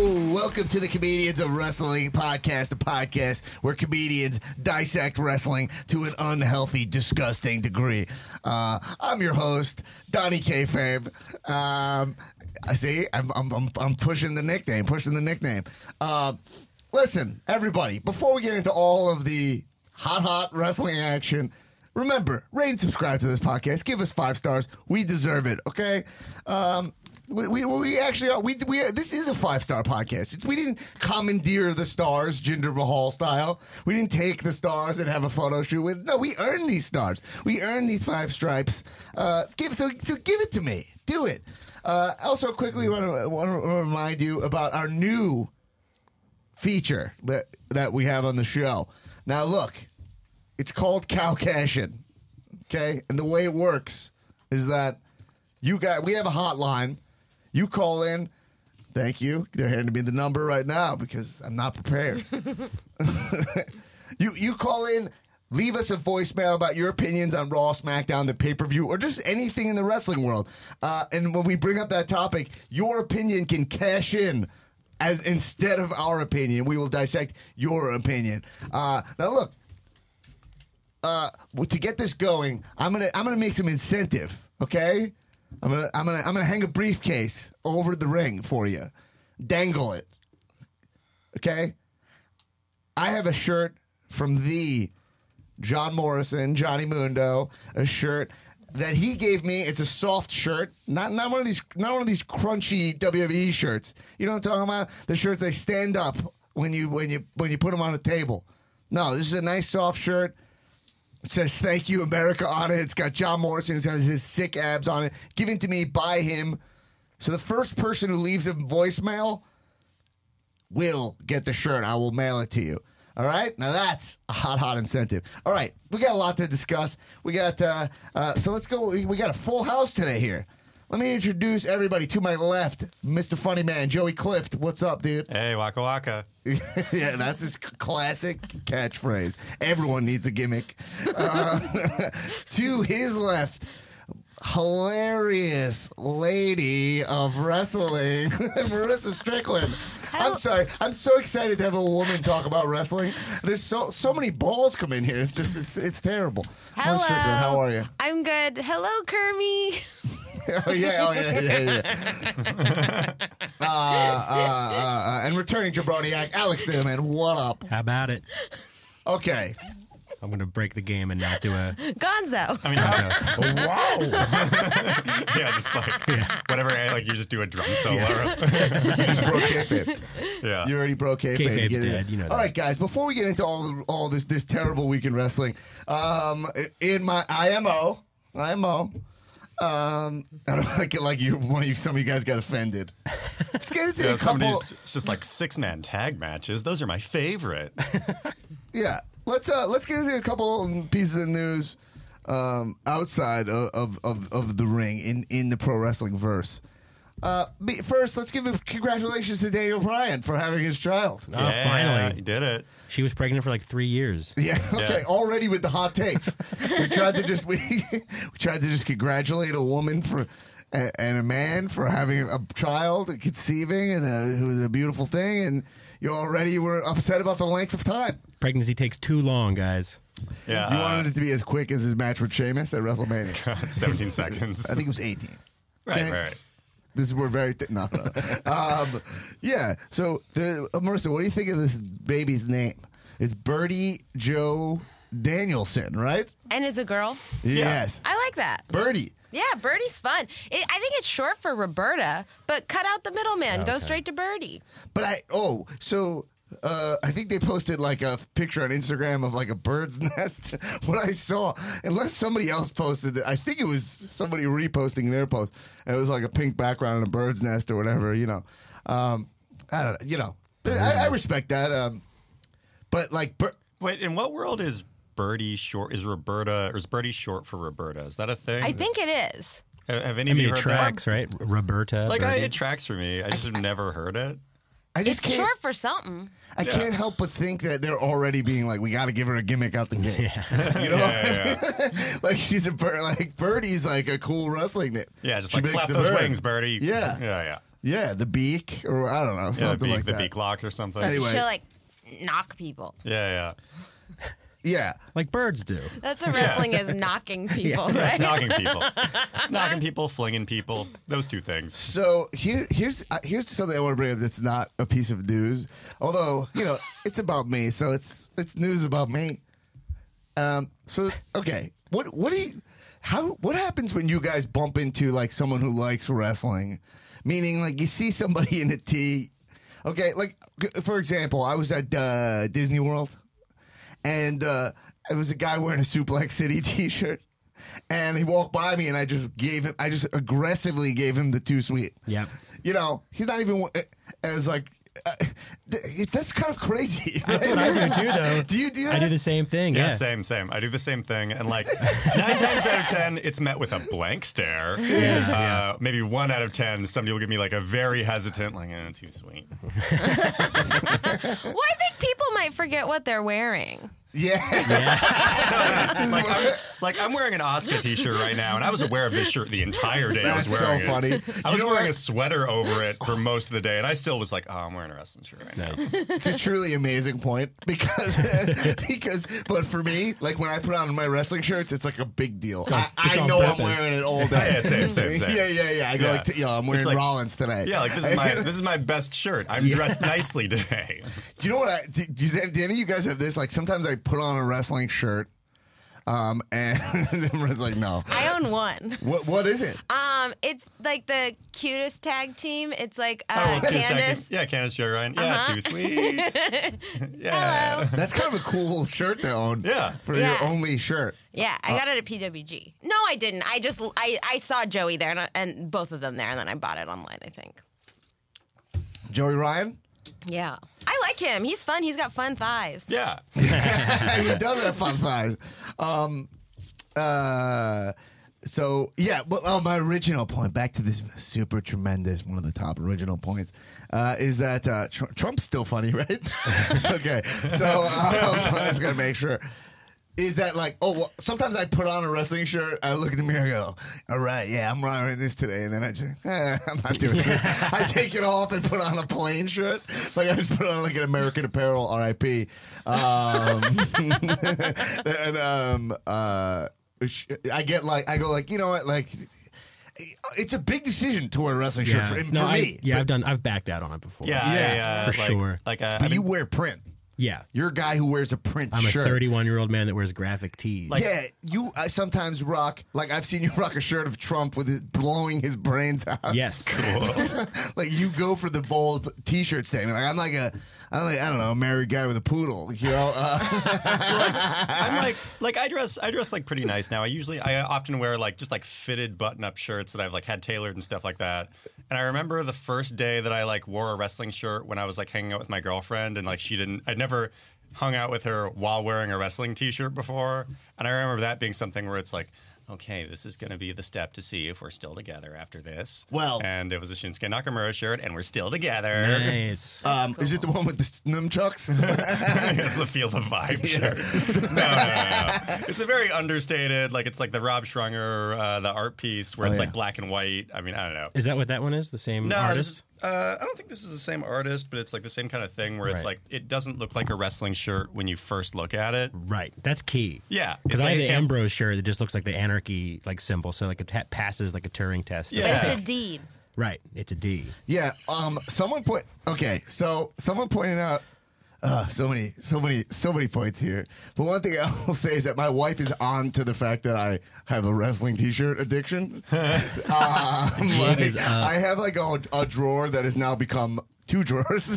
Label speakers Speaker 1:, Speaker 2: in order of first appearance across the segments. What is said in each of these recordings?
Speaker 1: Welcome to the Comedians of Wrestling podcast, the podcast where comedians dissect wrestling to an unhealthy, disgusting degree. Uh, I'm your host, Donnie K. Fab. Um, I see, I'm, I'm, I'm, I'm pushing the nickname, pushing the nickname. Uh, listen, everybody, before we get into all of the hot, hot wrestling action, remember, rate and subscribe to this podcast. Give us five stars. We deserve it, okay? Um, we, we, we actually are. We, we this is a five star podcast. It's, we didn't commandeer the stars, Jinder Mahal style. We didn't take the stars and have a photo shoot with. No, we earned these stars. We earned these five stripes. Uh, give so so give it to me. Do it. Uh, also, quickly want to want to remind you about our new feature that that we have on the show. Now, look, it's called cow cashing. Okay, and the way it works is that you got we have a hotline. You call in. Thank you. They're handing me the number right now because I'm not prepared. you you call in, leave us a voicemail about your opinions on Raw, SmackDown, the pay per view, or just anything in the wrestling world. Uh, and when we bring up that topic, your opinion can cash in. As instead of our opinion, we will dissect your opinion. Uh, now, look, uh, well, to get this going, I'm gonna I'm gonna make some incentive. Okay, I'm gonna I'm gonna I'm gonna hang a briefcase over the ring for you, dangle it. Okay, I have a shirt from the John Morrison, Johnny Mundo, a shirt that he gave me. It's a soft shirt, not not one of these not one of these crunchy WWE shirts. You know what I'm talking about? The shirts they stand up when you when you when you put them on a table. No, this is a nice soft shirt. It says thank you America on it. It's got John Morrison. It's got his sick abs on it. Given to me by him. So the first person who leaves a voicemail will get the shirt. I will mail it to you. All right. Now that's a hot, hot incentive. All right. We got a lot to discuss. We got, uh, uh, so let's go. We, we got a full house today here. Let me introduce everybody to my left, Mr. Funny Man, Joey Clift. What's up, dude?
Speaker 2: Hey, Waka Waka.
Speaker 1: yeah, that's his c- classic catchphrase. Everyone needs a gimmick. Uh, to his left, hilarious lady of wrestling, Marissa Strickland. I'm sorry. I'm so excited to have a woman talk about wrestling. There's so so many balls come in here. It's just it's it's terrible. Marissa Strickland, how are you?
Speaker 3: I'm good. Hello, Kermie.
Speaker 1: oh yeah, oh yeah, yeah, yeah. uh, uh, uh, uh, and returning Jabroniac, Alex Newman, what up?
Speaker 4: How about it?
Speaker 1: Okay,
Speaker 4: I'm gonna break the game and not do a. oh,
Speaker 3: Gonzo.
Speaker 2: I mean, how,
Speaker 4: wow!
Speaker 2: yeah, just like whatever. Like you just do a drum solo.
Speaker 1: you just broke kayfabe.
Speaker 2: Yeah.
Speaker 1: You already broke kayfabe. to
Speaker 4: Kayfabe's
Speaker 1: get in.
Speaker 4: dead, you know
Speaker 1: All
Speaker 4: that.
Speaker 1: right, guys. Before we get into all all this this terrible week in wrestling, um, in my IMO, IMO. Um, I don't like it. Like you, one of you, some of you guys got offended. Let's get into
Speaker 2: Yeah,
Speaker 1: a
Speaker 2: some of
Speaker 1: couple.
Speaker 2: these- it's just like six man tag matches. Those are my favorite.
Speaker 1: yeah let's uh let's get into a couple pieces of news um outside of of of, of the ring in in the pro wrestling verse uh be- first let's give a congratulations to daniel bryan for having his child
Speaker 4: Oh,
Speaker 2: Yeah,
Speaker 4: finally,
Speaker 2: you did it.
Speaker 4: she was pregnant for like three years.
Speaker 1: yeah okay already with the hot takes we tried to just we, we tried to just congratulate a woman for a- and a man for having a child and conceiving and uh it was a beautiful thing and you already were upset about the length of time
Speaker 4: Pregnancy takes too long, guys.
Speaker 2: Yeah,
Speaker 1: you
Speaker 2: uh,
Speaker 1: wanted it to be as quick as his match with Sheamus at WrestleMania.
Speaker 2: seventeen seconds.
Speaker 1: I think it was 18.
Speaker 2: right, right.
Speaker 1: This is we're very th- no. um, yeah. So, the, uh, Marissa, what do you think of this baby's name? It's Birdie Joe Danielson, right?
Speaker 3: And it's a girl.
Speaker 1: Yes,
Speaker 3: I like that.
Speaker 1: Birdie.
Speaker 3: Yeah, Birdie's fun. It, I think it's short for Roberta, but cut out the middleman. Go straight to Birdie.
Speaker 1: But I oh so. Uh, I think they posted like a picture on Instagram of like a bird's nest. what I saw, unless somebody else posted it, I think it was somebody reposting their post, and it was like a pink background and a bird's nest or whatever. You know, um, I don't know. You know, I, I respect that. Um, but like, bir-
Speaker 2: Wait, in what world is Birdie short? Is Roberta or is Birdie short for Roberta? Is that a thing?
Speaker 3: I think it is.
Speaker 2: Have, have any
Speaker 4: I
Speaker 2: of
Speaker 4: mean,
Speaker 2: you heard
Speaker 4: it tracks, right? R- Roberta.
Speaker 2: that? Like, I,
Speaker 4: Birdie.
Speaker 2: it tracks for me. I just have never heard it.
Speaker 1: I just
Speaker 3: It's
Speaker 1: can't.
Speaker 3: short for something.
Speaker 1: I can't help but think that they're already being like, we got to give her a gimmick out the gate. You know,
Speaker 2: Yeah,
Speaker 1: like she's a bird. Like Birdie's like a cool wrestling name.
Speaker 2: Yeah, just
Speaker 1: She
Speaker 2: like
Speaker 1: makes
Speaker 2: flap
Speaker 1: the
Speaker 2: those
Speaker 1: bird.
Speaker 2: wings, Birdie.
Speaker 1: Yeah.
Speaker 2: yeah, yeah.
Speaker 1: Yeah, the beak, or I don't know,
Speaker 2: Yeah,
Speaker 1: something
Speaker 2: beak,
Speaker 1: like
Speaker 2: the
Speaker 1: that.
Speaker 2: beak lock or something.
Speaker 1: Anyway.
Speaker 3: She'll like knock people.
Speaker 2: Yeah, yeah.
Speaker 1: Yeah,
Speaker 4: like birds do.
Speaker 3: That's what wrestling is knocking people,
Speaker 2: It's
Speaker 3: right?
Speaker 2: knocking people. It's knocking people, flinging people. Those two things.
Speaker 1: So here, here's uh, here's something I want to bring up that's not a piece of news, although you know it's about me, so it's it's news about me. Um. So okay, what what do you, how what happens when you guys bump into like someone who likes wrestling, meaning like you see somebody in a tee, okay, like g- for example, I was at uh, Disney World, and uh, it was a guy wearing a Suplex City T-shirt. And he walked by me, and I just gave him. I just aggressively gave him the two sweet.
Speaker 4: Yep.
Speaker 1: You know, he's not even uh, as like. Uh, th- that's kind of crazy.
Speaker 4: That's what I do too, though.
Speaker 1: Do you do that?
Speaker 4: I do the same thing.
Speaker 2: Yeah,
Speaker 4: Yeah.
Speaker 2: same, same. I do the same thing, and like nine times out of ten, it's met with a blank stare. uh, Maybe one out of ten, somebody will give me like a very hesitant, like, eh, too sweet.
Speaker 3: Well, I think people might forget what they're wearing.
Speaker 1: Yeah.
Speaker 2: like, I'm, like I'm wearing an Oscar t-shirt right now, and I was aware of this shirt the entire day. I was
Speaker 1: That's so
Speaker 2: wearing it.
Speaker 1: funny.
Speaker 2: I
Speaker 1: You
Speaker 2: was
Speaker 1: know
Speaker 2: wearing
Speaker 1: what?
Speaker 2: a sweater over it for most of the day, and I still was like, "Oh, I'm wearing a wrestling shirt right now."
Speaker 1: it's a truly amazing point because because but for me, like when I put on my wrestling shirts, it's like a big deal. I,
Speaker 4: it's
Speaker 1: I
Speaker 4: on
Speaker 1: know
Speaker 4: purpose.
Speaker 1: I'm wearing it all day.
Speaker 2: Yeah, same, same, same.
Speaker 1: Yeah, yeah, yeah. I go
Speaker 2: Yeah.
Speaker 1: like, t- yo, I'm
Speaker 2: It's
Speaker 1: wearing
Speaker 2: like-
Speaker 1: Rollins today.
Speaker 2: Yeah, like this is my this is my best shirt. I'm dressed nicely today.
Speaker 1: Do you know what? I, do, do, you- do any of you guys have this? Like sometimes I put on a wrestling shirt, um, and I'm just like, no.
Speaker 3: I own one.
Speaker 1: What what is it?
Speaker 3: Um, it's like the cutest tag team. It's like uh,
Speaker 2: Oh, well, two stacking-
Speaker 3: Candace. Uh-huh.
Speaker 2: Yeah, Candace Joe Ryan. Yeah, too sweet. yeah.
Speaker 1: That's kind of a cool shirt to own.
Speaker 2: Yeah.
Speaker 1: for
Speaker 3: Yeah.
Speaker 1: your only shirt.
Speaker 3: Yeah, I got it at PWG. No, I didn't. I just I, I saw Joey there and, and both of them there, and then I bought it online. I think.
Speaker 1: Joey Ryan.
Speaker 3: Yeah, I like him. He's fun. He's got fun thighs.
Speaker 2: Yeah.
Speaker 1: he does have fun thighs. Um, uh, so yeah, but oh, my original point back to this super tremendous one of the top original points uh, is that uh, Tr- Trump's still funny, right? okay, so um, I just gotta make sure. Is that like oh? Well, sometimes I put on a wrestling shirt. I look in the mirror, and go, "All right, yeah, I'm wearing this today," and then I just, eh, I'm not doing it. I take it off and put on a plain shirt. Like I just put on like an American Apparel, R.I.P. Um, and um uh sh- I get like I go like you know what like it's a big decision to wear a wrestling
Speaker 4: Yeah.
Speaker 1: shirt for, for
Speaker 4: No, I-
Speaker 1: me.
Speaker 4: yeah,
Speaker 1: but,
Speaker 4: I've done. I've backed out on it before.
Speaker 2: Yeah. I,
Speaker 1: Yeah,
Speaker 2: uh,
Speaker 4: for
Speaker 2: like,
Speaker 4: sure.
Speaker 2: Like, uh,
Speaker 1: but
Speaker 2: I've
Speaker 1: you
Speaker 2: been-
Speaker 1: wear print.
Speaker 4: Yeah.
Speaker 1: You're a guy who wears a print
Speaker 4: I'm a
Speaker 1: shirt.
Speaker 4: 31 year old man that wears graphic tees.
Speaker 1: yeah, you. I sometimes rock like I've seen you rock a shirt of Trump with his, blowing his brains
Speaker 2: uh,
Speaker 1: out.
Speaker 4: yes.
Speaker 1: like you go for the bold T-shirt statement. Like I'm like a, I'm like I don't know, a married guy with a poodle. You know, uh,
Speaker 2: I'm like, like I dress, I dress like pretty nice now. I usually, I often wear like just like fitted button-up shirts that I've like had tailored and stuff like that. And I remember the first day that I like wore a wrestling shirt when I was like hanging out with my girlfriend, and like she didn't, I'd never hung out with her while wearing a wrestling T-shirt before. And I remember that being something where it's like. Okay, this is going to be the step to see if we're still together after this.
Speaker 1: Well-
Speaker 2: and it was a Shinsuke Nakamura shirt, and we're still together.
Speaker 4: Nice.
Speaker 1: um, is it the one with the s- nunchucks?
Speaker 2: it's the feel the vibe shirt. No, no, no, no. It's a very understated, like it's like the Rob Schrunger, uh, the art piece where
Speaker 1: Oh,
Speaker 2: it's
Speaker 1: yeah.
Speaker 2: like black and white. I mean, I don't know.
Speaker 4: is that what that one is? The same
Speaker 2: No, this
Speaker 4: artist?
Speaker 2: is, uh, I don't think this is the same artist, but it's like the same kind of thing where it's
Speaker 4: Right.
Speaker 2: like it doesn't look like a wrestling shirt when you first look at it.
Speaker 4: right. That's key.
Speaker 2: Yeah,
Speaker 4: Because
Speaker 2: it's
Speaker 4: I
Speaker 2: like
Speaker 4: have
Speaker 2: it
Speaker 4: the
Speaker 2: can't-
Speaker 4: Ambrose shirt that just looks like the anarchy like symbol, so like it ha- passes like a Turing test.
Speaker 2: Yeah.
Speaker 3: But it's a deed.
Speaker 4: Right. It's a D.
Speaker 1: Yeah. Um. Someone point. Okay. So someone pointed out. Uh, so many, so many, so many points here. But one thing I will say is that my wife is on to the fact that I have a wrestling T-shirt addiction. Uh, like,
Speaker 4: is up.
Speaker 1: I have like a, a drawer that has now become two drawers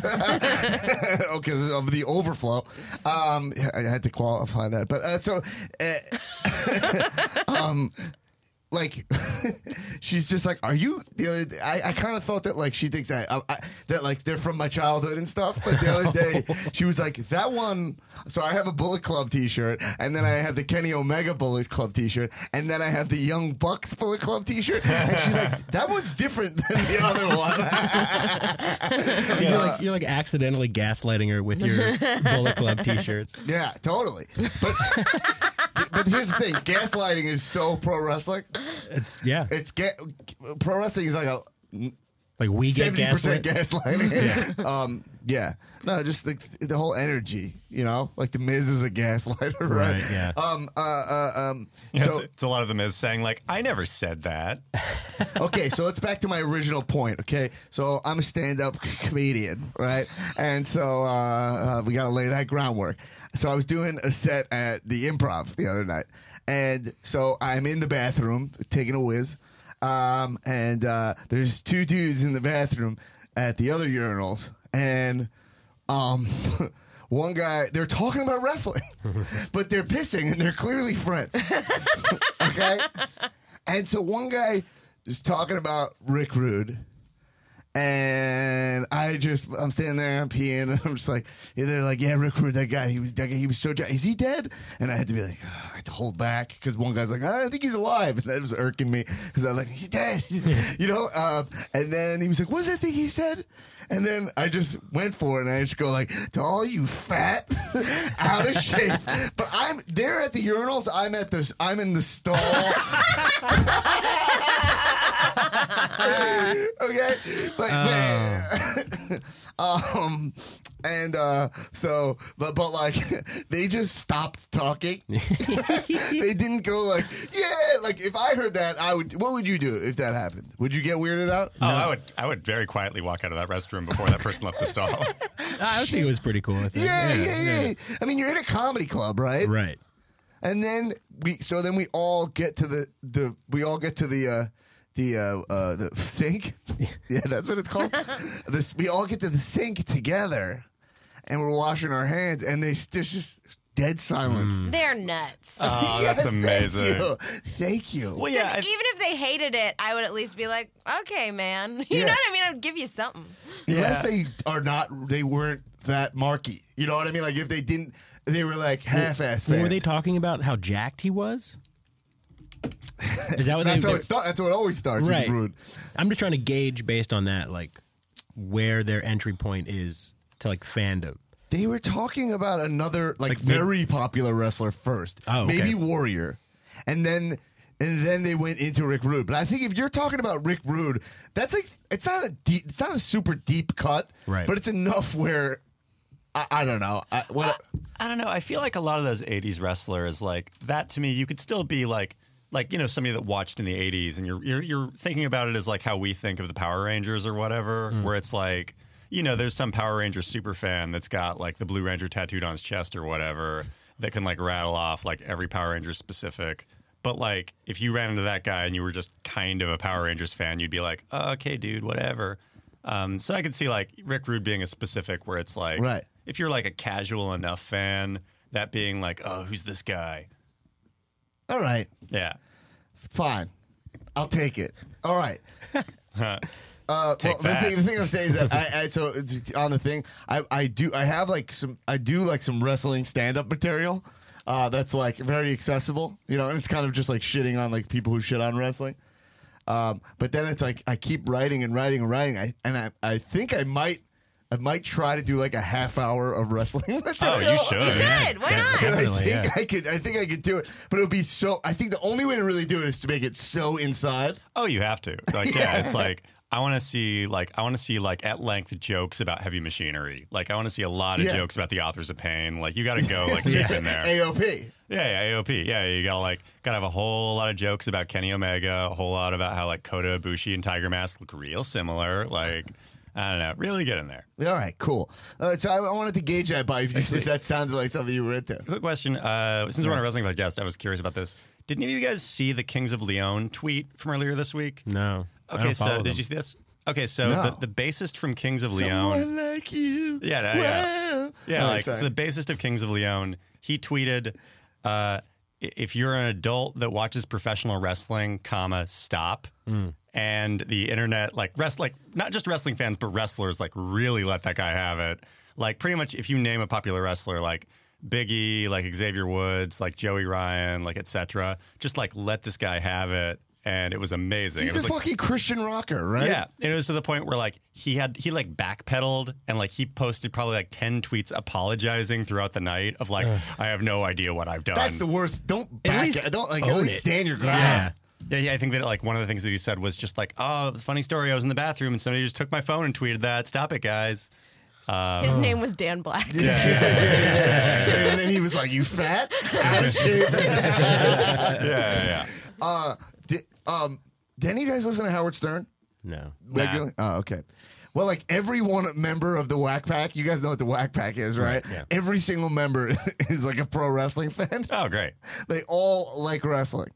Speaker 1: because of the overflow. Um, I had to qualify that, but uh, so. Uh, like she's just like are you the other day, i, I kind of thought that like she thinks I, I, I that like they're from my childhood and stuff but the other day she was like that one so i have a bullet club t-shirt and then i have the kenny omega bullet club t-shirt and then i have the young bucks bullet club t-shirt and she's like that one's different than the other one
Speaker 4: You're like you're like accidentally gaslighting her with your Bullet Club T-shirts.
Speaker 1: yeah totally but but here's the thing gaslighting is so pro wrestling
Speaker 4: It's yeah.
Speaker 1: it's ga- pro wrestling is like a
Speaker 4: Like we get
Speaker 1: Seventy percent
Speaker 4: gaslit.
Speaker 1: gaslighting. um, yeah. No, just the, the whole energy. You know, like the Miz is a gaslighter, right?
Speaker 4: Right, yeah.
Speaker 1: Um. Uh. uh um.
Speaker 2: Yeah,
Speaker 1: so
Speaker 2: it's, it's a lot of them is saying like, "I never said that."
Speaker 1: okay, so let's back to my original point. Okay, so I'm a stand-up comedian, right? And so uh, uh, we got to lay that groundwork. So I was doing a set at the Improv the other night, and so I'm in the bathroom taking a whiz, um, and uh, there's two dudes in the bathroom at the other urinals, and um, one guy they're talking about wrestling, but they're pissing and they're clearly friends. okay? And so one guy is talking about Rick Rude. And I just, I'm standing there, I'm peeing, and I'm just like, yeah, they're like, yeah, Rick Rude, that guy, he was, that guy, he was so, jacked. is he dead? And I had to be like, "Ugh," I had to hold back because one guy's like, "Ah, I don't think he's alive, and that was irking me because I was like, he's dead, you know. Uh, and then he was like, what does that thing he said? And then I just went for it, and I just go like, to all you fat, out of shape. But I'm, they're at the urinals, I'm at the, I'm in the stall. okay. Like, Uh. but, um, and uh, so, but but like, they just stopped talking. they didn't go like, yeah. Like, if I heard that, I would. What would you do if that happened? Would you get weirded out?
Speaker 2: Oh, I would, I would very quietly walk out of that restroom before that person left the stall.
Speaker 4: Ah, I think it was pretty cool. I think.
Speaker 1: Yeah, yeah, yeah, I mean, you're in a comedy club, right?
Speaker 4: Right.
Speaker 1: And then we, so then we all get to the the we all get to the uh, the uh, uh, the sink. Yeah, that's what it's called. this we all get to the sink together, and we're washing our hands, and they there's just dead silence.
Speaker 3: They're nuts.
Speaker 2: Oh,
Speaker 1: Yeah,
Speaker 2: that's amazing.
Speaker 1: Thank you. Thank you.
Speaker 2: Well, yeah, I-
Speaker 3: Even if they hated it, I would at least be like, okay, man. You
Speaker 1: Yeah.
Speaker 3: know what I mean? I would give you something.
Speaker 1: Unless they are not, they weren't that marky. You know what I mean? Like if they didn't, they were like half-ass fans.
Speaker 4: Were they talking about how jacked he was? Is that what
Speaker 1: that's
Speaker 4: they?
Speaker 1: how it start, That's how it always starts. with
Speaker 4: Right.
Speaker 1: rude.
Speaker 4: I'm just trying to gauge based on that, like where their entry point is to like fandom.
Speaker 1: They were talking about another like,
Speaker 4: maybe-
Speaker 1: very popular wrestler first,
Speaker 4: Oh, okay.
Speaker 1: maybe Warrior, and then and then they went into Rick Rude. But I think if you're talking about Rick Rude, that's like it's not a deep, it's not a super deep cut,
Speaker 4: Right.
Speaker 1: But it's enough where I, I don't know. I, what,
Speaker 2: I don't know. I feel like a lot of those '80s wrestlers, like that, to me, you could still be like, like you know, somebody that watched in the '80s, and you're you're, you're thinking about it as like how we think of the Power Rangers or whatever, where it's like, you know, there's some Power Ranger super fan that's got like the Blue Ranger tattooed on his chest or whatever that can like rattle off like every Power Ranger specific. But like, if you ran into that guy and you were just kind of a Power Rangers fan, you'd be like, oh, okay, dude, whatever. Um, so I could see like Rick Rude being a specific where it's like,
Speaker 1: Right.
Speaker 2: if you're like a casual enough fan, that being like, oh, who's this guy?
Speaker 1: all right,
Speaker 2: Yeah.
Speaker 1: fine, I'll take it. All right. Uh,
Speaker 2: Take
Speaker 1: well,
Speaker 2: that.
Speaker 1: The, thing, the thing I'm saying is that I, I so it's on the thing I, I do I have like some I do like some wrestling stand up material uh, that's like very accessible you know and it's kind of just like shitting on like people who shit on wrestling um, but then it's like I keep writing and writing and writing I, and I, I think I might I might try to do like a half hour of wrestling
Speaker 2: Oh,
Speaker 1: material
Speaker 2: you should.
Speaker 3: You should. Why
Speaker 2: Yeah.
Speaker 1: And
Speaker 3: not?
Speaker 1: I
Speaker 4: Definitely,
Speaker 1: think
Speaker 4: yeah.
Speaker 1: I could I think I could do it but it would be so I think the only way to really do it is to make it so inside
Speaker 2: Oh, you have to. Like, yeah, it's like I want to see like I want to see like at length jokes about heavy machinery. Like, I want to see a lot of
Speaker 1: Yeah.
Speaker 2: jokes about the authors of pain. Like, you got to go like deep in there.
Speaker 1: AOP
Speaker 2: Yeah, yeah, AOP. Yeah, you got to like got to have a whole lot of jokes about Kenny Omega, a whole lot about how like Kota Ibushi and Tiger Mask look real similar. Like, I don't know, really get in there.
Speaker 1: All right, cool. Uh, so I, I wanted to gauge that by if, you, if that sounded like something you were into.
Speaker 2: Quick question. Uh, since we're on a wrestling podcast, I was curious about this. Did any of you guys see the Kings of Leon tweet from earlier this week?
Speaker 4: No. I
Speaker 2: Okay,
Speaker 4: don't
Speaker 2: so
Speaker 4: follow
Speaker 2: did
Speaker 4: them.
Speaker 2: you see this? Okay, so
Speaker 1: No.
Speaker 2: the, the bassist from Kings of Leon.
Speaker 1: Someone like you.
Speaker 2: Yeah, no, yeah.
Speaker 1: Well.
Speaker 2: Yeah,
Speaker 1: All right,
Speaker 2: like so
Speaker 1: sorry.
Speaker 2: the bassist of Kings of Leon, he tweeted, uh, "I- if you're an adult that watches professional wrestling, comma, stop. And the internet, like rest like not just wrestling fans, but wrestlers like really let that guy have it. Like pretty much if you name a popular wrestler, like Biggie, like Xavier Woods, like Joey Ryan, like etc., just like let this guy have it. And it was amazing. it
Speaker 1: He's
Speaker 2: was
Speaker 1: a
Speaker 2: like,
Speaker 1: fucking Christian rocker, right?
Speaker 2: yeah, and it was to the point where like he had he like backpedaled and like he posted probably like ten tweets apologizing throughout the night of like I have no idea what I've done.
Speaker 1: That's the worst. Don't
Speaker 4: At
Speaker 1: back.
Speaker 4: least
Speaker 1: Don't like
Speaker 4: own
Speaker 1: at least
Speaker 4: it.
Speaker 1: stand your
Speaker 4: Yeah.
Speaker 1: ground.
Speaker 2: Yeah, yeah. I think that like one of the things that he said was just like, "Oh, funny story. I was in the bathroom and somebody just took my phone and tweeted that. Stop it, guys." Um,
Speaker 3: His name was Dan Black.
Speaker 1: and then he was like, "You fat, out of shape."
Speaker 2: yeah, yeah, yeah.
Speaker 1: Uh, di- um, do any of you guys listen to Howard Stern
Speaker 4: No.
Speaker 2: Nah.
Speaker 1: regularly? Oh, okay. Well, like every one member of the Whack Pack, you guys know what the Whack Pack is, right?
Speaker 4: Right, yeah.
Speaker 1: Every single member is like a pro wrestling fan.
Speaker 2: Oh, great.
Speaker 1: They all like wrestling.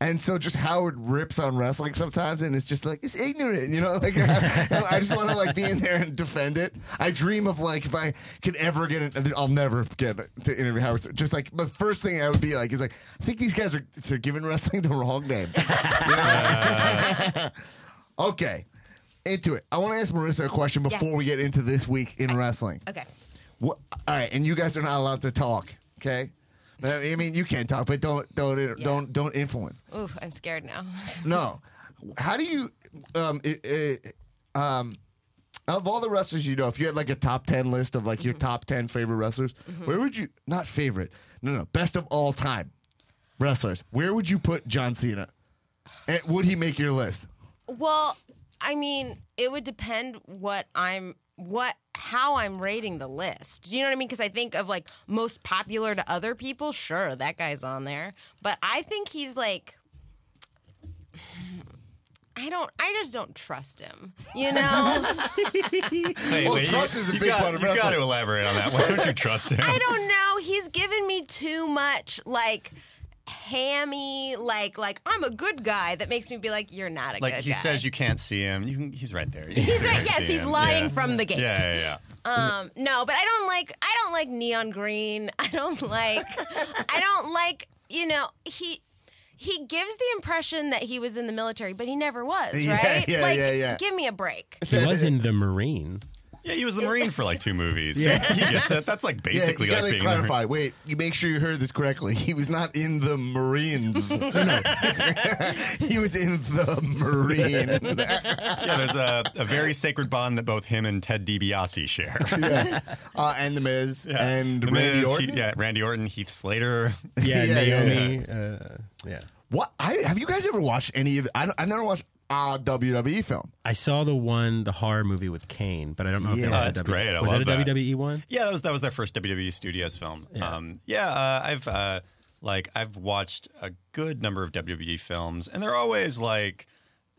Speaker 1: And so just Howard rips on wrestling sometimes, and it's just like, it's ignorant, you know? Like, I, I just want to, like, be in there and defend it. I dream of, like, if I could ever get it, I'll never get to interview Howard. Stern. Just, like, the first thing I would be like is, like, I think these guys are they're giving wrestling the wrong name. You know? okay. Into it. I want to ask Marissa a question before
Speaker 3: Yes.
Speaker 1: we get into this week in wrestling.
Speaker 3: Okay.
Speaker 1: What, all right, and you guys are not allowed to talk. Okay, I mean you can talk, but don't don't don't don't influence.
Speaker 3: Ooh, I'm scared now.
Speaker 1: No, how do you um i i um of all the wrestlers you know, if you had like a top ten list of like your top ten favorite wrestlers, where would you not favorite? No, no, best of all time wrestlers. Where would you put John Cena? And would he make your list?
Speaker 3: Well, I mean, it would depend what I'm what how I'm rating the list. Do you know what I mean? Because I think of like most popular to other people. Sure, that guy's on there, but I think he's like. I don't. I just don't trust him. You know.
Speaker 2: Hey,
Speaker 1: Well,
Speaker 2: wait,
Speaker 1: trust is a big
Speaker 2: got,
Speaker 1: part of
Speaker 2: You got
Speaker 1: wrestling.
Speaker 2: to elaborate on that. Why don't you trust him?
Speaker 3: I don't know. He's given me too much like hammy, like like I'm a good guy that makes me be like, you're not a
Speaker 2: like
Speaker 3: good
Speaker 2: he
Speaker 3: guy.
Speaker 2: says you can't see him. You can, he's right there. You
Speaker 3: He's
Speaker 2: can
Speaker 3: right.
Speaker 2: see
Speaker 3: Yes, he's
Speaker 2: him.
Speaker 3: lying
Speaker 2: Yeah.
Speaker 3: from the gate.
Speaker 2: Yeah, yeah, yeah.
Speaker 3: Um, no, but I don't like I don't like neon green. I don't like I don't like you know he. He gives the impression that he was in the military, but he never was,
Speaker 1: Yeah,
Speaker 3: right?
Speaker 1: yeah,
Speaker 3: like,
Speaker 1: yeah, yeah.
Speaker 3: give me a break.
Speaker 4: He was in the Marine.
Speaker 2: Yeah, he was the Marine for like two movies. he gets it. That's like basically
Speaker 1: yeah, you
Speaker 2: like
Speaker 1: gotta
Speaker 2: being the Marine.
Speaker 1: clarify. Wait, you make sure you heard this correctly. He was not in the Marines. he was in the Marine.
Speaker 2: Yeah, there's a, a very sacred bond that both him and Ted DiBiase share.
Speaker 1: yeah. uh, and the Miz and
Speaker 2: The
Speaker 1: Randy
Speaker 2: Miz, he-
Speaker 1: Orton.
Speaker 2: yeah, Randy Orton, Heath Slater.
Speaker 4: Yeah,
Speaker 1: Yeah, yeah,
Speaker 4: Naomi. Uh, yeah.
Speaker 1: What? I have you guys ever watched any of? The, I don't- I've never watched a WWE film.
Speaker 4: I saw the one, the horror movie with Kane, but I don't know if
Speaker 1: Yeah.
Speaker 4: that was
Speaker 1: Oh,
Speaker 4: a
Speaker 2: that's
Speaker 4: W-
Speaker 2: great. I
Speaker 4: was
Speaker 2: love
Speaker 4: that a
Speaker 2: that.
Speaker 4: WWE one?
Speaker 2: Yeah, that was that was their first WWE Studios film. Yeah, um, yeah uh, I've uh, like I've watched a good number of WWE films, and they're always like,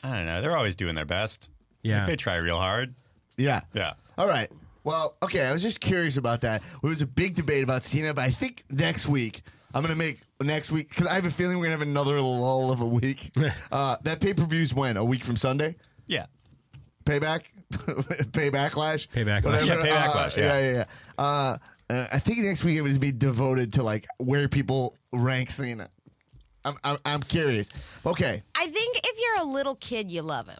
Speaker 2: I don't know, they're always doing their best.
Speaker 4: Yeah.
Speaker 2: Like, they try real hard.
Speaker 1: Yeah.
Speaker 2: Yeah.
Speaker 1: All right. Well, okay. I was just curious about that. There was a big debate about Cena, but I think next week I'm gonna make next week because I have a feeling we're gonna have another lull of a week. uh, that pay per views when a week from Sunday.
Speaker 2: Yeah.
Speaker 1: Payback, paybacklash, Uh,
Speaker 4: Paybacklash.
Speaker 2: Yeah, Paybacklash, yeah.
Speaker 1: yeah, yeah. yeah. Uh, uh, I think next week it would be devoted to like where people rank Cena. I'm, I'm, I'm curious. Okay,
Speaker 3: I think if you're a little kid, you love him.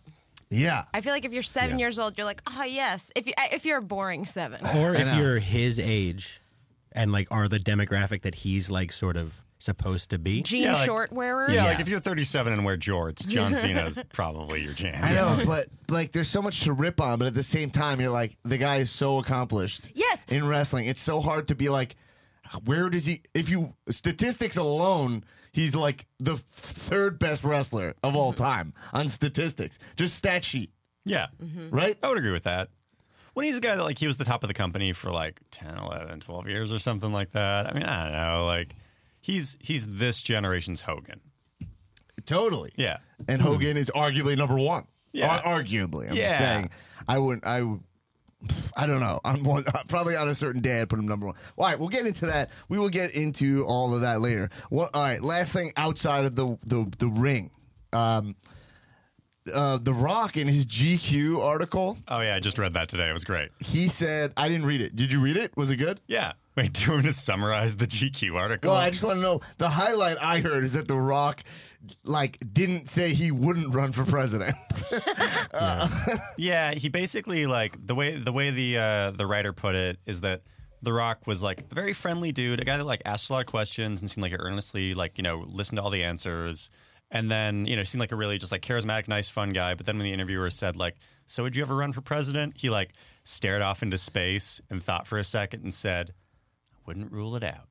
Speaker 1: yeah,
Speaker 3: I feel like if you're seven
Speaker 4: Yeah.
Speaker 3: years old, you're like, oh yes. If you, if you're a boring seven,
Speaker 4: Or
Speaker 1: know.
Speaker 4: if you're his age and like are the demographic that he's like sort of supposed to be.
Speaker 3: jean
Speaker 2: Yeah, like-
Speaker 3: short wearers.
Speaker 2: yeah, Like if you're 37 and wear jorts, John Cena's probably your jam.
Speaker 1: I know, but like there's so much to rip on, but at the same time, you're like the guy is so accomplished.
Speaker 3: Yes.
Speaker 1: in wrestling, it's so hard to be like, where does he? If you statistics alone, he's like the f- third best wrestler of all time on statistics, just stat sheet,
Speaker 2: Yeah.
Speaker 1: right?
Speaker 2: I would agree with that. When he's a guy that like he was the top of the company for like 10, 11, 12 years or something like that. I mean, I don't know, like he's he's this generation's Hogan.
Speaker 1: Totally.
Speaker 2: Yeah.
Speaker 1: And Hogan is arguably number one.
Speaker 2: Yeah.
Speaker 1: Ar- arguably. I'm
Speaker 2: Yeah.
Speaker 1: just saying. I wouldn't. I. would- I don't know. I'm one, probably on a certain day. I'd put him number one. All right, we'll get into that. We will get into all of that later. What, all right, last thing outside of the the, the ring, um, uh, the Rock in his GQ article,
Speaker 2: Oh yeah, I just read that today. It was great.
Speaker 1: he said, "I didn't read it. Did you read it? Was it good?"
Speaker 2: Yeah. Wait, do you want me to summarize the GQ article?
Speaker 1: Well, I just want to know. The highlight I heard is that The Rock, like, didn't say he wouldn't run for president.
Speaker 2: Yeah, he basically like the way the way the uh, the writer put it is that The Rock was like a very friendly dude, a guy that like asked a lot of questions and seemed like he earnestly like you know listened to all the answers, and then you know seemed like a really just like charismatic, nice, fun guy. But then when the interviewer said like, "So would you ever run for president?" He like stared off into space and thought for a second and said, "Wouldn't rule it out."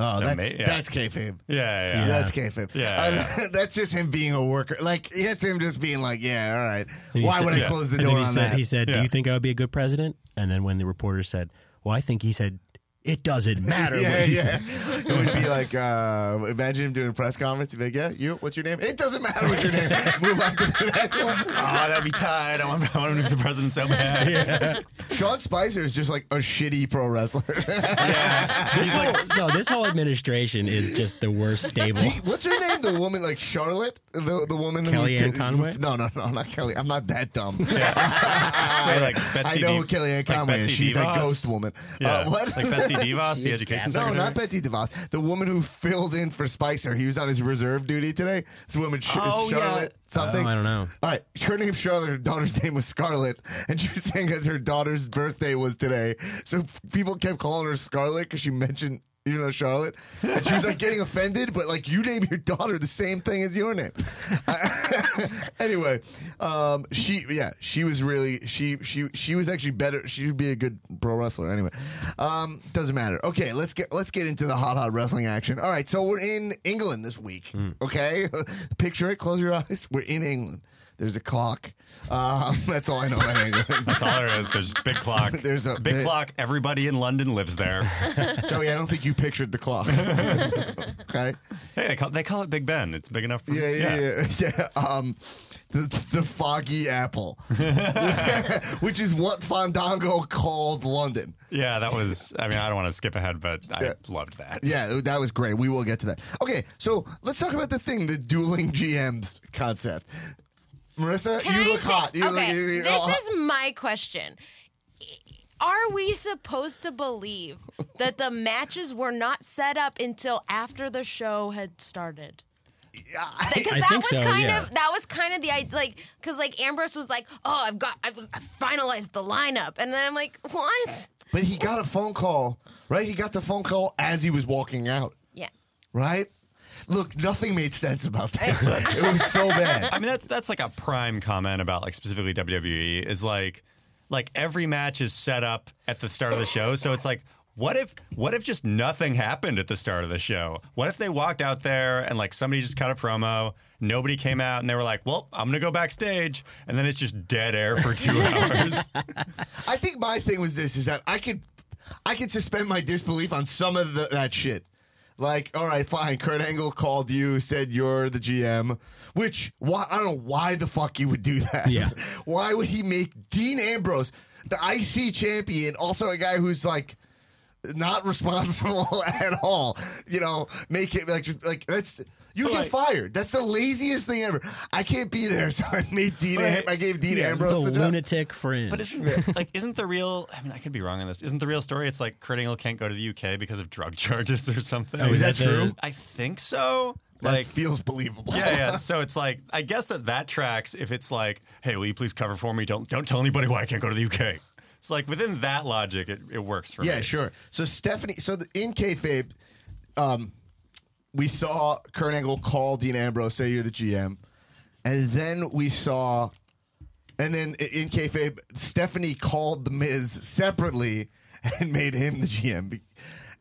Speaker 1: Oh,
Speaker 2: So
Speaker 1: that's
Speaker 2: ma- yeah.
Speaker 1: that's kayfabe.
Speaker 2: Yeah, yeah.
Speaker 1: That's kayfabe.
Speaker 2: Yeah,
Speaker 1: Uh,
Speaker 2: yeah.
Speaker 1: that's just him being a worker. Like it's him just being like, yeah, all right.
Speaker 4: And he
Speaker 1: Why
Speaker 4: said-
Speaker 1: would I
Speaker 4: yeah.
Speaker 1: close the
Speaker 4: and
Speaker 1: door
Speaker 4: then he
Speaker 1: on
Speaker 4: said,
Speaker 1: that?
Speaker 4: He said, "Do
Speaker 2: Yeah.
Speaker 4: you think I would be a good president?" And then when the reporter said, "Well, I think," he said, "It doesn't matter."
Speaker 1: yeah,
Speaker 4: what you
Speaker 1: yeah. it would be like, uh, imagine him doing a press conference. He'd be like, yeah, you, what's your name? It doesn't matter what your name. Move on to the next one.
Speaker 2: Oh, that'd be tight. I want, I want him to be the president so bad.
Speaker 1: Sean Spicer is just like a shitty pro wrestler.
Speaker 4: This whole- no, this whole administration is just the worst stable.
Speaker 1: What's her name? The woman, like Charlotte, the the woman. who was
Speaker 4: Kellyanne Conway?
Speaker 1: No, no, no, not Kelly. I'm not that dumb.
Speaker 2: Wait, like Betsy
Speaker 1: I know
Speaker 2: Div-
Speaker 1: who Kellyanne
Speaker 2: like
Speaker 1: Conway is.
Speaker 2: Betsy
Speaker 1: She's that
Speaker 2: DeVos?
Speaker 1: ghost woman.
Speaker 2: Yeah.
Speaker 1: Uh, what?
Speaker 2: Like Betsy DeVos, the education
Speaker 1: No,
Speaker 2: secretary.
Speaker 1: not Betsy DeVos. The woman who fills in for Spicer. He was on his reserve duty today. This woman, Sh-
Speaker 2: Oh, yeah.
Speaker 1: Charlotte, something.
Speaker 4: Oh, I don't know.
Speaker 1: All right, her name's Charlotte. Her daughter's name was Scarlett, and she was saying that her daughter's birthday was today. So f- people kept calling her Scarlett because she mentioned. You know Charlotte, and she was like getting offended, but like you name your daughter the same thing as your name. anyway, um, she yeah, she was really she she she was actually better. She would be a good pro wrestler. Anyway, um, doesn't matter. Okay, let's get let's get into the hot hot wrestling action. All right, so we're in England this week. Okay, picture it. Close your eyes. We're in England. There's a clock. Um, that's all I know about England.
Speaker 2: That's all there is. There's a big clock.
Speaker 1: There's a-
Speaker 2: big
Speaker 1: there-
Speaker 2: clock. Everybody in London lives there.
Speaker 1: Joey, I don't think you pictured the clock. okay.
Speaker 2: hey, they call, they call it Big Ben. It's big enough. For,
Speaker 1: Yeah, yeah, yeah, yeah. Um, the the foggy apple, which is what Fandango called London.
Speaker 2: Yeah, that was. I mean, I don't want to skip ahead, but I
Speaker 1: Yeah.
Speaker 2: loved that.
Speaker 1: Yeah, that was great. We will get to that. Okay, so let's talk about the thing, the dueling GMs concept. Marissa,
Speaker 3: Can
Speaker 1: you
Speaker 3: I
Speaker 1: look
Speaker 3: say-
Speaker 1: hot. You
Speaker 3: okay,
Speaker 1: look, you- you-
Speaker 3: this
Speaker 1: oh,
Speaker 3: is my question. Are we supposed to believe that the matches were not set up until after the show had started? Because
Speaker 4: I
Speaker 3: that
Speaker 4: think
Speaker 3: was
Speaker 4: so,
Speaker 3: kind
Speaker 4: yeah.
Speaker 3: of that was kind of the idea, like because like Ambrose was like, "Oh, I've got I've, I've finalized the lineup," and then I'm like, "What?"
Speaker 1: But he got a phone call, right? He got the phone call as he was walking out,
Speaker 3: Yeah,
Speaker 1: right? Look, nothing made sense about that. it was so bad.
Speaker 2: I mean, that's that's like a prime comment about like specifically WWE is like, like every match is set up at the start of the show. So it's like, what if what if just nothing happened at the start of the show? What if they walked out there and like somebody just cut a promo, nobody came out, and they were like, well, I'm gonna go backstage, and then it's just dead air for two hours.
Speaker 1: I think my thing was this: is that I could, I could suspend my disbelief on some of the, that shit. Like, all right, fine. Kurt Angle called you, said you're the GM, which why I don't know why the fuck he would do that.
Speaker 4: Yeah.
Speaker 1: why would he make Dean Ambrose, the IC champion, also a guy who's like not responsible at all? You know, make it like just- like that's you get
Speaker 2: like-
Speaker 1: fired. That's the laziest thing ever. I can't be there, so I made Dean. Am- I gave Dean
Speaker 4: Yeah,
Speaker 1: Ambrose
Speaker 4: the
Speaker 1: the, job.
Speaker 4: lunatic fringe.
Speaker 2: But isn't like isn't the real? I mean, I could be wrong on this. Isn't the real story? It's like Kurt Angle can't go to the UK because of drug charges or something.
Speaker 4: Oh,
Speaker 1: is that true?
Speaker 2: I think so.
Speaker 1: That
Speaker 2: Like,
Speaker 1: feels believable.
Speaker 2: yeah, yeah. So it's like I guess that that tracks. If it's like, hey, will you please cover for me? Don't don't tell anybody why I can't go to the UK. It's like within that logic, it, it works for me.
Speaker 1: Yeah, sure. So Stephanie, so the, in kayfabe, um, we saw Kurt Angle call Dean Ambrose, say you're the GM, and then we saw, and then i- in kayfabe, Stephanie called the Miz separately and made him the GM. Be-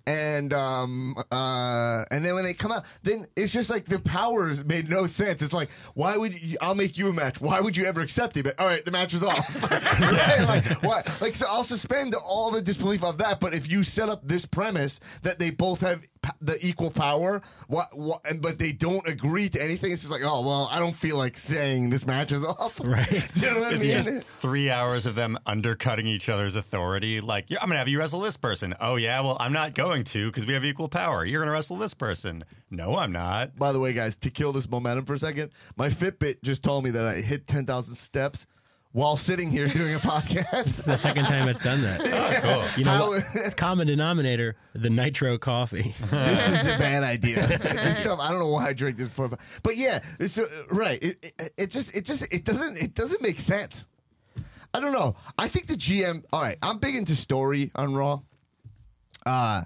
Speaker 1: And um uh and then when they come out, then it's just like the powers made no sense. It's like why would you, I'll make you a match? Why would you ever accept it? But all right, the match is off. Right? Like what? Like so, I'll suspend all the disbelief of that. But if you set up this premise that they both have p- the equal power, what? what and but they don't agree to anything. It's just like oh well, I don't feel like saying this match is off.
Speaker 4: Right.
Speaker 1: Do you know what
Speaker 2: It's
Speaker 1: I mean?
Speaker 2: just three hours of them undercutting each other's authority. Like, "Yeah, I'm gonna have you wrestle this person. Oh yeah, well I'm not going to because we have equal power. You're gonna wrestle this person. No, I'm not.
Speaker 1: By the way, guys, to kill this momentum for a second, my Fitbit just told me that I hit ten thousand steps while sitting here doing a podcast.
Speaker 4: It's the second time it's done that.
Speaker 2: Oh, cool.
Speaker 4: You know, what? common denominator: the nitro coffee.
Speaker 1: this is a bad idea. this stuff. I don't know why I drink this before, but, but yeah, it's uh, right. It, it, it just, it just, it doesn't, it doesn't make sense. I don't know. I think the GM. All right, I'm big into story on Raw. Uh,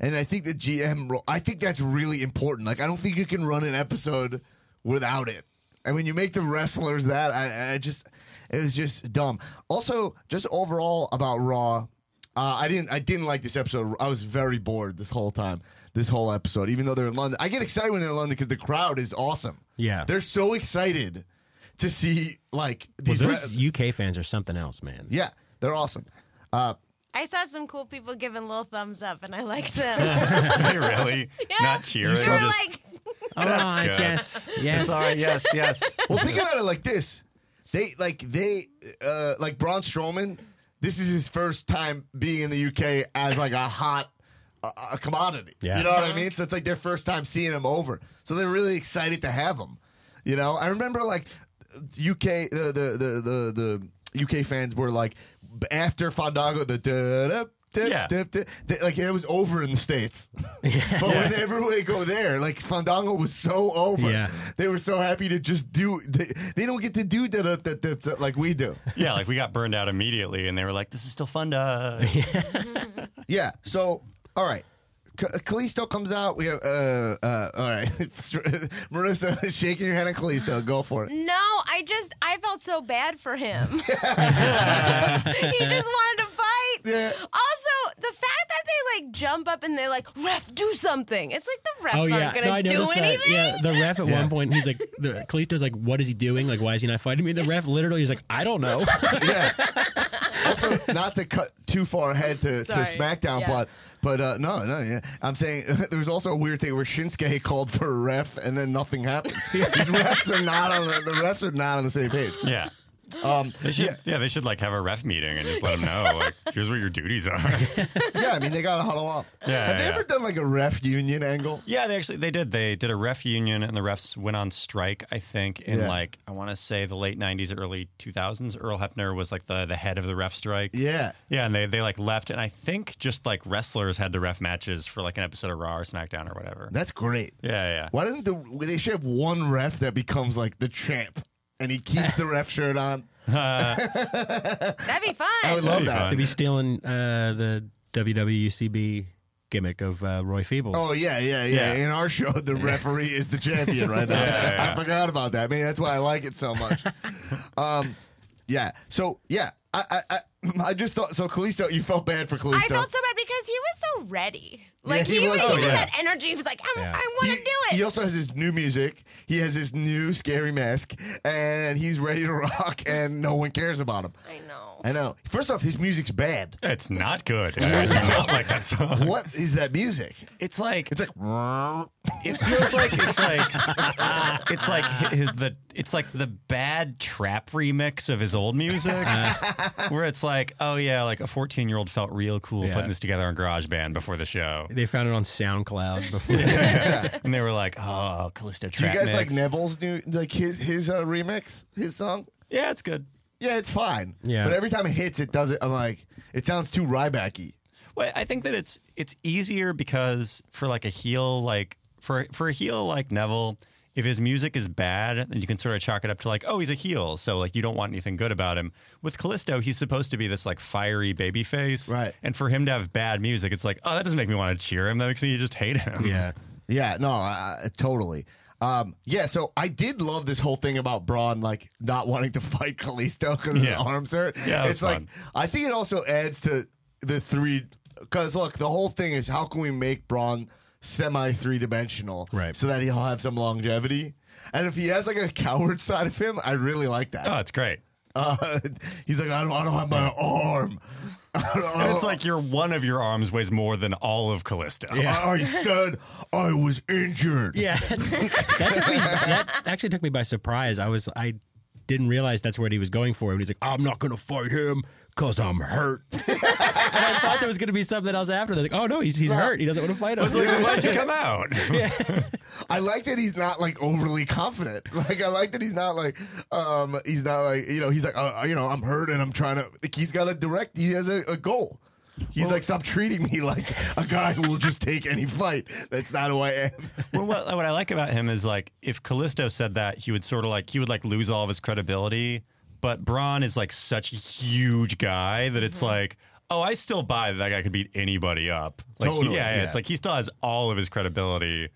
Speaker 1: and I think the GM role, I think that's really important. Like, I don't think you can run an episode without it. And when you make the wrestlers that, I, I just, it was just dumb. Also, just overall about Raw, uh, I didn't, I didn't like this episode. I was very bored this whole time. this whole episode, even though they're in London. I get excited when they're in London because the crowd is awesome.
Speaker 4: Yeah.
Speaker 1: They're so excited to see like
Speaker 4: Well,
Speaker 1: these.
Speaker 4: those
Speaker 1: re-
Speaker 4: UK fans are something else, man.
Speaker 1: yeah, they're awesome. Uh,
Speaker 3: I saw some cool people giving little thumbs up, and I liked them.
Speaker 2: they really not cheering.
Speaker 3: they were
Speaker 2: just-
Speaker 3: like,
Speaker 4: All
Speaker 2: That's
Speaker 4: right,
Speaker 2: good.
Speaker 4: yes,
Speaker 2: It's
Speaker 4: Oh, yes.
Speaker 2: all right, yes, yes.
Speaker 1: well, think about it like this: they like they uh, like Braun Strowman. This is his first time being in the UK as like a hot uh, a commodity.
Speaker 4: Yeah.
Speaker 1: You know what I mean? So it's like their first time seeing him over. So they're really excited to have him. You know, I remember like UK uh, the the the the UK fans were like after Fandango the. Da, da, da,
Speaker 2: Yeah.
Speaker 1: da, da, da- like it was over in the states, but whenever they go there, like Fandango was so over.
Speaker 4: Yeah.
Speaker 1: They were so happy to just do. They, they don't get to do da da da da da like we do.
Speaker 2: Yeah, like we got burned out immediately, and they were like, "This is still fun to." us."
Speaker 1: Yeah. So, all right. K- Kalisto comes out. We have uh uh all right. Marissa is shaking your hand at Kalisto. Go for it.
Speaker 3: No, I just I felt so bad for him. he just wanted to fight.
Speaker 1: Yeah.
Speaker 3: Also, the fact that they like jump up and they're like, "Ref, do something!" It's like the refs
Speaker 4: Oh yeah,
Speaker 3: aren't gonna
Speaker 4: no, I
Speaker 3: do
Speaker 4: noticed that.
Speaker 3: anything.
Speaker 4: Yeah, the ref at
Speaker 1: Yeah.
Speaker 4: one point, he's like, the, Kalisto's like, "What is he doing? Like, why is he not fighting me?" The ref literally is like, "I don't know."
Speaker 1: Yeah. also, not to cut too far ahead to, to
Speaker 3: Sorry.
Speaker 1: SmackDown,
Speaker 3: Yeah.
Speaker 1: but but uh, no, no, yeah. I'm saying there was also a weird thing where Shinsuke called for a ref and then nothing happened. These refs are not on the, the refs are not on the same page.
Speaker 2: yeah,
Speaker 1: Um,
Speaker 2: they should. Yeah. they should like have a ref meeting and just let them know, like, here's what your duties are.
Speaker 1: yeah, I mean they gotta huddle up.
Speaker 2: Yeah,
Speaker 1: Have they
Speaker 2: yeah.
Speaker 1: ever done like a ref union angle?
Speaker 2: yeah, they actually they did. They did a ref union, and the refs went on strike. I think in
Speaker 1: Yeah.
Speaker 2: like I want to say the late '90s, early 2000s. Earl Hepner was like the the head of the ref strike.
Speaker 1: Yeah.
Speaker 2: Yeah, and they, they like left, and I think just like wrestlers had to ref matches for like an episode of Raw or SmackDown or whatever.
Speaker 1: That's great.
Speaker 2: Yeah, yeah.
Speaker 1: Why doesn't the they should have one ref that becomes like the champ and he keeps the ref shirt on?
Speaker 3: That'd be fun.
Speaker 1: I would love
Speaker 2: That'd be
Speaker 1: that.
Speaker 2: fun.
Speaker 4: Maybe stealing uh, the WWUCB gimmick of uh, Roy Feebles.
Speaker 1: Oh yeah, yeah, yeah,
Speaker 2: Yeah.
Speaker 1: In our show, the referee is the champion right now.
Speaker 2: Yeah, yeah,
Speaker 1: I
Speaker 2: yeah.
Speaker 1: forgot about that. Man, that's why I like it so much. um, yeah. So yeah, I, I, I, I just thought. So Kalisto, you felt bad for Kalisto.
Speaker 3: I felt so bad because he was so ready. Like
Speaker 1: he
Speaker 3: he,
Speaker 1: was.
Speaker 3: was,
Speaker 1: Oh,
Speaker 3: he just
Speaker 1: yeah.
Speaker 3: had energy. He was like, I'm,
Speaker 4: Yeah.
Speaker 3: "I want
Speaker 1: he,
Speaker 3: to do
Speaker 1: He
Speaker 3: it."
Speaker 1: also has his new music. He has his new scary mask, and he's ready to rock. And no one cares about him.
Speaker 3: I know.
Speaker 1: I know. First off, his music's bad.
Speaker 2: It's not good.
Speaker 1: Oh
Speaker 2: I do not like that song.
Speaker 1: What is that music?
Speaker 2: It's like
Speaker 1: It's like
Speaker 2: it feels like it's like it's like his, the it's like the bad trap remix of his old music,
Speaker 1: Uh-huh.
Speaker 2: where it's like, oh yeah, like a fourteen year old felt real cool
Speaker 4: Yeah.
Speaker 2: putting this together on GarageBand before the show,
Speaker 4: They found it on SoundCloud before.
Speaker 2: and they were like, oh, Callisto
Speaker 1: Do you
Speaker 2: trap.
Speaker 1: guys like
Speaker 2: mix.
Speaker 1: Neville's new like his his uh, remix his song?
Speaker 2: Yeah, it's good.
Speaker 1: Yeah, it's fine.
Speaker 4: Yeah.
Speaker 1: But every time it hits, it does it. I'm like, it sounds too Rybacky.
Speaker 2: Well, I think that it's it's easier because for like a heel like for for a heel like Neville, if his music is bad, then you can sort of chalk it up to like, oh, he's a heel, so like you don't want anything good about him. With Callisto, he's supposed to be this like fiery baby face.
Speaker 1: Right.
Speaker 2: And for him to have bad music, it's like, oh, that doesn't make me want to cheer him. That makes me just hate him.
Speaker 4: yeah.
Speaker 1: Yeah, no, I, I- totally. Um, yeah, so I did love this whole thing about Braun like not wanting to fight Kalisto because his
Speaker 2: Yeah.
Speaker 1: arms hurt.
Speaker 2: Yeah, that was
Speaker 1: it's like
Speaker 2: fun.
Speaker 1: I think it also adds to the three because look, the whole thing is how can we make Braun semi three dimensional,
Speaker 4: Right.
Speaker 1: So that he'll have some longevity. And if he has like a coward side of him, I really like that.
Speaker 2: Oh, it's great.
Speaker 1: Uh, he's like, I don't, I don't have my arm. I don't-
Speaker 2: And it's like your one of your arms weighs more than all of Callisto.
Speaker 1: I said I was injured.
Speaker 4: Yeah, that, took me, that actually took me by surprise. I was I didn't realize that's what he was going for. And he's like, "I'm not gonna fight him because I'm hurt." and I thought there was gonna be something else after that. Like, oh no, he's he's hurt. He doesn't want to fight
Speaker 2: I was
Speaker 4: us.
Speaker 2: like, why'd you come out?
Speaker 1: I like that he's not like overly confident. Like I like that he's not like, um, he's not like you know he's like uh, you know I'm hurt and I'm trying to. Like, he's got a direct. He has a, a goal. He's like, stop treating me like a guy who will just take any fight. That's not who I am.
Speaker 2: well, what, what I like about him is like if Callisto said that, he would sort of like he would like lose all of his credibility. But Braun is like such a huge guy that
Speaker 1: Mm-hmm.
Speaker 2: it's like, oh, I still buy that that guy could beat anybody up. Like, he-
Speaker 1: Totally,
Speaker 2: yeah, yeah,
Speaker 1: yeah.
Speaker 2: it's like he still has all of his credibility.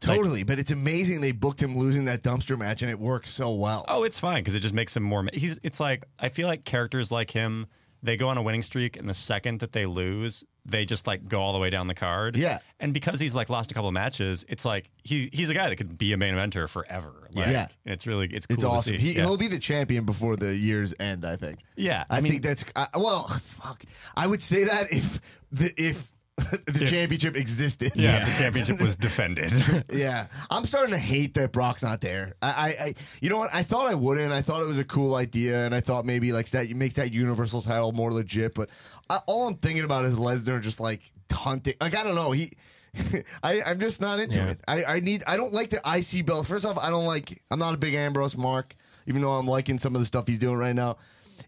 Speaker 1: Totally, but it's amazing they booked him losing that dumpster match and it worked so well.
Speaker 2: Oh, it's fine because it just makes him more. He's. It's like I feel like characters like him they go on a winning streak, and the second that they lose, they just like go all the way down the card.
Speaker 1: Yeah.
Speaker 2: And because he's like lost a couple of matches, it's like he he's a guy that could be a main eventer forever. Like,
Speaker 1: Yeah.
Speaker 2: And it's really it's cool
Speaker 1: It's
Speaker 2: to
Speaker 1: awesome.
Speaker 2: see.
Speaker 1: He,
Speaker 2: yeah.
Speaker 1: He'll be the champion before the year's end, I think.
Speaker 2: Yeah,
Speaker 1: I,
Speaker 2: I mean-
Speaker 1: think that's I, well. Fuck, I would say that if the if the championship existed.
Speaker 2: yeah, the championship was defended.
Speaker 1: Yeah, I'm starting to hate that Brock's not there. I, I, I you know what? I thought I wouldn't. I thought it was a cool idea, and I thought maybe like that makes that Universal title more legit. But I, all I'm thinking about is Lesnar just like hunting. Like I don't know. He, I, I'm just not into
Speaker 4: Yeah.
Speaker 1: it. I, I need. I don't like the IC belt. First off, I don't like. I'm not a big Ambrose mark, even though I'm liking some of the stuff he's doing right now.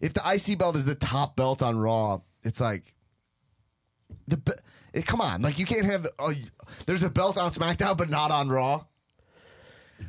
Speaker 1: If the IC belt is the top belt on Raw, it's like the be- eh, come on, like you can't have the, oh, you- there's a belt on SmackDown but not on Raw.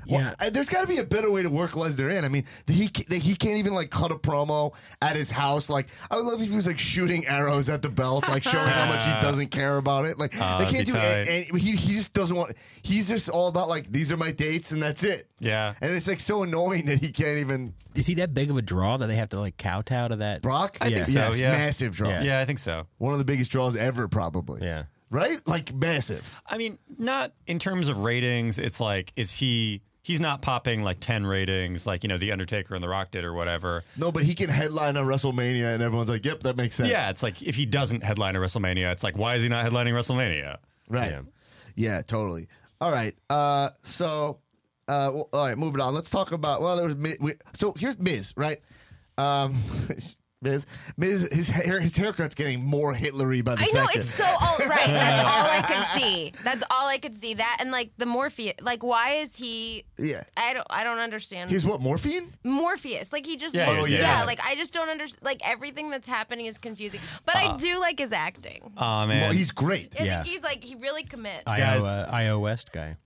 Speaker 4: Yeah.
Speaker 1: Eh, There's got to be a better way to work Lesnar in. I mean, the, he ca- the, he can't even like cut a promo at his house. Like, I would love if he was like shooting arrows at the belt, like showing how much he doesn't care about it. Like,
Speaker 2: Ah,
Speaker 1: they can't
Speaker 2: that'd be
Speaker 1: do. And, he he just doesn't want. He's just all about like these are my dates and that's it.
Speaker 2: Yeah.
Speaker 1: and it's like so annoying that he can't even
Speaker 4: Is he that big of a draw that they have to like kowtow to that?
Speaker 1: Brock.
Speaker 2: I think so,
Speaker 1: Yes,
Speaker 2: yeah.
Speaker 1: massive draw.
Speaker 4: Yeah.
Speaker 2: yeah, I think so.
Speaker 1: One of the biggest draws ever, probably.
Speaker 4: Yeah.
Speaker 1: Right? Like massive.
Speaker 2: I mean, not in terms of ratings. It's like, is he? He's not popping like ten ratings, like you know, The Undertaker and The Rock did, or whatever.
Speaker 1: No, but he can headline a WrestleMania, and everyone's like, "Yep, that makes sense."
Speaker 2: Yeah, it's like if he doesn't headline a WrestleMania, it's like why is he not headlining WrestleMania?
Speaker 1: right. Yeah,
Speaker 4: Yeah.
Speaker 1: totally. All right. Uh, so, uh, well, all right, moving on. Let's talk about. Well, there was Mi- we, so here's Miz, right? Um, Miz, Miz, his hair, his haircut's getting more Hitlery by the
Speaker 3: I know
Speaker 1: second.
Speaker 3: it's so alt right. That's all I could see. That's all I could see. That and like the Morpheus. Like, why is he?
Speaker 1: yeah.
Speaker 3: I don't. I don't understand
Speaker 1: He's what morphine?
Speaker 3: Morpheus. Like he just.
Speaker 2: Yeah,
Speaker 3: looks,
Speaker 1: yeah, yeah.
Speaker 3: Like I just don't understand. Like everything that's happening is confusing. But
Speaker 1: Uh,
Speaker 3: I do like his acting.
Speaker 2: Oh man,
Speaker 1: Well, he's great.
Speaker 3: I
Speaker 4: yeah.
Speaker 3: think he's like he really commits.
Speaker 4: IO,
Speaker 2: Guys.
Speaker 4: uh, IO West guy.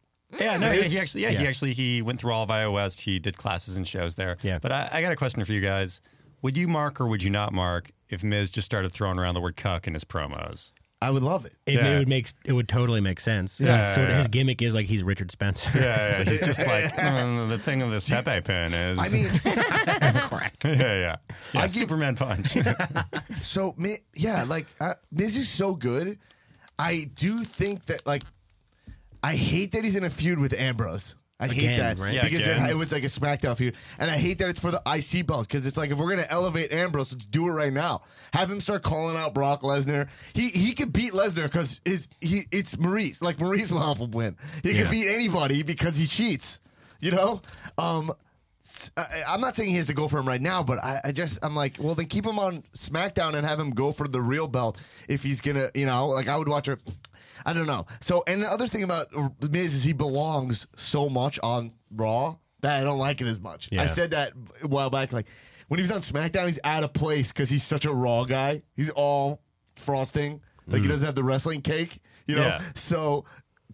Speaker 2: Yeah, no, yeah, he actually, yeah, he
Speaker 4: Yeah.
Speaker 2: actually, he went through all of Iowa West. He did classes and shows there.
Speaker 4: Yeah.
Speaker 2: But I, I got a question for you guys: Would you mark or would you not mark if Miz just started throwing around the word "cuck" in his promos?
Speaker 1: I would love it.
Speaker 4: It,
Speaker 2: Yeah.
Speaker 4: it would make it would totally make sense.
Speaker 1: Yeah.
Speaker 4: That's sort of- his gimmick is like he's Richard Spencer.
Speaker 2: Yeah, yeah he's just like "Mm, the thing of this Pepe pin is.
Speaker 1: I mean,
Speaker 2: yeah, yeah, yeah
Speaker 1: I give-
Speaker 2: Superman punch.
Speaker 1: So Mi- yeah, like uh, this is so good. I do think that like I hate that he's in a feud with Ambrose. I hate
Speaker 4: Again,
Speaker 1: that
Speaker 4: right?
Speaker 2: Yeah,
Speaker 1: because it,
Speaker 2: again.
Speaker 1: it was like a SmackDown feud, and I hate that it's for the IC belt because it's like if we're gonna elevate Ambrose, let's do it right now. Have him start calling out Brock Lesnar. He he could beat Lesnar because is he? It's Maurice. Like Maurice will help him win. He could
Speaker 4: Yeah.
Speaker 1: beat anybody because he cheats. You know. Um, I, I'm not saying he has to go for him right now, but I, I just I'm like, well, then keep him on SmackDown and have him go for the real belt if he's gonna, you know, like I would watch her. I don't know. So, and the other thing about Miz is he belongs so much on Raw that I don't like it as much. I
Speaker 4: Yeah.
Speaker 1: said that a while back, like when he was on SmackDown, he's out of place because he's such a Raw guy. He's all frosting, like he doesn't have the wrestling cake, you know.
Speaker 2: Yeah.
Speaker 1: So,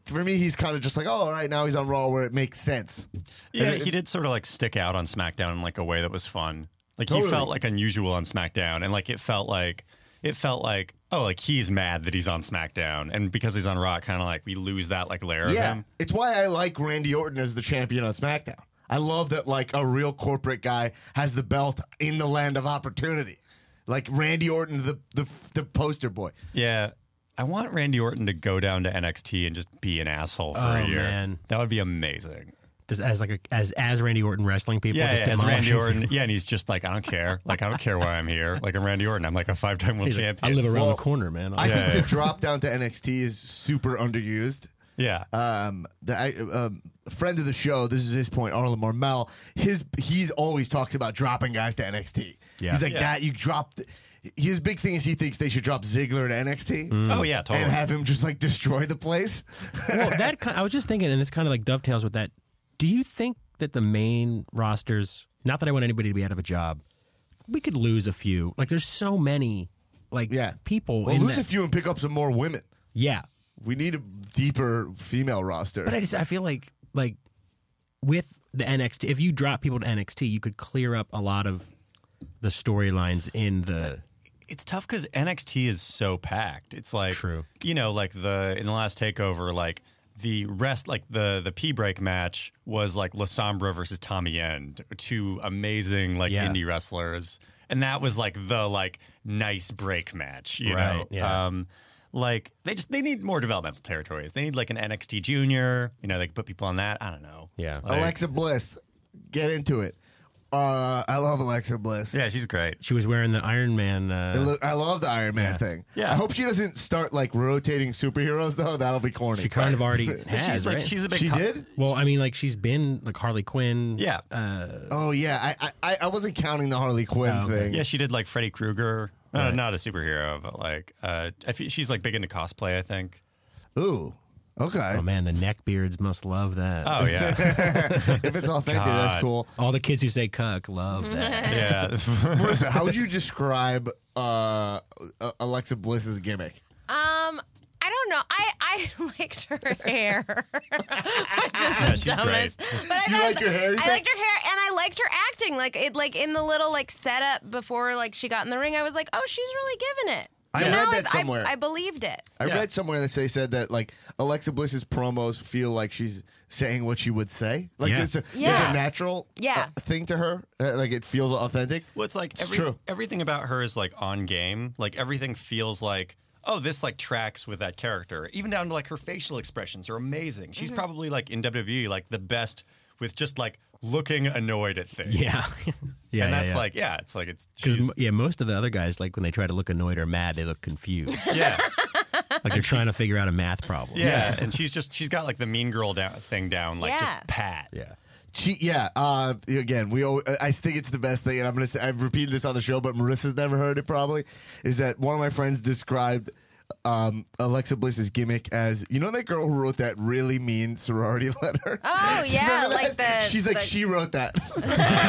Speaker 1: for me, he's kind of just like, oh, all right, now he's on Raw where it makes sense.
Speaker 2: yeah, he did sort of like stick out on SmackDown in like a way that was fun. Like
Speaker 1: Totally.
Speaker 2: he felt like unusual on SmackDown, and like it felt like it felt like oh, like he's mad that he's on SmackDown, and because he's on Raw, kind of like we lose that like layer of
Speaker 1: Yeah,
Speaker 2: him.
Speaker 1: it's why I like Randy Orton as the champion on SmackDown. I love that like a real corporate guy has the belt in the land of opportunity. Like Randy Orton, the the, the poster boy.
Speaker 2: Yeah. I want Randy Orton to go down to NXT and just be an asshole for a
Speaker 4: Oh,
Speaker 2: year.
Speaker 4: man.
Speaker 2: That would be amazing.
Speaker 4: Just as like a, as as Randy Orton wrestling people.
Speaker 2: Yeah,
Speaker 4: just
Speaker 2: yeah, as
Speaker 4: demolish
Speaker 2: Randy
Speaker 4: him.
Speaker 2: Orton. Yeah, and he's just like, I don't care. Like, I don't care why I'm here. Like, I'm Randy Orton. I'm like a five time world
Speaker 4: He's like, I
Speaker 2: champion.
Speaker 4: live around
Speaker 1: Well,
Speaker 4: the corner, man.
Speaker 1: I think
Speaker 2: yeah.
Speaker 1: the drop down to NXT is super underused.
Speaker 2: yeah.
Speaker 1: Um, the I, um, friend of the show, this is his point, Arlen Marmel. His he's always talks about dropping guys to NXT.
Speaker 4: Yeah.
Speaker 1: he's like
Speaker 2: Yeah.
Speaker 1: that. You drop. th- his big thing is he thinks they should drop Ziggler to NXT
Speaker 2: oh, yeah, totally.
Speaker 1: and have him just like destroy the place.
Speaker 4: well, that kind, I was just thinking, and this kind of like dovetails with that. Do you think that the main rosters? Not that I want anybody to be out of a job. We could lose a few. Like, there's so many, like
Speaker 1: Yeah.
Speaker 4: people.
Speaker 1: Well,
Speaker 4: in
Speaker 1: lose a
Speaker 4: that-
Speaker 1: few and pick up some more women.
Speaker 4: Yeah,
Speaker 1: We need a deeper female roster.
Speaker 4: but I just I feel like like with the NXT, if you drop people to NXT, you could clear up a lot of the storylines in the.
Speaker 2: it's tough because NXT is so packed. It's like
Speaker 4: True.
Speaker 2: You know, like the in the last takeover, like the rest, like the the pee break match was like Lasombra versus Tommy End, two amazing like
Speaker 4: Yeah.
Speaker 2: indie wrestlers. and that was like the like nice break match, you
Speaker 4: Right,
Speaker 2: know.
Speaker 4: yeah.
Speaker 2: Um, like they just they need more developmental territories. They need like an NXT junior. You know, they could put people on that. I don't know.
Speaker 4: Yeah.
Speaker 2: Like-
Speaker 1: Alexa Bliss, get into it. Uh, I love Alexa Bliss.
Speaker 2: yeah, she's great.
Speaker 4: She was wearing the Iron Man.
Speaker 1: I
Speaker 4: Uh,
Speaker 1: lo- I love the Iron Man thing.
Speaker 2: Yeah.
Speaker 1: I hope she doesn't start like rotating superheroes though. That'll be corny.
Speaker 4: she kind of already
Speaker 2: She's
Speaker 4: has,
Speaker 2: like
Speaker 4: right?
Speaker 2: she's a big
Speaker 1: she
Speaker 2: co-
Speaker 1: did?
Speaker 4: well, I mean, like she's been like Harley Quinn.
Speaker 2: Yeah.
Speaker 1: Oh yeah. I, I I wasn't counting the Harley Quinn
Speaker 2: Oh,
Speaker 1: thing.
Speaker 2: Yeah, she did like Freddy Krueger. Uh, Not a superhero, but like uh, I fe- she's like big into cosplay. I think.
Speaker 1: Ooh. Okay.
Speaker 4: Oh
Speaker 2: Um,
Speaker 4: man, the neckbeards must love that.
Speaker 2: Oh yeah,
Speaker 1: if it's authentic, that's
Speaker 2: God.
Speaker 1: cool.
Speaker 4: All the kids who say "cuck" love that.
Speaker 2: yeah.
Speaker 1: Marissa, how would you describe uh, uh, Alexa Bliss's gimmick?
Speaker 3: Um, I don't know. I I liked her hair, which is
Speaker 2: Yeah,
Speaker 3: the
Speaker 2: she's
Speaker 3: dumbest. But I
Speaker 1: You
Speaker 3: thought-
Speaker 1: like your hair, you
Speaker 3: I
Speaker 1: said?
Speaker 3: liked her hair, and I liked her acting. Like it, like in the little like setup before like she got in the ring. I was like, oh, she's really giving it.
Speaker 1: I
Speaker 3: You
Speaker 1: read
Speaker 3: know,
Speaker 1: that
Speaker 3: I-
Speaker 1: somewhere.
Speaker 3: I, believed it.
Speaker 1: I
Speaker 2: Yeah.
Speaker 1: read somewhere that they said that like Alexa Bliss's promos feel like she's saying what she would say. Like
Speaker 4: Yeah.
Speaker 1: it's a, there's
Speaker 3: Yeah.
Speaker 1: a natural
Speaker 3: Yeah.
Speaker 1: uh, thing to her. Uh, like it feels authentic.
Speaker 2: Well, it's like every,
Speaker 1: true.
Speaker 2: everything about her is like on game. Like everything feels like, oh, this like tracks with that character. Even down to like her facial expressions are amazing. She's probably like in WWE like the best with just like looking annoyed at things.
Speaker 4: Yeah, yeah.
Speaker 2: and that's
Speaker 4: yeah.
Speaker 2: like, yeah, it's like it's she's,
Speaker 4: Because yeah, most of the other guys, like when they try to look annoyed or mad, they look confused,
Speaker 2: yeah,
Speaker 4: like they're trying to figure out a math problem.
Speaker 2: yeah, and she's just she's got like the mean girl down, thing down, like
Speaker 3: Yeah.
Speaker 2: just pat.
Speaker 4: yeah.
Speaker 1: She, yeah. Uh, again, we. al- I think it's the best thing, and I'm gonna. Say, I've repeated this on the show, but Marissa's never heard it. Probably is that one of my friends described um, Alexa Bliss's gimmick as you know that girl who wrote that really mean sorority letter.
Speaker 3: Oh
Speaker 1: Do you
Speaker 3: yeah,
Speaker 1: remember
Speaker 3: like
Speaker 1: that?
Speaker 3: the
Speaker 1: She's like
Speaker 3: the-
Speaker 1: she wrote that.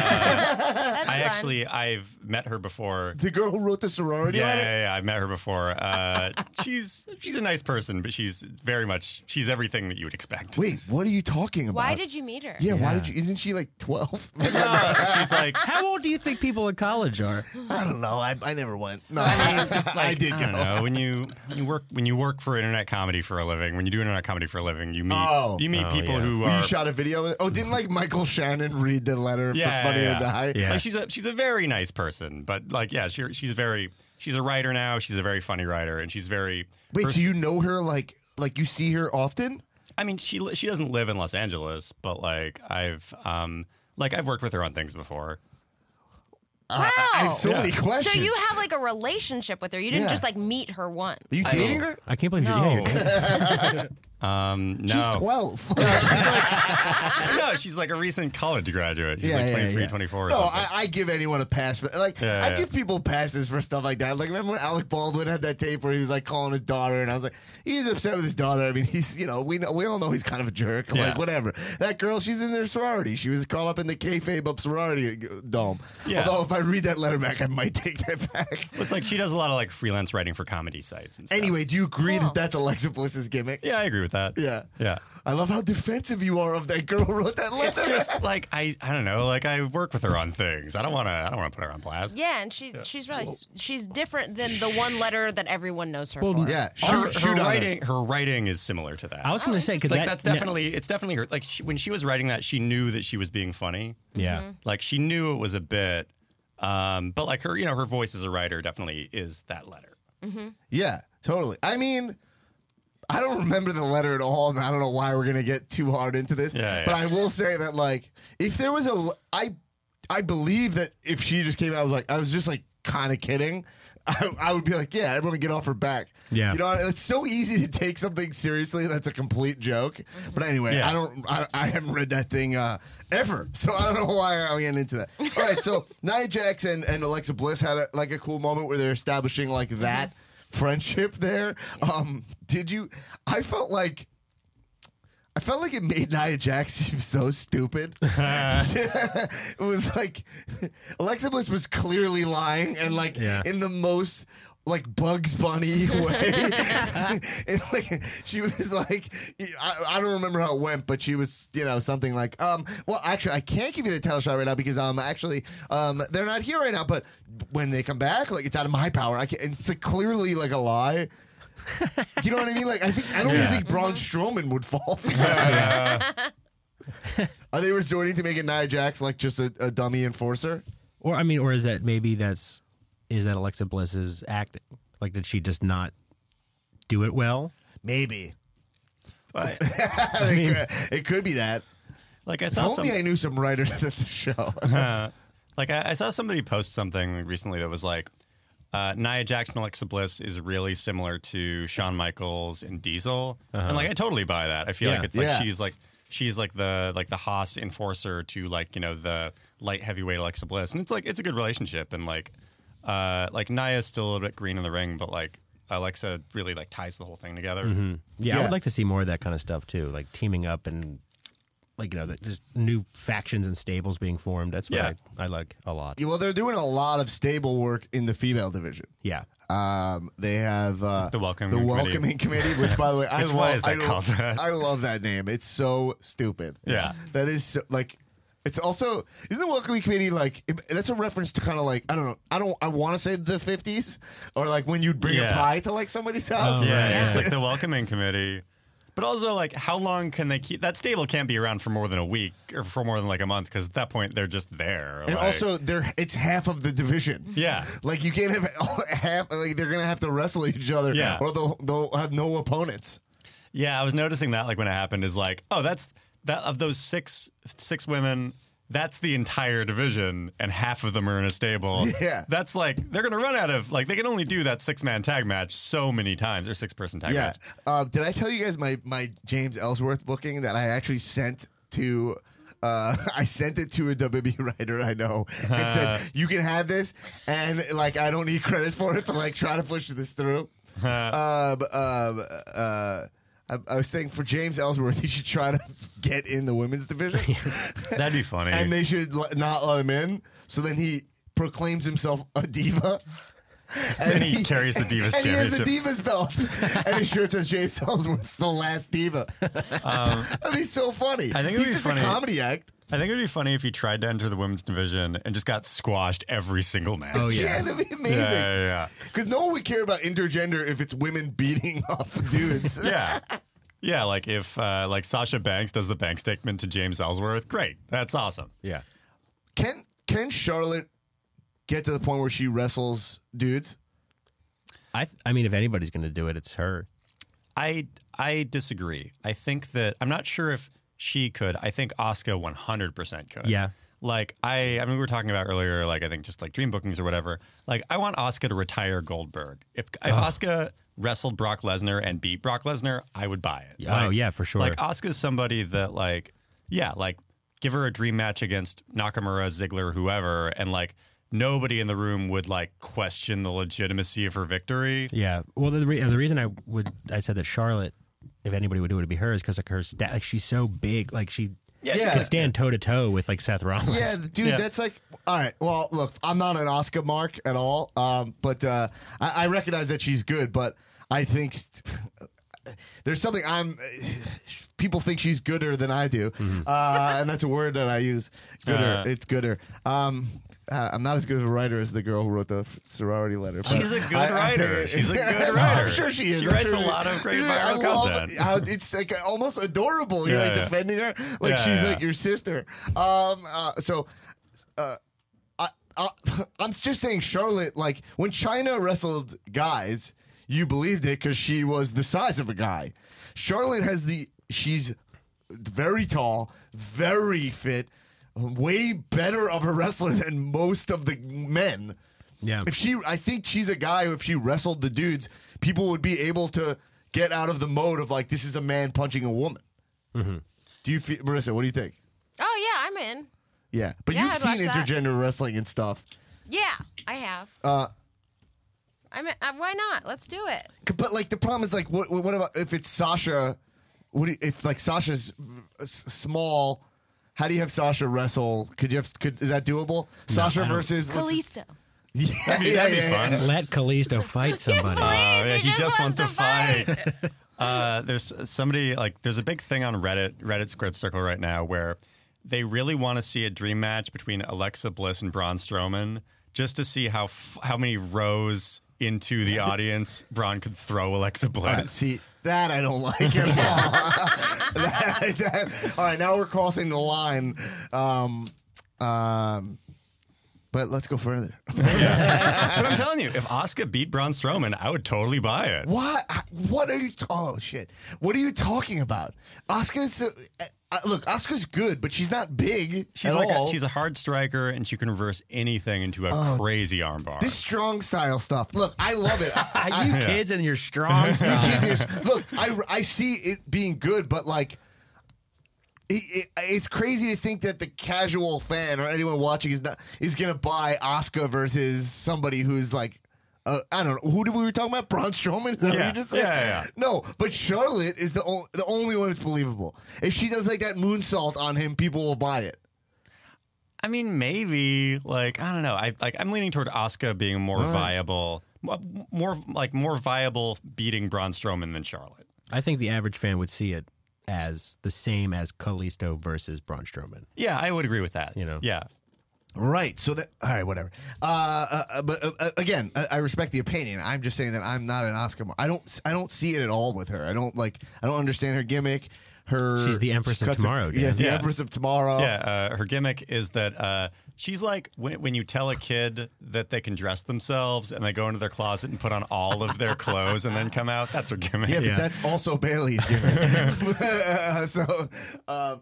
Speaker 1: Uh,
Speaker 3: That's
Speaker 2: I
Speaker 3: fun.
Speaker 2: actually I've met her before.
Speaker 1: the girl who wrote the sorority
Speaker 2: Yeah,
Speaker 1: letter.
Speaker 2: yeah, yeah, I've met her before. Uh, she's she's a nice person, but she's very much she's everything that you would expect.
Speaker 1: Wait, what are you talking about?
Speaker 3: Why did you meet her?
Speaker 1: Yeah, why did
Speaker 4: Yeah.
Speaker 1: you? Isn't she like twelve?
Speaker 2: she's like
Speaker 4: How old do you think people at college are?
Speaker 1: I don't know. I, I never went. No, I mean, just I did
Speaker 2: I
Speaker 1: go.
Speaker 2: don't know when you when you work when you work for internet comedy for a living when you do internet comedy for a living you meet
Speaker 1: Oh.
Speaker 2: you meet
Speaker 4: Oh,
Speaker 2: people
Speaker 4: yeah.
Speaker 2: who
Speaker 1: Well,
Speaker 2: are
Speaker 1: you shot a video. with- Oh, didn't like Michael Shannon read the letter
Speaker 2: yeah,
Speaker 1: for
Speaker 2: yeah,
Speaker 1: Money
Speaker 2: yeah.
Speaker 1: to Die?
Speaker 4: Yeah.
Speaker 2: like she's a she's a very nice person but like yeah she, she's very she's a writer now she's a very funny writer and she's very
Speaker 1: Wait,
Speaker 2: pers-
Speaker 1: do you know her? Like, like you see her often?
Speaker 2: I mean she li- she doesn't live in Los Angeles but like I've um like I've worked with her on things before
Speaker 3: Wow.
Speaker 1: I have Oh. so many
Speaker 3: so
Speaker 1: questions.
Speaker 3: you have like a relationship with her. You didn't
Speaker 1: Yeah.
Speaker 3: just like meet her once.
Speaker 1: Are you dating her?
Speaker 4: I can't believe you're, yeah, you're
Speaker 2: um no
Speaker 1: She's twelve.
Speaker 2: no she's like a recent college graduate she's
Speaker 1: yeah,
Speaker 2: like
Speaker 1: yeah,
Speaker 2: 23
Speaker 1: yeah.
Speaker 2: 24 or
Speaker 1: No,
Speaker 2: something.
Speaker 1: I, I give anyone a pass for like
Speaker 2: Yeah,
Speaker 1: I
Speaker 2: yeah.
Speaker 1: give people passes for stuff like that. Like remember when Alec Baldwin had that tape where he was like calling his daughter, and I was like, he's upset with his daughter. I mean, he's you know we know we all know he's kind of a jerk.
Speaker 2: Yeah.
Speaker 1: Like whatever. That girl, she's in their sorority. She was caught up in the kayfabe up sorority uh, dome.
Speaker 2: Yeah.
Speaker 1: Although if I read that letter back, I might take that back.
Speaker 2: It's like she does a lot of like freelance writing for comedy sites and stuff.
Speaker 1: Anyway, do you agree
Speaker 3: Cool.
Speaker 1: that that's Alexa Bliss's gimmick?
Speaker 2: Yeah, I agree with that.
Speaker 1: Yeah.
Speaker 2: Yeah.
Speaker 1: I love how defensive you are of that girl who wrote that letter.
Speaker 2: It's just like I I don't know, like I work with her on things. I don't wanna I don't wanna put her on blast.
Speaker 3: Yeah, and she's she's really she's different than the one letter that everyone knows her
Speaker 4: Well,
Speaker 3: for.
Speaker 1: yeah,
Speaker 2: Her,
Speaker 1: shoot, shoot
Speaker 2: her
Speaker 1: on her.
Speaker 2: writing her writing is similar to that.
Speaker 4: I was going to say because
Speaker 2: like that's definitely it's definitely her like she, when she was writing that she knew that she was being funny.
Speaker 4: yeah.
Speaker 2: Like she knew it was a bit. Um but like her you know her voice as a writer definitely is that letter.
Speaker 1: Yeah, totally. I mean, I don't remember the letter at all, and I don't know why we're gonna get too hard into this.
Speaker 2: Yeah, yeah.
Speaker 1: But I will say that, like, if there was a, l- I, I believe that if she just came out, I was like, I was just like kind of kidding. I, I would be like, yeah, everyone get off her back.
Speaker 4: Yeah.
Speaker 1: you know, it's so easy to take something seriously that's a complete joke. But anyway,
Speaker 2: Yeah.
Speaker 1: I don't, I, I haven't read that thing uh, ever, so I don't know why I'm getting into that. All right, so Nia Jax and, and Alexa Bliss had a, like a cool moment where they're establishing like that friendship there. Um, did you? I felt like. I felt like it made Nia Jax seem so stupid. it was like Alexa Bliss was clearly lying and like
Speaker 4: Yeah.
Speaker 1: in the most like Bugs Bunny way. And, like, she was like, I, I don't remember how it went, but she was, you know, something like, um, well, actually, I can't give you the title shot right now because um, actually, um, they're not here right now. But when they come back, like it's out of my power. I can. And it's clearly like a lie. You know what I mean? Like I think I don't even
Speaker 2: Yeah.
Speaker 1: think Braun Strowman would fall for that. Are they resorting to making Nia Jax like just a, a dummy enforcer?
Speaker 4: Or I mean, or is that maybe that's is that Alexa Bliss's acting? Like, did she just not do it well?
Speaker 1: Maybe.
Speaker 2: But,
Speaker 1: it, could, it could be that.
Speaker 2: like I
Speaker 1: If
Speaker 2: saw some.
Speaker 1: only I knew some writers at the show.
Speaker 2: Uh, like I, I saw somebody post something recently that was like, uh, Nia Jackson, Alexa Bliss is really similar to Shawn Michaels and Diesel, and like I totally buy that. I feel
Speaker 4: Yeah.
Speaker 2: like it's like
Speaker 1: Yeah.
Speaker 2: she's like she's like the like the Haas enforcer to like you know the light heavyweight Alexa Bliss, and it's like it's a good relationship, and like uh, like Nia's still a little bit green in the ring, but like Alexa really like ties the whole thing together.
Speaker 4: Yeah, I
Speaker 1: Yeah.
Speaker 4: would like to see more of that kind of stuff too, like teaming up and like you know, the, just new factions and stables being formed. That's what
Speaker 2: Yeah.
Speaker 4: I, I like a lot.
Speaker 1: well, they're doing a lot of stable work in the female division.
Speaker 4: Yeah,
Speaker 1: Um, they have uh,
Speaker 2: The welcoming
Speaker 1: the
Speaker 2: committee.
Speaker 1: welcoming committee, which by the way, I
Speaker 2: Which,
Speaker 1: love.
Speaker 2: why is that
Speaker 1: I, lo-
Speaker 2: called that?
Speaker 1: I love that name. It's so stupid.
Speaker 2: Yeah.
Speaker 1: that is so, like. It's also isn't the welcoming committee like it- that's a reference to kind of like I don't know I don't I want to say the fifties or like when you'd bring a
Speaker 2: Yeah. Oh,
Speaker 1: pie to like somebody's house.
Speaker 2: Yeah,
Speaker 4: Oh, Right,
Speaker 2: it's like the welcoming committee. But also, like, how long can they keep that stable? Can't be around for more than a week or for more than like a month because at that point they're just there.
Speaker 1: And
Speaker 2: like-
Speaker 1: also, they're it's half of the division.
Speaker 2: Yeah.
Speaker 1: like you can't have half. Like they're gonna have to wrestle each other.
Speaker 2: Yeah.
Speaker 1: or they'll they'll have no opponents.
Speaker 2: yeah, I was noticing that like when it happened is like, oh, that's that of those six six women. That's the entire division, and half of them are in a stable.
Speaker 1: Yeah.
Speaker 2: that's like they're gonna run out of like they can only do that six man tag match so many times or six person tag
Speaker 1: Yeah.
Speaker 2: match.
Speaker 1: Uh, did I tell you guys my my James Ellsworth booking that I actually sent to? Uh, I sent it to a WB writer I know and said, "You can have this, and like I don't need credit for it, but like try to push this through." um, um, uh, I, I was saying for James Ellsworth, he should try to get in the women's division.
Speaker 2: That'd be funny.
Speaker 1: and they should l- not let him in. So then he proclaims himself a diva.
Speaker 2: Then he carries the Divas
Speaker 1: and he has the
Speaker 2: Championship.
Speaker 1: divas belt, and his shirt says James Ellsworth, the last diva. Um, That'd be so funny.
Speaker 2: I think it'd
Speaker 1: he's
Speaker 2: be
Speaker 1: just
Speaker 2: funny.
Speaker 1: a comedy act.
Speaker 2: I think it would be funny if he tried to enter the women's division and just got squashed every single match.
Speaker 4: Oh,
Speaker 1: Yeah.
Speaker 4: Yeah.
Speaker 1: that'd be
Speaker 2: Yeah,
Speaker 1: amazing.
Speaker 2: yeah,
Speaker 1: Because no one would care about intergender if it's women beating up dudes.
Speaker 2: yeah. yeah. Yeah, like if uh, like Sasha Banks does the bank statement to James Ellsworth, great, that's awesome.
Speaker 4: yeah.
Speaker 1: Can can Charlotte get to the point where she wrestles dudes?
Speaker 4: I th- I mean, if anybody's going to do it, it's her.
Speaker 2: I I disagree. I think that I'm not sure if she could. I think Oscar 100 percent could.
Speaker 4: Yeah.
Speaker 2: Like I, I mean, we were talking about earlier, like I think just like dream bookings or whatever. Like I want Oscar to retire Goldberg. If if Oscar wrestled Brock Lesnar and beat Brock Lesnar, I would buy it.
Speaker 4: Oh, yeah, for sure.
Speaker 2: Like Oscar's somebody that like, yeah, like give her a dream match against Nakamura, Ziggler, whoever, and like nobody in the room would like question the legitimacy of her victory.
Speaker 4: Yeah. Well, the re- the reason I would I said that Charlotte, if anybody would do it, would be her, is because like her stat, like she's so big, like she
Speaker 2: Yeah,
Speaker 1: Yeah.
Speaker 4: could stand toe to toe with like Seth Rollins.
Speaker 1: Yeah, dude,
Speaker 2: Yeah.
Speaker 1: that's like all right. Well, look, I'm not an Oscar mark at all, um, but uh, I, I recognize that she's good. But I think there's something I'm. People think she's gooder than I do, uh, and that's a word that I use. Gooder,
Speaker 2: Mm-hmm. Uh.
Speaker 1: it's gooder. Um, uh, I'm not as good of a writer as the girl who wrote the sorority letter. but
Speaker 2: She's a good
Speaker 1: I- I-
Speaker 2: writer. She's a good
Speaker 1: I'm
Speaker 2: writer.
Speaker 1: sure she is.
Speaker 2: She
Speaker 1: I'm
Speaker 2: writes
Speaker 1: sure
Speaker 2: a lot of great
Speaker 1: Dude,
Speaker 2: viral
Speaker 1: I love
Speaker 2: content.
Speaker 1: How it's like almost adorable. You're
Speaker 2: Yeah,
Speaker 1: like
Speaker 2: yeah.
Speaker 1: defending her, like
Speaker 2: Yeah,
Speaker 1: she's
Speaker 2: yeah.
Speaker 1: like your sister. Um, uh, so uh, I, I, I'm just saying, Charlotte, like when China wrestled guys, you believed it because she was the size of a guy. Charlotte has the, she's very tall, very fit, way better of a wrestler than most of the men.
Speaker 4: Yeah.
Speaker 1: If she, I think she's a guy who, if she wrestled the dudes, people would be able to get out of the mode of like, this is a man punching a woman.
Speaker 2: Mm-hmm.
Speaker 1: Do you feel, Marissa, what do you think?
Speaker 3: Oh yeah, I'm in.
Speaker 1: Yeah. But
Speaker 3: Yeah,
Speaker 1: you've
Speaker 3: I'd
Speaker 1: seen
Speaker 3: watch that.
Speaker 1: intergender wrestling and stuff.
Speaker 3: Yeah, I have.
Speaker 1: Uh,
Speaker 3: I'm. In, uh, why not? Let's do it.
Speaker 1: But like the problem is like what what what about if it's Sasha? What do you, if like Sasha's uh, s- small? How do you have Sasha wrestle? Could you have? Could is that doable? Sasha versus let's-
Speaker 3: Kalisto.
Speaker 1: Yeah,
Speaker 2: That'd be,
Speaker 1: yeah,
Speaker 2: that'd be
Speaker 1: yeah, yeah.
Speaker 2: fun.
Speaker 4: Let Kalisto fight somebody.
Speaker 2: Oh,
Speaker 3: Please,
Speaker 2: yeah, he, just, wants, to fight.
Speaker 3: fight.
Speaker 2: uh, there's somebody like there's a big thing on Reddit, Reddit Squared Circle right now, where they really want to see a dream match between Alexa Bliss and Braun Strowman, just to see how f- how many rows into the audience Braun could throw Alexa Bliss.
Speaker 1: See that I don't like at all. That- that- all right, now we're crossing the line. Um, um, But let's go further.
Speaker 2: but I'm telling you, if Oscar beat Braun Strowman, I would totally buy it.
Speaker 1: What? What are you? T- oh shit! What are you talking about? Oscar's uh, uh, look. Oscar's good, but she's not big
Speaker 2: She's
Speaker 1: at
Speaker 2: like
Speaker 1: all.
Speaker 2: A, she's a hard striker, and she can reverse anything into a crazy armbar.
Speaker 1: this strong style stuff. Look, I love it. I, I-
Speaker 4: you kids and your strong
Speaker 1: It
Speaker 4: stuff.
Speaker 1: is- look, I, I see it being good, but like, it, it, it's crazy to think that the casual fan or anyone watching is not is gonna buy Oscar versus somebody who's like. Uh, I don't know who did we were talking about. Braun Strowman. Is that what
Speaker 2: Yeah,
Speaker 1: you just said?
Speaker 2: yeah, yeah.
Speaker 1: No, but Charlotte is the o- the only one that's believable. If she does like that moonsault on him, people will buy it.
Speaker 2: I mean, maybe like I don't know. I like I'm leaning toward Asuka being a more viable, mo- more like more viable beating Braun Strowman than Charlotte.
Speaker 4: I think the average fan would see it as the same as Kalisto versus Braun Strowman.
Speaker 2: Yeah, I would agree with that.
Speaker 4: You know.
Speaker 2: yeah,
Speaker 1: Right. So that. All right. Whatever. Uh, uh, uh, but uh, uh, again, I, I respect the opinion. I'm just saying that I'm not an Oscar. Mar- I don't. I don't see it at all with her. I don't like. I don't understand her gimmick. Her.
Speaker 4: She's the Empress of
Speaker 1: cuts
Speaker 4: Tomorrow,
Speaker 1: Yeah.
Speaker 4: Dan.
Speaker 1: The
Speaker 2: Yeah.
Speaker 1: Empress of Tomorrow.
Speaker 2: yeah. Uh, her gimmick is that uh, she's like when, when you tell a kid that they can dress themselves and they go into their closet and put on all of their clothes and then come out. That's her gimmick.
Speaker 1: Yeah, but
Speaker 4: Yeah.
Speaker 1: that's also Bailey's gimmick. so, um,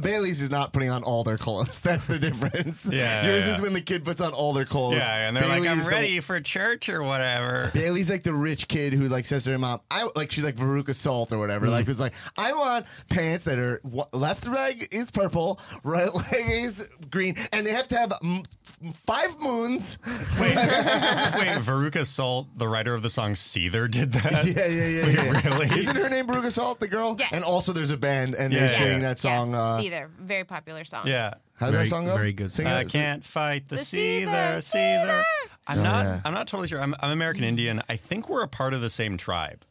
Speaker 1: Bailey's is not putting on all their clothes. That's the difference.
Speaker 2: Yeah,
Speaker 1: yours
Speaker 2: yeah,
Speaker 1: is
Speaker 2: yeah.
Speaker 1: when the kid puts on all their clothes.
Speaker 2: Yeah, and they're like,
Speaker 1: Bailey's
Speaker 2: "I'm
Speaker 1: the-
Speaker 2: ready for church or whatever."
Speaker 1: Bailey's like the rich kid who like says to her mom, "I like she's like Veruca Salt or whatever."
Speaker 2: Mm.
Speaker 1: Like was like, "I want pants that are wha- left leg is purple, right leg is green, and they have to have mm, f- five moons."
Speaker 2: Wait, wait, Veruca Salt, the writer of the song Seether, did that?
Speaker 1: yeah, yeah, yeah, yeah.
Speaker 2: really?
Speaker 1: Isn't her name Veruca Salt, the girl?
Speaker 3: Yes.
Speaker 1: And also, there's a band, and they're
Speaker 2: Yeah.
Speaker 1: singing
Speaker 2: Yes,
Speaker 1: that song.
Speaker 3: Yes,
Speaker 1: uh,
Speaker 3: Seether, very popular song.
Speaker 2: Yeah.
Speaker 1: how does
Speaker 4: Very-
Speaker 1: that song go?
Speaker 4: very good
Speaker 1: Sing
Speaker 4: song.
Speaker 1: it.
Speaker 2: I can't fight the,
Speaker 3: The
Speaker 2: Seether,
Speaker 3: Seether,
Speaker 2: Seether.
Speaker 3: Seether.
Speaker 2: I'm not.
Speaker 1: yeah.
Speaker 2: I'm not totally sure. I'm, I'm American Indian. I think we're a part of the same tribe.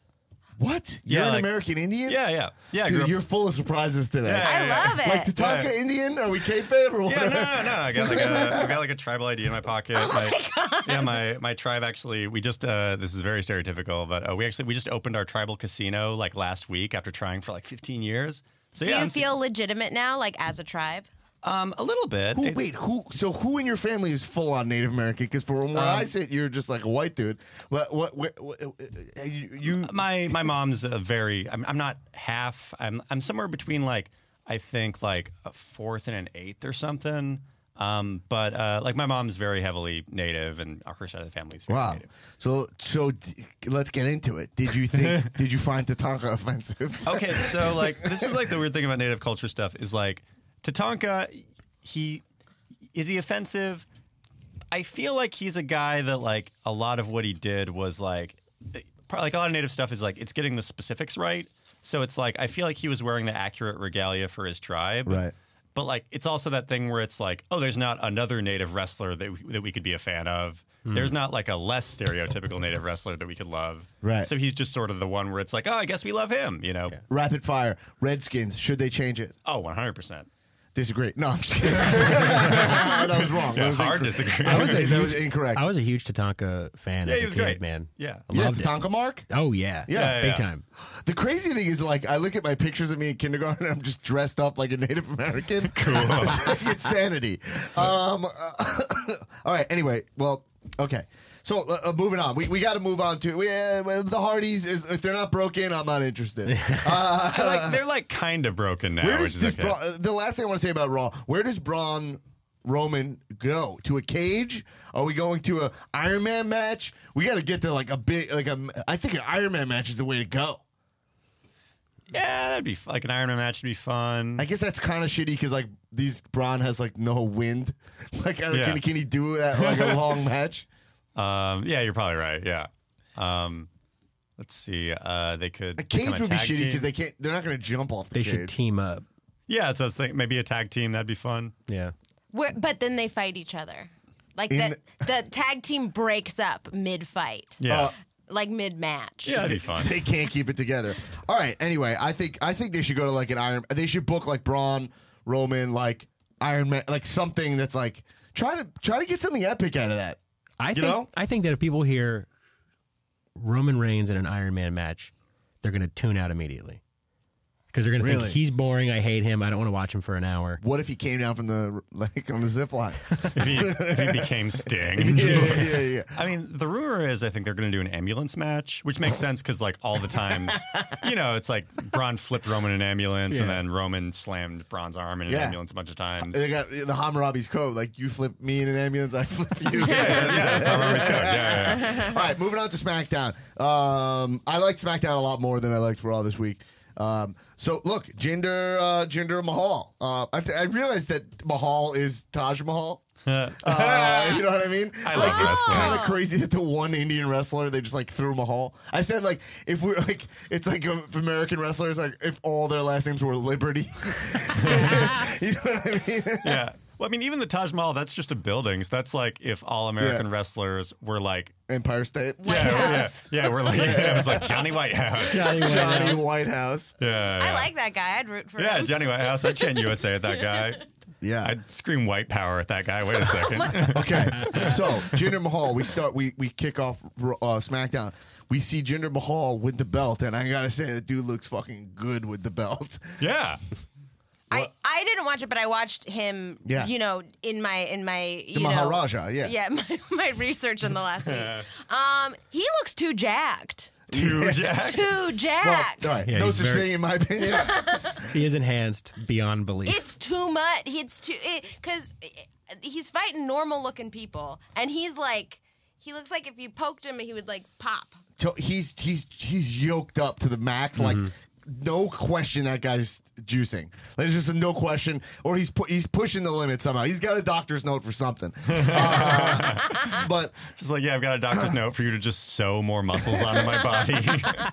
Speaker 1: What? You're
Speaker 2: Yeah,
Speaker 1: an
Speaker 2: like-
Speaker 1: American Indian?
Speaker 2: Yeah, yeah, yeah. I grew
Speaker 1: Dude,
Speaker 2: up-
Speaker 1: you're full of surprises today.
Speaker 2: Yeah,
Speaker 3: I love it.
Speaker 1: Like Tatanka
Speaker 2: Yeah.
Speaker 1: Indian? Are we kayfabe or
Speaker 2: yeah,
Speaker 1: whatever?
Speaker 2: no, no, no. I got like a, I got like a tribal ID in my pocket.
Speaker 3: Oh
Speaker 2: like, yeah, my my tribe actually. We just uh, this is very stereotypical, but uh, we actually we just opened our tribal casino like last week after trying for like 15 years. So
Speaker 3: Do
Speaker 2: yeah,
Speaker 3: you
Speaker 2: I'm se-
Speaker 3: feel legitimate now, like as a tribe?
Speaker 2: um a little bit.
Speaker 1: Who,
Speaker 2: It's-
Speaker 1: wait, who? So who in your family is full on Native American? Because from where
Speaker 2: Um,
Speaker 1: I sit, you're just like a white dude. What? What? what, what uh, you? you
Speaker 2: my my mom's a very I'm, I'm not half I'm I'm somewhere between like I think like a fourth and an eighth or something. Um, but uh, like my mom's very heavily native, and her side of the family's very
Speaker 1: wow.
Speaker 2: native.
Speaker 1: So so d- let's get into it. Did you think? did you find Tatanka offensive?
Speaker 2: Okay, so like this is like the weird thing about native culture stuff is like Tatanka, he is he offensive? I feel like he's a guy that like a lot of what he did was like probably, like a lot of native stuff is like it's getting the specifics right. So it's like I feel like he was wearing the accurate regalia for his tribe.
Speaker 1: Right.
Speaker 2: But like it's also that thing where it's like, oh, there's not another native wrestler that we, that we could be a fan of.
Speaker 1: Hmm.
Speaker 2: There's not like a less stereotypical native wrestler that we could love.
Speaker 1: Right.
Speaker 2: So he's just sort of the one where it's like, oh, I guess we love him, you know.
Speaker 1: Rapid fire. Redskins. Should they change it?
Speaker 2: Oh, 100%.
Speaker 1: Disagree. No, I'm just kidding. that was wrong. that
Speaker 2: Yeah,
Speaker 1: was
Speaker 2: hard
Speaker 1: incorrect.
Speaker 2: disagree.
Speaker 1: I would say that was incorrect.
Speaker 4: I was a huge Tatanka fan
Speaker 2: Yeah,
Speaker 4: as
Speaker 2: he
Speaker 4: a
Speaker 2: was
Speaker 4: kid,
Speaker 2: great.
Speaker 4: man.
Speaker 2: Yeah.
Speaker 4: I
Speaker 1: yeah,
Speaker 4: loved it.
Speaker 1: Tatanka Mark.
Speaker 4: Oh yeah,
Speaker 2: Yeah,
Speaker 4: big
Speaker 2: yeah.
Speaker 4: time.
Speaker 1: The crazy thing is, like, I look at my pictures of me in kindergarten, and I'm just dressed up like a Native American. Cool. it's like insanity. Um, all right. Anyway, well, okay. So uh, uh, moving on, we, we got to move on to we, uh, well, the Hardys. Is if they're not broken, I'm not interested. Uh,
Speaker 2: I like, they're like kind of broken now,
Speaker 1: where
Speaker 2: which
Speaker 1: does
Speaker 2: is
Speaker 1: this
Speaker 2: okay.
Speaker 1: Bra- uh, the last thing I want to say about Raw? Where does Braun Roman go to a cage? Are we going to a Iron Man match? We got to get to like a big like a. I think an Iron Man match is the way to go.
Speaker 2: yeah, that'd be f- like an Iron Man match would be fun.
Speaker 1: I guess that's kind of shitty because like these Braun has like no wind. Like I don't,
Speaker 2: Yeah.
Speaker 1: can, can he do that like a long match?
Speaker 2: um, yeah, you're probably right. Yeah. Um, let's see. Uh, they could
Speaker 1: A cage
Speaker 2: become
Speaker 1: would be
Speaker 2: tag
Speaker 1: shitty
Speaker 2: team.
Speaker 1: because they can't. They're not going to jump off the
Speaker 4: They
Speaker 1: cage.
Speaker 4: should team up.
Speaker 2: Yeah, so I was thinking maybe a tag team that'd be fun.
Speaker 4: Yeah.
Speaker 3: Where, but then they fight each other. Like
Speaker 1: In-
Speaker 3: the, the tag team breaks up mid fight,
Speaker 2: Yeah.
Speaker 1: Uh,
Speaker 3: like mid match.
Speaker 2: yeah, that'd be fun.
Speaker 1: they can't keep it together. All right. Anyway, I think I think they should go to like an Iron. They should book like Braun Roman, like Iron Man, like something that's like try to try to get something epic out of that.
Speaker 4: I think
Speaker 1: know?
Speaker 4: I think that if people hear Roman Reigns in an Iron Man match, they're going to tune out immediately. because they're gonna
Speaker 1: Really?
Speaker 4: think he's boring. I hate him. I don't want to watch him for an hour.
Speaker 1: What if he came down from the like on the zip line?
Speaker 2: if, he, if he became Sting.
Speaker 1: yeah, yeah, yeah, yeah.
Speaker 2: I mean, the rumor is I think they're going to do an ambulance match, which makes sense because like all the times, you know, it's like Braun flipped Roman in an ambulance, and
Speaker 4: Yeah.
Speaker 2: then Roman slammed Braun's arm in an
Speaker 1: Yeah.
Speaker 2: ambulance a bunch of times.
Speaker 1: They got the Hammurabi's code. Like you flip me in an ambulance, I flip you.
Speaker 2: yeah, that's how rumors go. Yeah, yeah.
Speaker 1: All right, moving on to SmackDown. Um, I liked SmackDown a lot more than I liked Raw this week. Um, so look, Jinder, uh, Jinder Mahal. Uh, I, I realized that Mahal is Taj Mahal. Uh, you know what I mean?
Speaker 2: I like
Speaker 1: it's
Speaker 2: wrestling.
Speaker 1: kind of crazy that the one Indian wrestler they just like threw Mahal. I said like if we're like it's like um, if American wrestlers like if all their last names were Liberty. you know what I mean?
Speaker 2: yeah. Well, I mean, even the Taj Mahal, that's just a building. So that's like if all American wrestlers were like,
Speaker 1: Empire State.
Speaker 2: yeah, yeah,
Speaker 3: House.
Speaker 2: yeah, we're like, yeah, it was like Johnny Whitehouse. Yeah,
Speaker 4: Johnny Whitehouse.
Speaker 1: Johnny Whitehouse.
Speaker 2: yeah.
Speaker 3: I like that guy. I'd root for
Speaker 2: Yeah,
Speaker 3: him.
Speaker 2: Johnny Whitehouse. I'd chant USA at that guy.
Speaker 1: Yeah.
Speaker 2: I'd scream white power at that guy. Wait a second.
Speaker 1: Okay, so Jinder Mahal, we start, we we kick off uh, SmackDown. We see Jinder Mahal with the belt, and I gotta say, the dude looks fucking good with the belt.
Speaker 2: yeah.
Speaker 3: I, I didn't watch it, but I watched him.
Speaker 1: Yeah.
Speaker 3: you know, in my in my you know,
Speaker 1: Maharaja, yeah.
Speaker 3: yeah, my, my research in the last week. Um, he looks too jacked,
Speaker 2: Two Jack.
Speaker 3: too
Speaker 1: Well,
Speaker 3: jacked.
Speaker 1: all right,
Speaker 4: Yeah,
Speaker 1: no
Speaker 4: he's
Speaker 1: such
Speaker 4: very-
Speaker 1: thing in my opinion.
Speaker 4: He is enhanced beyond belief.
Speaker 3: It's too much. It's too because he's fighting normal looking people, and he's like, he looks like if you poked him, he would like pop.
Speaker 1: So he's he's he's yoked up to the max, like.
Speaker 4: Mm-hmm.
Speaker 1: No question, that guy's juicing. There's just a no question, or he's pu- he's pushing the limit somehow. He's got a doctor's note for something. Uh, but
Speaker 2: Just like, yeah, I've got a doctor's note for you to just sew more muscles onto my body.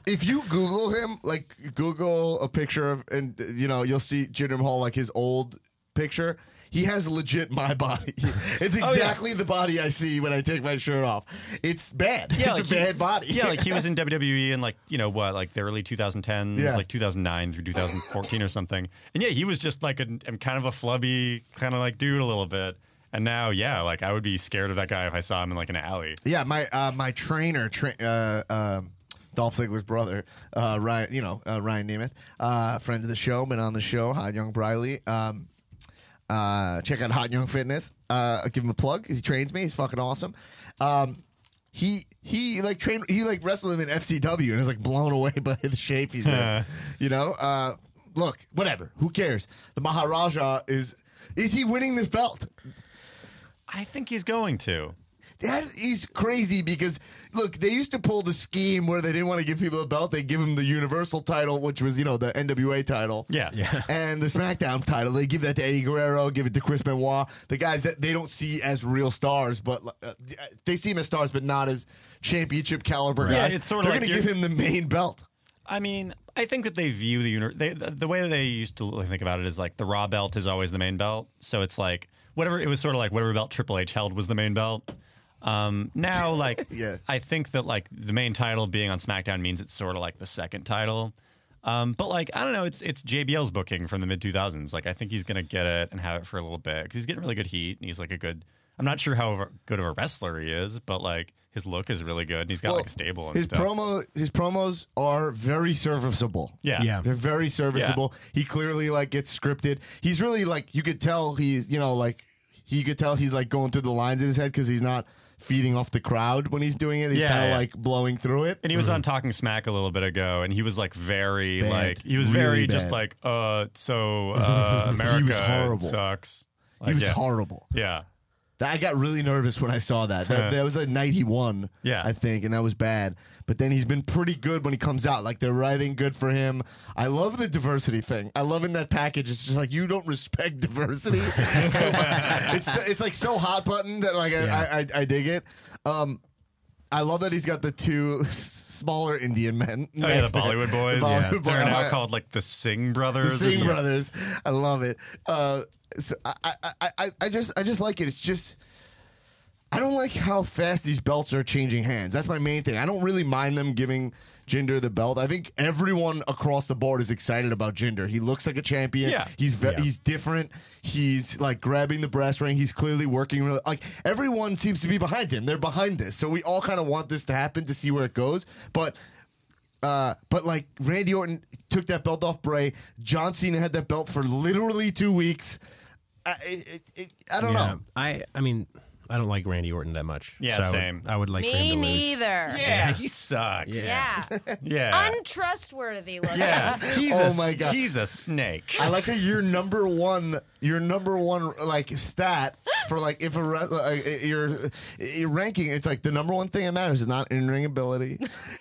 Speaker 1: if you Google him, like Google a picture of, and you know, you'll see Jinder Mahal like his old picture. He has legit my body. It's
Speaker 2: Oh, yeah.
Speaker 1: exactly the body I see when I take my shirt off. It's bad. it's a
Speaker 2: he-
Speaker 1: bad body.
Speaker 2: Yeah, like he was in WWE in like, you know what, like the early 2010s,
Speaker 1: Yeah.
Speaker 2: like 2009 through 2014 or something. And yeah, he was just like a, um, kind of a flubby kind of like dude a little bit. And now, yeah, like I would be scared of that guy if I saw him in like an alley.
Speaker 1: Yeah, my uh, my trainer, tra- uh, um, Dolph Ziggler's brother, uh, Ryan, you know uh, Ryan Nemeth, uh, friend of the show, been on the show, Hot Young Briley. Um, uh, check out Hot Young Fitness. Uh, I'll give him a plug 'cause he trains me. He's fucking awesome. Um, he he like trained he like wrestled him in FCW and is like blown away by the shape he's in. You know, uh, look, whatever. Who cares? The Maharaja is is he winning this belt?
Speaker 2: I think he's going to.
Speaker 1: That is crazy because look, they used to pull the scheme where they didn't want to give people a belt; they give them the Universal title, which was you know the NWA title,
Speaker 2: Yeah. Yeah.
Speaker 1: and the SmackDown title. They give that to Eddie Guerrero, give it to Chris Benoit, the guys that they don't see as real stars, but uh, they see him as stars, but not as championship caliber
Speaker 2: Yeah,
Speaker 1: guys.
Speaker 2: it's sort of
Speaker 1: They're
Speaker 2: like
Speaker 1: going to
Speaker 2: you're-
Speaker 1: give him the main belt.
Speaker 2: I mean, I think that they view the uni- they, the, the way that they used to think about it is like the raw belt is always the main belt. So it's like whatever it was sort of like whatever belt Triple H held was the main belt. Um, now, like,
Speaker 1: Yeah.
Speaker 2: I think that like the main title being on SmackDown means it's sort of like the second title. Um, but like, I don't know, it's it's JBL's booking from the mid 2000s. Like, I think he's gonna get it and have it for a little bit because he's getting really good heat and he's like a good. I'm not sure how good of a wrestler he is, but like his look is really good and he's got
Speaker 1: Well,
Speaker 2: like a stable. And
Speaker 1: His
Speaker 2: stuff.
Speaker 1: promo, his promos are very serviceable.
Speaker 2: yeah,
Speaker 4: Yeah.
Speaker 1: They're very serviceable. He clearly like gets scripted. He's really like you could tell he's you know like he could tell he's like going through the lines in his head because he's not feeding off the crowd when he's doing it. He's
Speaker 2: Yeah,
Speaker 1: kind of
Speaker 2: yeah.
Speaker 1: like blowing through it.
Speaker 2: And he was on Talking Smack a little bit ago, and he was like very
Speaker 1: Mm-hmm. Bad.
Speaker 2: like he was
Speaker 1: Really
Speaker 2: very just
Speaker 1: bad.
Speaker 2: like uh so uh America
Speaker 1: horrible.
Speaker 2: sucks. Like,
Speaker 1: he was
Speaker 2: yeah.
Speaker 1: horrible.
Speaker 2: Yeah,
Speaker 1: That- I got really nervous when I saw that. That, that was a night he won,
Speaker 2: Yeah.
Speaker 1: I think, and that was bad. But then he's been pretty good when he comes out. Like they're writing good for him. I love the diversity thing. I love in that package. It's just like you don't respect diversity. it's it's like so hot button that like I, I, I I dig it. Um, I love that he's got the two smaller Indian men.
Speaker 2: oh yeah, the
Speaker 1: next to him.
Speaker 2: Bollywood boys.
Speaker 1: Bollywood boys.
Speaker 2: They're now
Speaker 1: I-
Speaker 2: called like the Singh brothers.
Speaker 1: the
Speaker 2: or
Speaker 1: Singh
Speaker 2: something.
Speaker 1: brothers. I love it. Uh, so I, I, I- I, I just I just like it. It's just I don't like how fast these belts are changing hands. That's my main thing. I don't really mind them giving Jinder the belt. I think everyone across the board is excited about Jinder. He looks like a champion.
Speaker 2: Yeah.
Speaker 1: He's ve- he's different. He's like grabbing the brass ring. He's clearly working really like everyone seems to be behind him. They're behind this. So we all kind of want this to happen to see where it goes, but Uh, but like Randy Orton took that belt off Bray. John Cena had that belt for literally two weeks. I, it, it- it, I don't
Speaker 4: Yeah.
Speaker 1: know.
Speaker 4: I I mean, I don't like Randy Orton that much.
Speaker 2: Yeah,
Speaker 4: so I would-
Speaker 2: same.
Speaker 4: I would like for him
Speaker 3: Me
Speaker 4: to lose.
Speaker 3: neither.
Speaker 2: Yeah, he sucks.
Speaker 3: Yeah.
Speaker 2: Yeah.
Speaker 3: Untrustworthy looking.
Speaker 2: yeah. He's
Speaker 1: Oh
Speaker 2: a,
Speaker 1: my God.
Speaker 2: He's a snake.
Speaker 1: I like how your number one, your number one like stat for like if a re- like, uh, your your ranking, it's like the number one thing that matters is not in ring ability,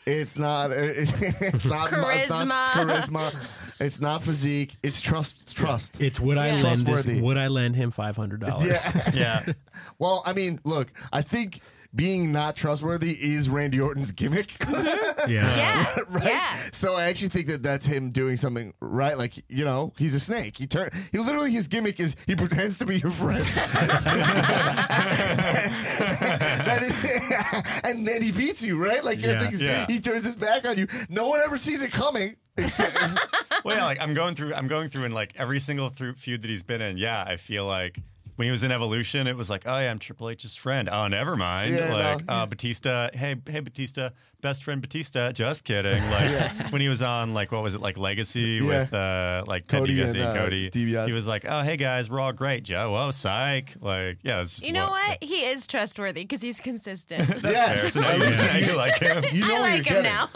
Speaker 1: it's not uh, it's not it's not
Speaker 3: Charisma.
Speaker 1: charisma, it's not physique, it's trust trust.
Speaker 4: It's would I lend this,
Speaker 1: Trustworthy.
Speaker 4: would I lend him five hundred dollars?
Speaker 1: yeah.
Speaker 2: yeah.
Speaker 1: Well, I mean, look, I think being not trustworthy is Randy Orton's gimmick.
Speaker 4: yeah.
Speaker 3: Yeah. Mm-hmm. Yeah.
Speaker 1: So I actually think that that's him doing something right. Like you know, he's a snake. He turn. He literally his gimmick is he pretends to be your friend. That is- and then he beats you, right? Like that's
Speaker 4: Yeah.
Speaker 1: ex-
Speaker 2: Yeah.
Speaker 1: he turns his back on you. No one ever sees it coming. Except,
Speaker 2: Well, yeah, like I'm going through, I'm going through, and like every single through, feud that he's been in, yeah, I feel like when he was in Evolution, it was like, oh yeah, I'm Triple H's friend. Oh, never mind.
Speaker 1: Yeah, no,
Speaker 2: like uh,
Speaker 1: he's-
Speaker 2: Batista, hey, hey, Batista, best friend Batista. Just kidding. Like when he was on, like what was it, like Legacy
Speaker 1: Yeah.
Speaker 2: with uh, like Ted
Speaker 1: Cody
Speaker 2: DiBiase
Speaker 1: and, uh,
Speaker 2: Cody.
Speaker 1: DiBiase.
Speaker 2: He was like, oh hey guys, we're all great, Joe. Oh psych. Like yeah, it's just
Speaker 3: You know
Speaker 2: lo-
Speaker 3: what? He is trustworthy because he's consistent.
Speaker 2: That's fair. So now
Speaker 1: At
Speaker 2: you,
Speaker 1: least
Speaker 2: now you like him.
Speaker 1: you know what
Speaker 3: I like
Speaker 1: you're getting.
Speaker 3: him now.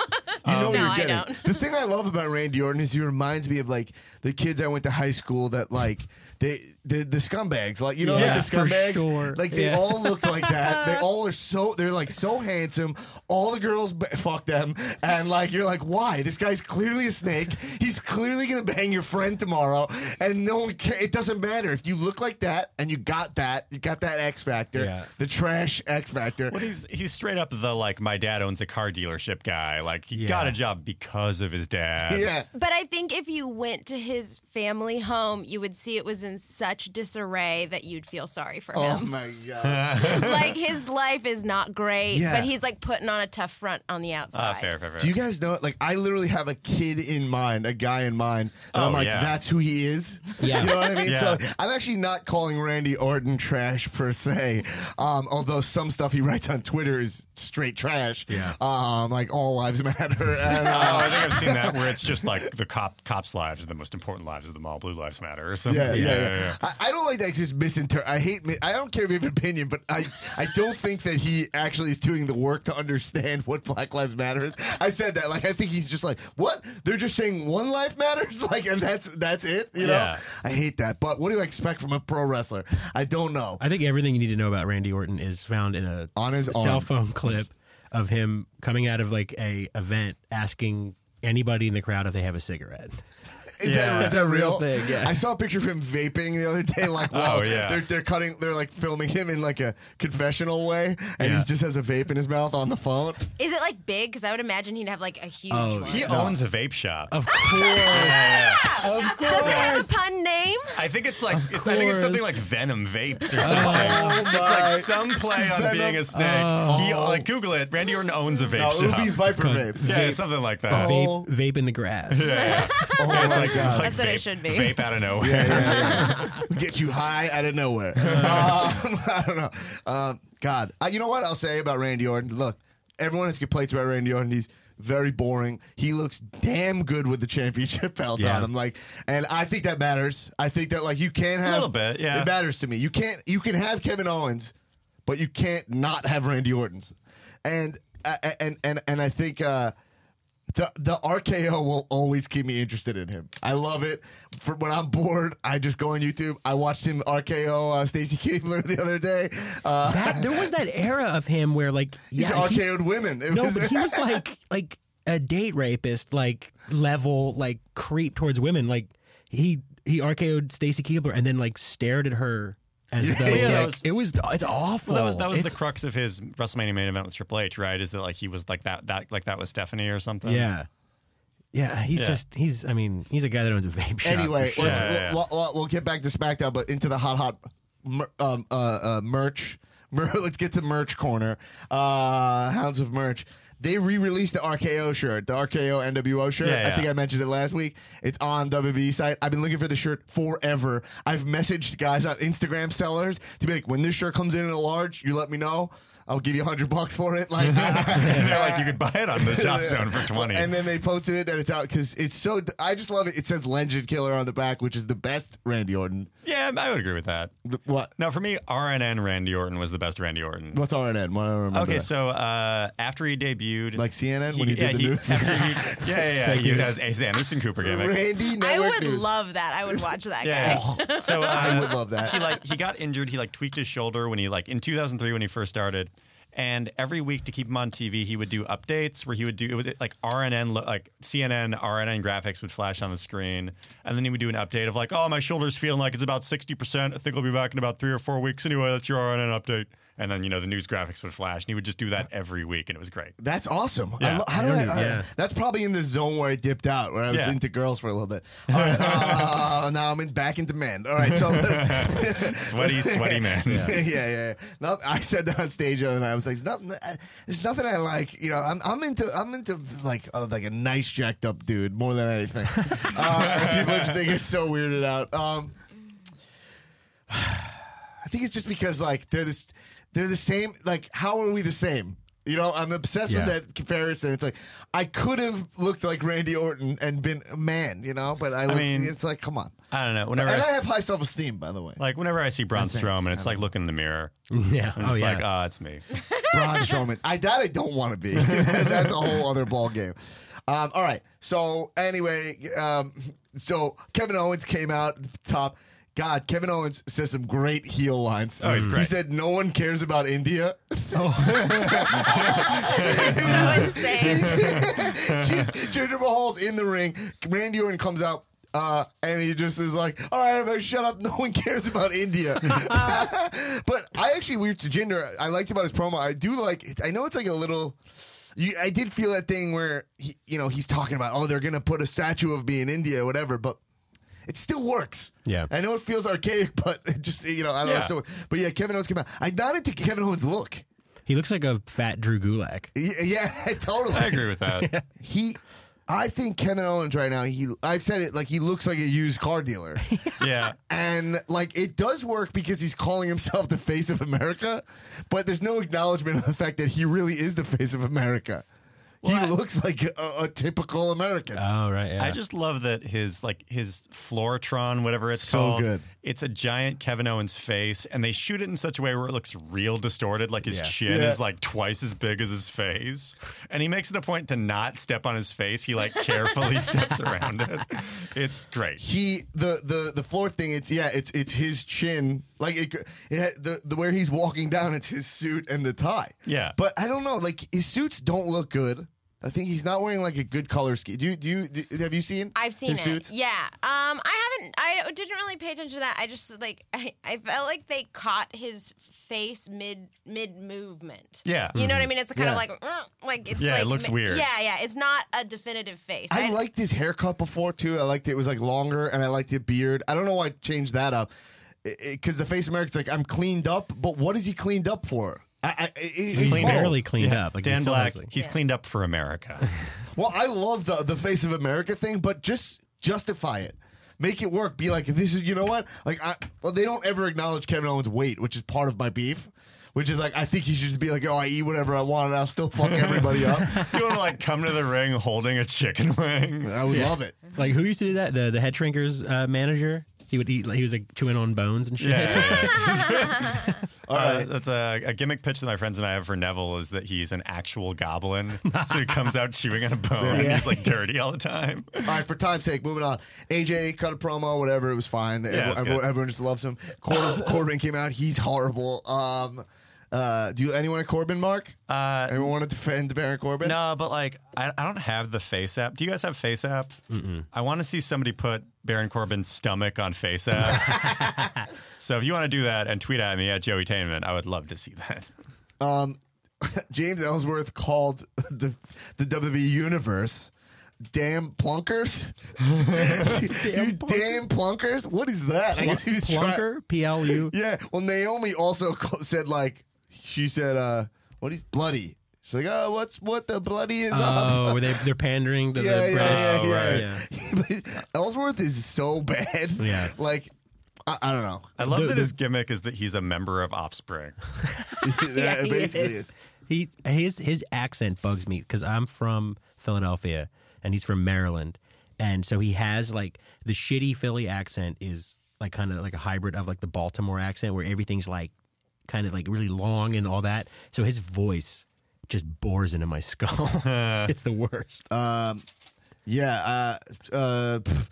Speaker 4: Um,
Speaker 1: You know what
Speaker 3: No,
Speaker 1: you're
Speaker 3: I
Speaker 1: getting.
Speaker 3: don't.
Speaker 1: The thing I love about Randy Orton is he reminds me of like the kids I went to high school that like they the the scumbags like you know
Speaker 4: Yeah,
Speaker 1: like the
Speaker 4: for
Speaker 1: scumbags
Speaker 4: sure.
Speaker 1: like they
Speaker 4: Yeah.
Speaker 1: all look like that. They all are so they're like so handsome. All the girls b- fuck them and like you're like why this guy's clearly a snake. He's clearly gonna bang your friend tomorrow and no one ca- it doesn't matter if you look like that and you got that you got that X factor
Speaker 4: Yeah.
Speaker 1: the trash X factor.
Speaker 2: Well, he's he's straight up the like my dad owns a car dealership guy. Like he
Speaker 4: Yeah.
Speaker 2: got a job because of his dad.
Speaker 1: Yeah.
Speaker 3: But I think if you went to his family home, you would see it was in such disarray that you'd feel sorry for
Speaker 1: Oh
Speaker 3: him.
Speaker 1: my god.
Speaker 3: like his life is not great,
Speaker 1: Yeah.
Speaker 3: but he's like putting on a tough front on the outside.
Speaker 2: Ah, fair, fair, fair.
Speaker 1: Do you guys know? Like, I literally have a kid in mind, a guy in mind, and I'm
Speaker 2: Oh,
Speaker 1: like,
Speaker 2: yeah.
Speaker 1: that's who he is.
Speaker 4: Yeah.
Speaker 1: you know what I mean. So
Speaker 2: Yeah.
Speaker 1: I'm actually not calling Randy Orton trash per se, um, although some stuff he writes on Twitter is straight trash.
Speaker 4: Yeah.
Speaker 1: um, like all lives matter. And,
Speaker 2: oh,
Speaker 1: uh,
Speaker 2: I think I've seen that where it's just like the cop cops' lives are the most important lives of them all. Blue lives matter or something.
Speaker 1: yeah, yeah, yeah. I, I don't like that. It's just misinter. I hate. Mi- I don't care if you have an opinion, but I, I don't think that he actually is doing the work to understand what Black Lives Matter is. I said that. Like, I think he's just like, what? They're just saying one life matters. Like, and that's that's it. You know.
Speaker 2: Yeah.
Speaker 1: I hate that. But what do you expect from a pro wrestler? I don't know.
Speaker 4: I think everything you need to know about Randy Orton is found in a
Speaker 1: On his
Speaker 4: cell
Speaker 1: arm.
Speaker 4: phone clip of him coming out of like a event asking anybody in the crowd if they have a cigarette.
Speaker 1: Is, that,
Speaker 2: Yeah.
Speaker 1: is that real?
Speaker 4: Real thing, yeah.
Speaker 1: I saw a picture of him vaping the other day. Like, wow,
Speaker 2: yeah.
Speaker 1: they're they're cutting, they're like filming him in like a confessional way, and he
Speaker 2: Yeah.
Speaker 1: just has a vape in his mouth on the phone.
Speaker 3: Is it like big? Because I would imagine he'd have like a huge
Speaker 4: Oh,
Speaker 3: one.
Speaker 2: He owns a vape shop.
Speaker 4: Of course.
Speaker 2: Yeah.
Speaker 4: of
Speaker 3: Does it
Speaker 4: course.
Speaker 3: have a pun name?
Speaker 2: I think it's like it's, I think it's something like Venom Vapes
Speaker 3: Oh.
Speaker 2: or something. it's
Speaker 1: my.
Speaker 2: like some play on
Speaker 1: Venom-
Speaker 2: being a snake.
Speaker 3: Oh.
Speaker 2: He, like Google it. Randy Orton owns a vape
Speaker 1: No, Oh, it would
Speaker 2: shop.
Speaker 1: be Viper
Speaker 4: Good.
Speaker 1: vapes.
Speaker 2: yeah, something like that.
Speaker 4: Vape, vape in the grass.
Speaker 1: Oh my
Speaker 2: It's like,
Speaker 1: god.
Speaker 2: like
Speaker 3: That's what it
Speaker 2: vape-
Speaker 3: should be.
Speaker 2: Vape out of nowhere.
Speaker 1: Yeah, yeah, yeah. Get you high out of nowhere. Um, I don't know. Um, God, uh, you know what I'll say about Randy Orton? Look, everyone has complaints about Randy Orton. He's very boring. He looks damn good with the championship belt
Speaker 4: Yeah.
Speaker 1: on him. Like, and I think that matters. I think that like you can't have
Speaker 2: little bit, yeah.
Speaker 1: It matters to me. You can't. You can have Kevin Owens, but you can't not have Randy Orton's. And uh, and and and I think. Uh, the the RKO will always keep me interested in him. I love it. For when I'm bored, I just go on YouTube. I watched him RKO uh, Stacy Keebler the other day. Uh,
Speaker 4: That, there was that era of him where like
Speaker 1: he's
Speaker 4: yeah, he's-
Speaker 1: RKO'd women. It
Speaker 4: No,
Speaker 1: was-
Speaker 4: but he was like like a date rapist, like level, like creep towards women. Like he he RKO'd Stacy Keebler and then like stared at her as though
Speaker 2: yeah, that
Speaker 4: like,
Speaker 2: was-
Speaker 4: it was it's awful.
Speaker 2: Well, that was, that was the
Speaker 4: It's-
Speaker 2: crux of his WrestleMania main event with Triple H, right? Is that like he was like that that like that was Stephanie or something?
Speaker 4: yeah, yeah. He's
Speaker 2: Um, Yeah.
Speaker 4: just he's I mean he's a guy that owns a vape shop.
Speaker 1: anyway,
Speaker 4: for
Speaker 1: let's,
Speaker 4: sure.
Speaker 2: Yeah, yeah.
Speaker 1: We'll, we'll- we'll get back to SmackDown, but into the hot hot mer- um, uh, uh, merch. Mer- let's get to merch corner. Uh, Hounds of merch. They re-released the RKO shirt, the RKO NWO shirt.
Speaker 2: Yeah,
Speaker 1: I
Speaker 2: yeah.
Speaker 1: think I mentioned it last week. It's on WWE site. I've been looking for the shirt forever. I've messaged guys on Instagram sellers to be like, when this shirt comes in in a large, you let me know. I'll give you hundred bucks for it. Like,
Speaker 2: And they're like, you could buy it on the shop zone for twenty.
Speaker 1: And then they posted it that it's out because it's so. I just love it. It says Legend Killer on the back, which is the best Randy Orton.
Speaker 2: yeah, I would agree with that.
Speaker 1: The- what?
Speaker 2: Now, for me, RNN Randy Orton was the best Randy Orton.
Speaker 1: What's RNN? Why don't I remember
Speaker 2: Okay,
Speaker 1: that?
Speaker 2: so uh, after he debuted,
Speaker 1: Like CNN when he did
Speaker 2: yeah,
Speaker 1: the news?
Speaker 2: after he- yeah, yeah, yeah,
Speaker 4: Fake
Speaker 2: he,
Speaker 4: news.
Speaker 2: that was a Sam Easton Cooper gimmick.
Speaker 1: Randy
Speaker 3: I
Speaker 1: Network
Speaker 3: would
Speaker 1: News.
Speaker 3: love that. I would watch that guy.
Speaker 2: Yeah,
Speaker 1: Oh.
Speaker 2: yeah. so uh,
Speaker 1: I would love that.
Speaker 2: He like he got injured. He like tweaked his shoulder when he like in 2003 when he first started. And every week to keep him on TV, he would do updates where he would do it would like RNN, lo- like CNN, RNN graphics would flash on the screen, and then he would do an update of like, "Oh, my shoulder's feeling like it's about sixty percent. I think I'll be back in about three or four weeks anyway. That's your RNN update." And then you know the news graphics would flash, and he would just do that every week, and it was great.
Speaker 1: That's awesome. I
Speaker 2: Yeah.
Speaker 1: lo- how do I,
Speaker 4: Yeah.
Speaker 1: I-
Speaker 4: Yeah.
Speaker 1: That's probably in the zone where I dipped out, where I was
Speaker 2: Yeah.
Speaker 1: into girls for a little bit. All right, uh, now I'm in back in demand. All right, so
Speaker 2: Sweaty, sweaty man.
Speaker 1: yeah, yeah. yeah. No, I said that on stage the other night. I was like, "It's nothing. I- There's nothing I like. You know, I'm, I'm into I'm into like uh, like a nice jacked up dude more than anything. uh, and people just think it's so weirded out. Um, I think it's just because like they're this they're the same. Like, how are we the same? You know, I'm obsessed
Speaker 4: Yeah.
Speaker 1: with that comparison. It's like I could have looked like Randy Orton and been a man, you know, but I, look,
Speaker 2: mean-
Speaker 1: it's like, come on.
Speaker 2: I don't know. Whenever
Speaker 1: And
Speaker 2: I,
Speaker 1: I
Speaker 2: s-
Speaker 1: have high self esteem, by the way.
Speaker 2: like whenever I see Braun Strowman, it's like looking in the mirror.
Speaker 4: yeah.
Speaker 2: I'm
Speaker 4: oh
Speaker 2: just
Speaker 4: yeah.
Speaker 2: like, ah, it's me.
Speaker 1: Braun Strowman. I that I don't want to be. That's a whole other ball game. Um, all right. So anyway, um, so Kevin Owens came out top. God, Kevin Owens says some great heel lines.
Speaker 2: Oh, he's
Speaker 1: He
Speaker 2: great.
Speaker 1: said, "No one cares about India."
Speaker 3: So insane.
Speaker 1: Ginger Mahal's in the ring. Randy Orton comes out. Uh, and he just is like, all right, everybody, shut up. No one cares about India. but I actually, we to Jinder. I liked about his promo. I do like. I know it's like a little. You, I did feel that thing where he, you know, he's talking about, oh, they're gonna put a statue of me in India, whatever. But it still works.
Speaker 4: Yeah.
Speaker 1: I know it feels archaic, but it just you know, I don't
Speaker 2: Yeah.
Speaker 1: know. If it works. but yeah, Kevin Owens came out. I not into Kevin Owens' look.
Speaker 4: he looks like a fat Drew Gulak.
Speaker 1: Y- Yeah, totally.
Speaker 2: I agree with that.
Speaker 1: he I think Kevin Owens right now, he I've said it like he looks like a used car dealer.
Speaker 2: yeah.
Speaker 1: and like it does work because he's calling himself the face of America, but there's no acknowledgement of the fact that he really is the face of America. he looks like a, a typical American.
Speaker 4: Oh right. Yeah.
Speaker 2: I just love that his like his Floratron, whatever it's
Speaker 1: So
Speaker 2: called.
Speaker 1: good.
Speaker 2: It's a giant Kevin Owens face, and they shoot it in such a way where it looks real distorted, like his
Speaker 4: Yeah.
Speaker 2: chin
Speaker 1: Yeah.
Speaker 2: is like twice as big as his face. And he makes it a point to not step on his face. He like carefully steps around it. It's great.
Speaker 1: he the the the floor thing it's yeah it's it's his chin like it, it had- the the where he's walking down it's his suit and the tie
Speaker 2: Yeah.
Speaker 1: but I don't know like his suits don't look good I think he's not wearing like a good color scheme do you do you do, have you seen
Speaker 3: I've seen
Speaker 1: his
Speaker 3: it.
Speaker 1: suits
Speaker 3: Yeah. Um, I haven't. I didn't really pay attention to that. I just like I, I felt like they caught his face mid mid movement.
Speaker 2: Yeah.
Speaker 3: You know what I mean? It's kind of
Speaker 1: Yeah.
Speaker 3: like mm, like it's
Speaker 2: Yeah, it
Speaker 3: like,
Speaker 2: looks
Speaker 3: ma-
Speaker 2: weird.
Speaker 3: Yeah, yeah. It's not a definitive face.
Speaker 1: I liked his haircut before too I liked it, it was like longer and I liked the beard I don't know why I changed that up because the face of America's like I'm cleaned up but what is he cleaned up for I, I, he's,
Speaker 4: he's
Speaker 1: bald.
Speaker 4: barely cleaned up. Like, he
Speaker 2: Dan
Speaker 4: still
Speaker 2: Black,
Speaker 4: has, like-
Speaker 2: he's
Speaker 3: Yeah.
Speaker 2: cleaned up for America.
Speaker 1: Well, I love the the face of America thing, but just justify it. Make it work. Be like, this is, you know what? Like, I, well, they don't ever acknowledge Kevin Owens' weight, which is part of my beef. Which is like, I think he should just be like, oh, I eat whatever I want, and I'll still fuck everybody up.
Speaker 2: so you want to like come to the ring holding a chicken wing?
Speaker 1: I would love it.
Speaker 4: Like who used to do that? The the head shrinker's uh, manager. He would eat. Like, he was like chewing on bones and shit.
Speaker 2: Yeah, yeah, yeah. Uh,
Speaker 1: right.
Speaker 2: That's a, a gimmick pitch that my friends and I have for Neville is that he's an actual goblin. so he comes out chewing on a bone and
Speaker 4: Yeah.
Speaker 2: he's like dirty all the time.
Speaker 1: All right, for time's sake, moving on. AJ cut a promo, whatever. It was fine.
Speaker 2: it was
Speaker 1: everyone,
Speaker 2: good.
Speaker 1: everyone just loves him. Corbin, Corbin came out. He's horrible. Um, uh, do you anyone at Corbin, Mark?
Speaker 2: Uh,
Speaker 1: anyone want to defend Baron Corbin?
Speaker 2: No, but like I, I don't have the face app. Do you guys have face app? I want to see somebody put Baron Corbin's stomach on face app. so if you want to do that and tweet at me at Joey Tainman, I would love to see that.
Speaker 1: James Ellsworth called the the WWE universe damn plunkers. you damn plunkers? What is that? I guess he was try-
Speaker 4: Plunker, P L U.
Speaker 1: yeah. Well, Naomi also co- said like she said uh what is bloody. She's like, oh, what's what the bloody is up?
Speaker 4: Oh, were they, they're pandering to
Speaker 1: yeah,
Speaker 4: the
Speaker 1: yeah,
Speaker 4: British.
Speaker 1: yeah,
Speaker 2: British.
Speaker 1: yeah. But Ellsworth is so bad.
Speaker 4: Yeah.
Speaker 1: like I, I don't know.
Speaker 2: I love that his gimmick is that he's a member of Offspring.
Speaker 1: That
Speaker 3: he
Speaker 1: basically
Speaker 3: is.
Speaker 1: is.
Speaker 4: He his his accent bugs me because I'm from Philadelphia and he's from Maryland, and so he has like the shitty Philly accent is like kind of like a hybrid of like the Baltimore accent where everything's like kind of like really long and all that. So his voice just bores into my skull. it's the worst.
Speaker 1: Yeah. Uh, uh, pff,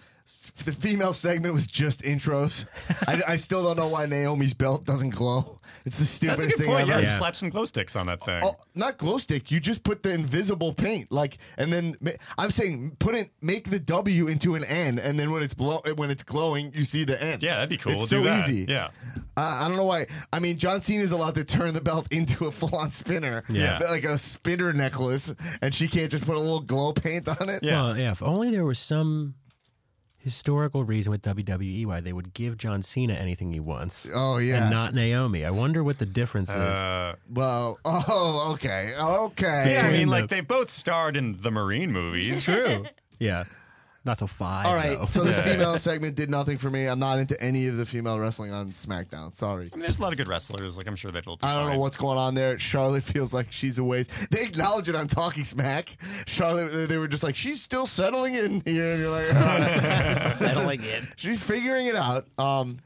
Speaker 1: the female segment was just intros. I, I still don't know why Naomi's belt doesn't glow. It's the
Speaker 2: That's a
Speaker 1: stupidest
Speaker 2: good
Speaker 1: thing
Speaker 2: point.
Speaker 1: ever.
Speaker 2: Yeah,
Speaker 4: Yeah.
Speaker 2: just slap some glow sticks on that thing.
Speaker 1: Oh, not glow stick. You just put the invisible paint, like, and then ma- I'm saying put it, make the W into an N, and then when it's blow, when it's glowing, you see the N.
Speaker 2: Yeah, that'd be cool.
Speaker 1: It's
Speaker 2: we'll
Speaker 1: so
Speaker 2: do that.
Speaker 1: easy.
Speaker 2: Yeah.
Speaker 1: Uh, I don't know why. I mean, John Cena is allowed to turn the belt into a full-on spinner,
Speaker 2: Yeah.
Speaker 1: like a spinner necklace, and she can't just put a little glow paint on it.
Speaker 2: Yeah.
Speaker 4: Well, yeah. If only there was some historical reason with WWE why they would give John Cena anything he wants.
Speaker 1: Oh, yeah.
Speaker 4: and not Naomi. I wonder what the difference is.
Speaker 2: Uh,
Speaker 1: Well, oh, okay, okay.
Speaker 2: yeah, I mean,
Speaker 4: the-
Speaker 2: like they both starred in the Marine movies.
Speaker 4: True. Yeah. Not till five.
Speaker 1: All right.
Speaker 4: though.
Speaker 1: So this female segment did nothing for me. I'm not into any of the female wrestling on SmackDown. Sorry.
Speaker 2: I mean, there's a lot of good wrestlers. Like I'm sure that'll. Be
Speaker 1: I don't know
Speaker 2: fine.
Speaker 1: what's going on there. Charlotte feels like she's a waste. They acknowledge it on Talking Smack. Charlotte, they- they were just like, she's still settling in here. And you're like, all right.
Speaker 4: settling in.
Speaker 1: she's figuring it out. Um,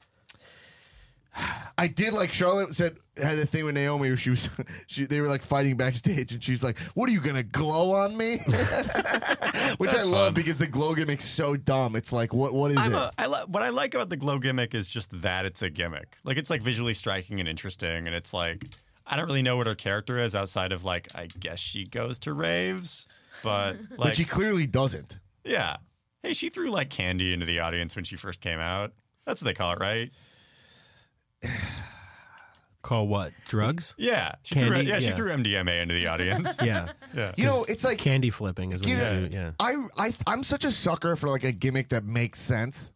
Speaker 1: I did like Charlotte said had a thing with Naomi where she was she, they were like fighting backstage and she's like, "What are you gonna glow on me?" Which I love because the glow gimmick's so dumb. It's like, what what is
Speaker 2: I'm
Speaker 1: it?
Speaker 2: a, I li- what I like about the glow gimmick is just that it's a gimmick. Like it's like visually striking and interesting, and it's like I don't really know what her character is outside of like I guess she goes to raves, but like
Speaker 1: but she clearly doesn't.
Speaker 2: yeah, hey, she threw like candy into the audience when she first came out. That's what they call it, right?
Speaker 4: Call what? Drugs?
Speaker 2: Yeah, she threw
Speaker 4: Candy,
Speaker 2: yeah, she
Speaker 4: yeah.
Speaker 2: threw MDMA into the audience.
Speaker 4: Yeah.
Speaker 2: yeah.
Speaker 1: You know, it's like
Speaker 4: Candy flipping is what
Speaker 1: You
Speaker 4: you
Speaker 1: know-
Speaker 4: do. Yeah.
Speaker 1: I I I'm such a sucker for like a gimmick that makes sense.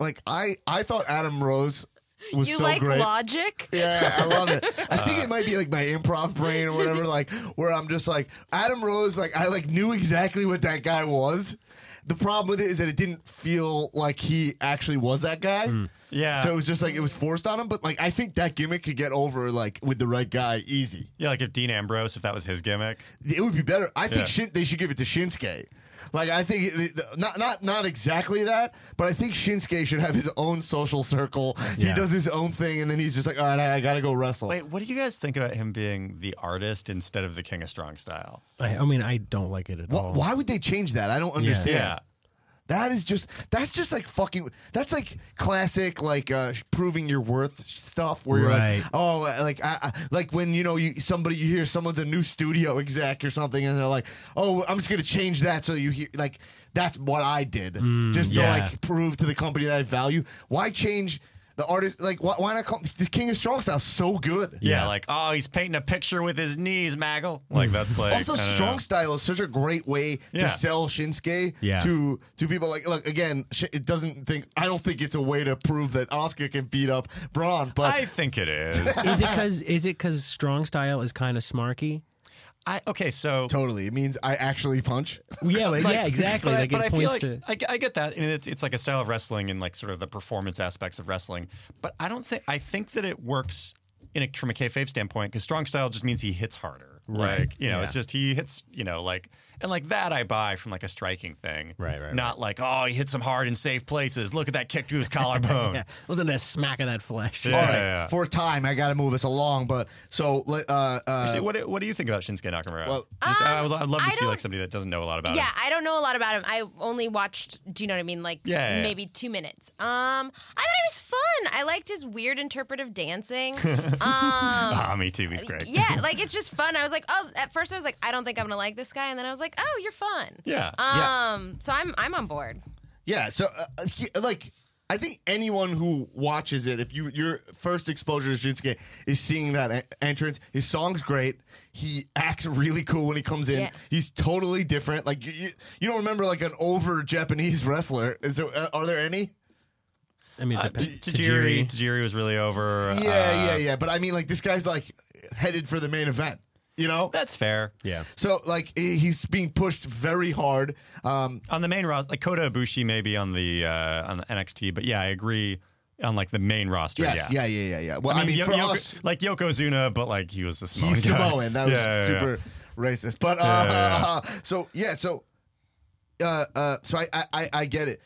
Speaker 1: Like I I thought Adam Rose was
Speaker 3: You
Speaker 1: so
Speaker 3: like
Speaker 1: great.
Speaker 3: logic?
Speaker 1: Yeah, I love it. I think
Speaker 2: Uh,
Speaker 1: it might be like my improv brain or whatever, like where I'm just like Adam Rose, like I like knew exactly what that guy was. The problem with it is that it didn't feel like he actually was that guy.
Speaker 2: Hmm. Yeah.
Speaker 1: So it was just like it was forced on him, but like I think that gimmick could get over like with the right guy easy.
Speaker 2: Yeah, like if Dean Ambrose, if that was his gimmick.
Speaker 1: It would be better. I think
Speaker 2: Yeah.
Speaker 1: Shin, they should give it to Shinsuke. Like I think it- it- not not not exactly that, but I think Shinsuke should have his own social circle. He
Speaker 4: Yeah.
Speaker 1: does his own thing, and then he's just like, all right, I, I gotta go wrestle.
Speaker 2: Wait, what do you guys think about him being the artist instead of the King of Strong style?
Speaker 4: I, I mean, I don't like it at
Speaker 1: Wh-
Speaker 4: all.
Speaker 1: Why would they change that? I don't understand.
Speaker 2: Yeah.
Speaker 1: That is just that's just like fucking that's like classic like uh sh- proving your worth stuff where you're
Speaker 4: Right.
Speaker 1: like oh uh, like I, I like when you know you somebody you hear someone's a new studio exec or something and they're like oh I'm just going to change that so you hear like that's what I did just to
Speaker 4: yeah.
Speaker 1: like prove to the company that I value why change the artist like why, why not call the King of Strong Style's so good
Speaker 2: Yeah, like, oh, he's painting a picture with his knees, Maggle. Like, that's like.
Speaker 1: Also,
Speaker 2: I don't
Speaker 1: strong
Speaker 2: know.
Speaker 1: style is such a great way to
Speaker 2: Yeah.
Speaker 1: sell Shinsuke
Speaker 4: Yeah.
Speaker 1: to to people. Like, look again, sh- it doesn't think. I don't think it's a way to prove that Oscar can beat up Braun, but
Speaker 2: I think it is.
Speaker 4: Is it because is it because strong style is kind of smarky?
Speaker 2: I, okay, so.
Speaker 1: totally, it means I actually punch.
Speaker 4: Yeah, well, yeah, exactly.
Speaker 2: But,
Speaker 4: like
Speaker 2: but
Speaker 4: it
Speaker 2: I feel
Speaker 4: points
Speaker 2: like
Speaker 4: to.
Speaker 2: I, I get that, and it's, it's like a style of wrestling and like sort of the performance aspects of wrestling. But I don't think I think that it works in a from a kayfabe standpoint because strong style just means he hits harder.
Speaker 4: Right.
Speaker 2: Like, you know, it's
Speaker 4: Yeah.
Speaker 2: just he hits. You know, like and like that I buy from like a striking thing.
Speaker 4: Right, right,
Speaker 2: Not like oh he hits him hard in safe places. Look at that kick to his collarbone.
Speaker 4: Yeah, wasn't that smack of that flesh?
Speaker 2: Yeah.
Speaker 1: All right, for time, I got to move us along. But so, let- uh, uh,
Speaker 2: Actually, what, do- what do you think about Shinsuke Nakamura?
Speaker 1: Well-
Speaker 2: Just- I, I
Speaker 3: Um,
Speaker 2: would, I'd love to
Speaker 3: I
Speaker 2: see like
Speaker 3: don't-
Speaker 2: somebody that doesn't know a lot about
Speaker 3: Yeah,
Speaker 2: him.
Speaker 3: I don't know a lot about him. I only watched, do you know what I mean? Like
Speaker 2: Yeah, yeah, yeah.
Speaker 3: maybe two minutes. Um, I thought it was fun. I liked his weird interpretive dancing. um,
Speaker 2: Ah, me too. He's great.
Speaker 3: yeah, like it's just fun. I was like, oh, at first I was like, I don't think I'm gonna like this guy, and then I was like, oh, you're fun.
Speaker 2: Yeah.
Speaker 3: Um, so I'm I'm on board.
Speaker 1: yeah, so uh, he- like. I think anyone who watches it, if you your first exposure to Shinsuke is seeing that en- entrance, his song's great. He acts really cool when he comes in.
Speaker 3: Yeah.
Speaker 1: He's totally different. Like you, you, you don't remember like an over Japanese wrestler. Is there? Uh, are there any?
Speaker 4: I mean,
Speaker 2: Uh,
Speaker 4: it
Speaker 2: T-
Speaker 4: depends.
Speaker 2: Tajiri, Tajiri was really over.
Speaker 1: Yeah,
Speaker 2: Uh,
Speaker 1: yeah, yeah. But I mean, like this guy's like headed for the main event. You know,
Speaker 2: That's fair.
Speaker 4: Yeah.
Speaker 1: so like he- he's being pushed very hard. Um,
Speaker 2: On the main roster, like Kota Ibushi maybe on the uh, on the NXT, but yeah, I agree on like the main roster.
Speaker 1: yes, yeah,
Speaker 2: yeah.
Speaker 1: yeah, yeah, yeah. Well, I mean,
Speaker 2: Yo-
Speaker 1: for
Speaker 2: Yoko-
Speaker 1: us,
Speaker 2: like Yokozuna, but like he was a Samoan.
Speaker 1: he's
Speaker 2: guy.
Speaker 1: Samoan. That was
Speaker 2: Yeah, yeah, yeah.
Speaker 1: super racist. But uh,
Speaker 2: Yeah,
Speaker 1: so yeah, so uh, uh, so I, I I I get it.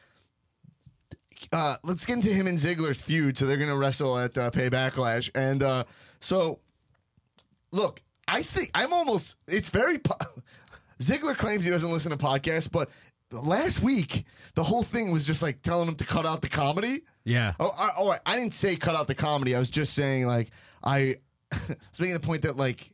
Speaker 1: Uh, let's get into him and Ziggler's feud. So they're gonna wrestle at uh, Pay Backlash, and uh, so look, I think I'm almost. It's very. Po- Ziggler claims he doesn't listen to podcasts, but last week the whole thing was just like telling him to cut out the comedy.
Speaker 4: Yeah.
Speaker 1: Oh, I, oh, I didn't say cut out the comedy. I was just saying like I was making the point that like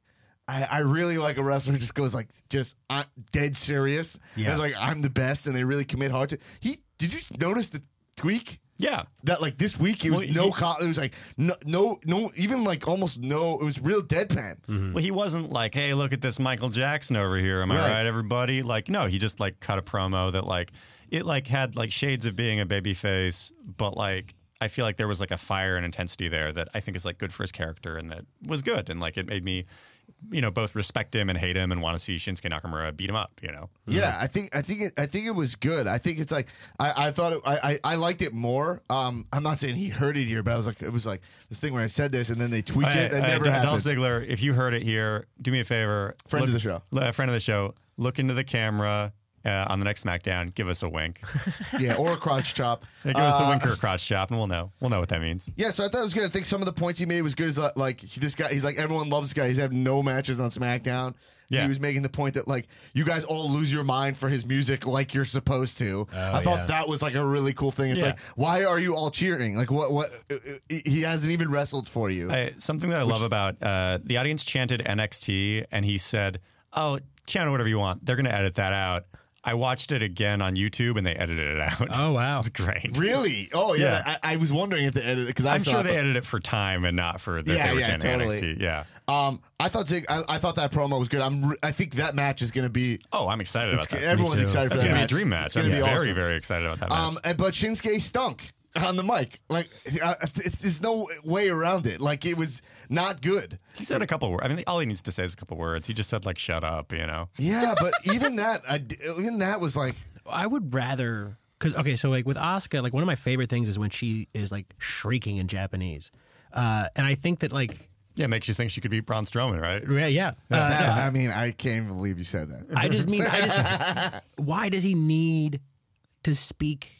Speaker 1: I, I really like a wrestler who just goes like just I'm dead serious.
Speaker 4: Yeah.
Speaker 1: it's like I'm the best, and they really commit hard to. He did you notice the tweak?
Speaker 2: Yeah.
Speaker 1: That like this week it was
Speaker 2: Well,
Speaker 1: no
Speaker 2: he-
Speaker 1: co- it was like no no no even like almost no it was real deadpan.
Speaker 2: Well, he wasn't like, hey, look at this Michael Jackson over here. Am I
Speaker 1: Hmm. Right.
Speaker 2: right. everybody? Like, no, he just like cut a promo that like it like had like shades of being a babyface, but like I feel like there was like a fire and intensity there that I think is like good for his character and that was good and like it made me, you know, both respect him and hate him and want to see Shinsuke Nakamura beat him up. You know,
Speaker 1: Yeah, I think I think it, I think it was good. I think it's like I, I thought it, I, I I liked it more. Um, I'm not saying he heard it here, but I was like it was like this thing where I said this and then they tweak
Speaker 2: Hey,
Speaker 1: it. That
Speaker 2: hey,
Speaker 1: never
Speaker 2: Dol- Dolph
Speaker 1: happens.
Speaker 2: Ziggler, if you heard it here, do me a favor.
Speaker 1: Friend of the show.
Speaker 2: l- uh, friend of the show. Look into the camera uh, on the next SmackDown. Give us a wink.
Speaker 1: yeah, or a crotch chop. Uh,
Speaker 2: Yeah, give us a wink or a crotch chop, and we'll know. We'll know what that means.
Speaker 1: Yeah, so I thought it was good. I think some of the points he made was good. As uh, like he, this guy, he's like everyone loves this guy. He's had no matches on SmackDown.
Speaker 2: Yeah.
Speaker 1: He was making the point that like you guys all lose your mind for his music like you're supposed to. I thought
Speaker 4: yeah.
Speaker 1: that was like a really cool thing. It's
Speaker 2: Oh, Yeah.
Speaker 1: like why are you all cheering? Like what what uh, uh, he hasn't even wrestled for you.
Speaker 2: I, something that I love about uh, the audience chanted NXT, and he said, "Oh, chant whatever you want. They're going to edit that out." I watched it again on YouTube, and they edited it out.
Speaker 4: Oh wow.
Speaker 2: it's great.
Speaker 1: Really? Oh yeah.
Speaker 2: Yeah.
Speaker 1: I, I was wondering if they edited because I
Speaker 2: I'm
Speaker 1: saw
Speaker 2: sure
Speaker 1: it,
Speaker 2: they
Speaker 1: but-
Speaker 2: edited it for time and not for that
Speaker 1: Yeah,
Speaker 2: they were
Speaker 1: yeah,
Speaker 2: chanting
Speaker 1: totally.
Speaker 2: NXT. Yeah.
Speaker 1: Um, I thought Zig, I, I thought that promo was good. I'm re- I think that match is going to be
Speaker 2: Oh, I'm excited about that.
Speaker 1: everyone's
Speaker 4: too.
Speaker 1: excited for
Speaker 2: That's
Speaker 1: that
Speaker 2: gonna be a
Speaker 1: match.
Speaker 2: dream
Speaker 1: It's
Speaker 2: match. I'm
Speaker 1: gonna
Speaker 2: very,
Speaker 1: be awesome.
Speaker 2: very excited about that match.
Speaker 1: Um, and- but Shinsuke stunk on the mic. Like uh, it's, there's no way around it. Like it was not good.
Speaker 2: he said a couple words. I mean, all he needs to say is a couple words. He just said like "shut up," you know.
Speaker 1: Yeah, but even that, I, d- even that was like
Speaker 4: I would rather because okay, so like with Asuka, like one of my favorite things is when she is like shrieking in Japanese, uh, and I think that like
Speaker 2: Yeah, makes you think she could beat Braun Strowman, right?
Speaker 4: yeah, yeah. Uh,
Speaker 1: that. I mean, I can't even believe you said that.
Speaker 4: I just mean I just why does he need to speak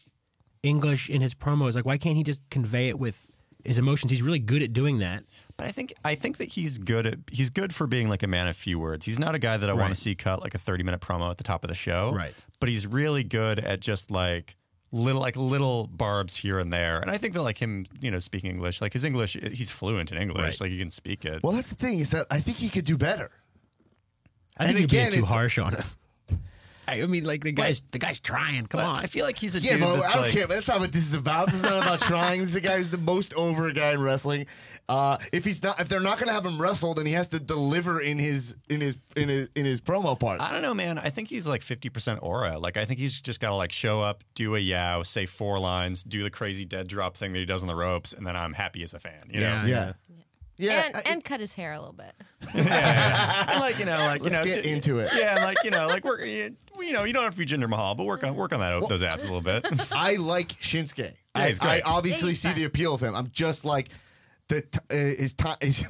Speaker 4: English in his promos? Like why can't he just convey it with his emotions? He's really good at doing that.
Speaker 2: But I think I think that he's good at he's good for being like a man of few words. He's not a guy that I want to
Speaker 4: Right.
Speaker 2: see cut like a thirty minute promo at the top of the show.
Speaker 4: Right.
Speaker 2: But he's really good at just like little like little barbs here and there. And I think that like him, you know, speaking English, like his English, he's fluent in English.
Speaker 4: Right.
Speaker 2: Like he can speak it.
Speaker 1: Well, that's the thing is that I think he could do better.
Speaker 4: I
Speaker 1: And
Speaker 4: think you're being
Speaker 1: again,
Speaker 4: too
Speaker 1: it's-
Speaker 4: harsh on him. I I mean, like the guy's the guy's trying. Come
Speaker 2: But
Speaker 4: on,
Speaker 2: I feel like he's a
Speaker 1: Yeah,
Speaker 2: dude
Speaker 1: but
Speaker 2: that's
Speaker 1: I don't
Speaker 2: like
Speaker 1: care. That's not what this is about. This is not about trying. This is a guy who's the most over guy in wrestling. Uh, if he's not, if they're not going to have him wrestle, then he has to deliver in his in his in his in his promo part.
Speaker 2: I don't know, man. I think he's like fifty percent aura. Like I think he's just got to like show up, do a yow, say four lines, do the crazy dead drop thing that he does on the ropes, and then I'm happy as a fan. You
Speaker 4: yeah,
Speaker 2: know,
Speaker 1: yeah, yeah.
Speaker 3: and,
Speaker 1: I-
Speaker 3: and cut his hair a little bit.
Speaker 2: and like you know, like you know,
Speaker 1: Let's get
Speaker 2: d-
Speaker 1: into it.
Speaker 2: Yeah, and, like you know, like work. You know, you don't have to be Jinder Mahal, but work on work on that those abs a little bit.
Speaker 1: I like Shinsuke. I,
Speaker 2: he's great.
Speaker 1: I obviously
Speaker 3: Yeah, he's
Speaker 1: see
Speaker 3: fine.
Speaker 1: the appeal of him. I'm just like the t- uh, his time his,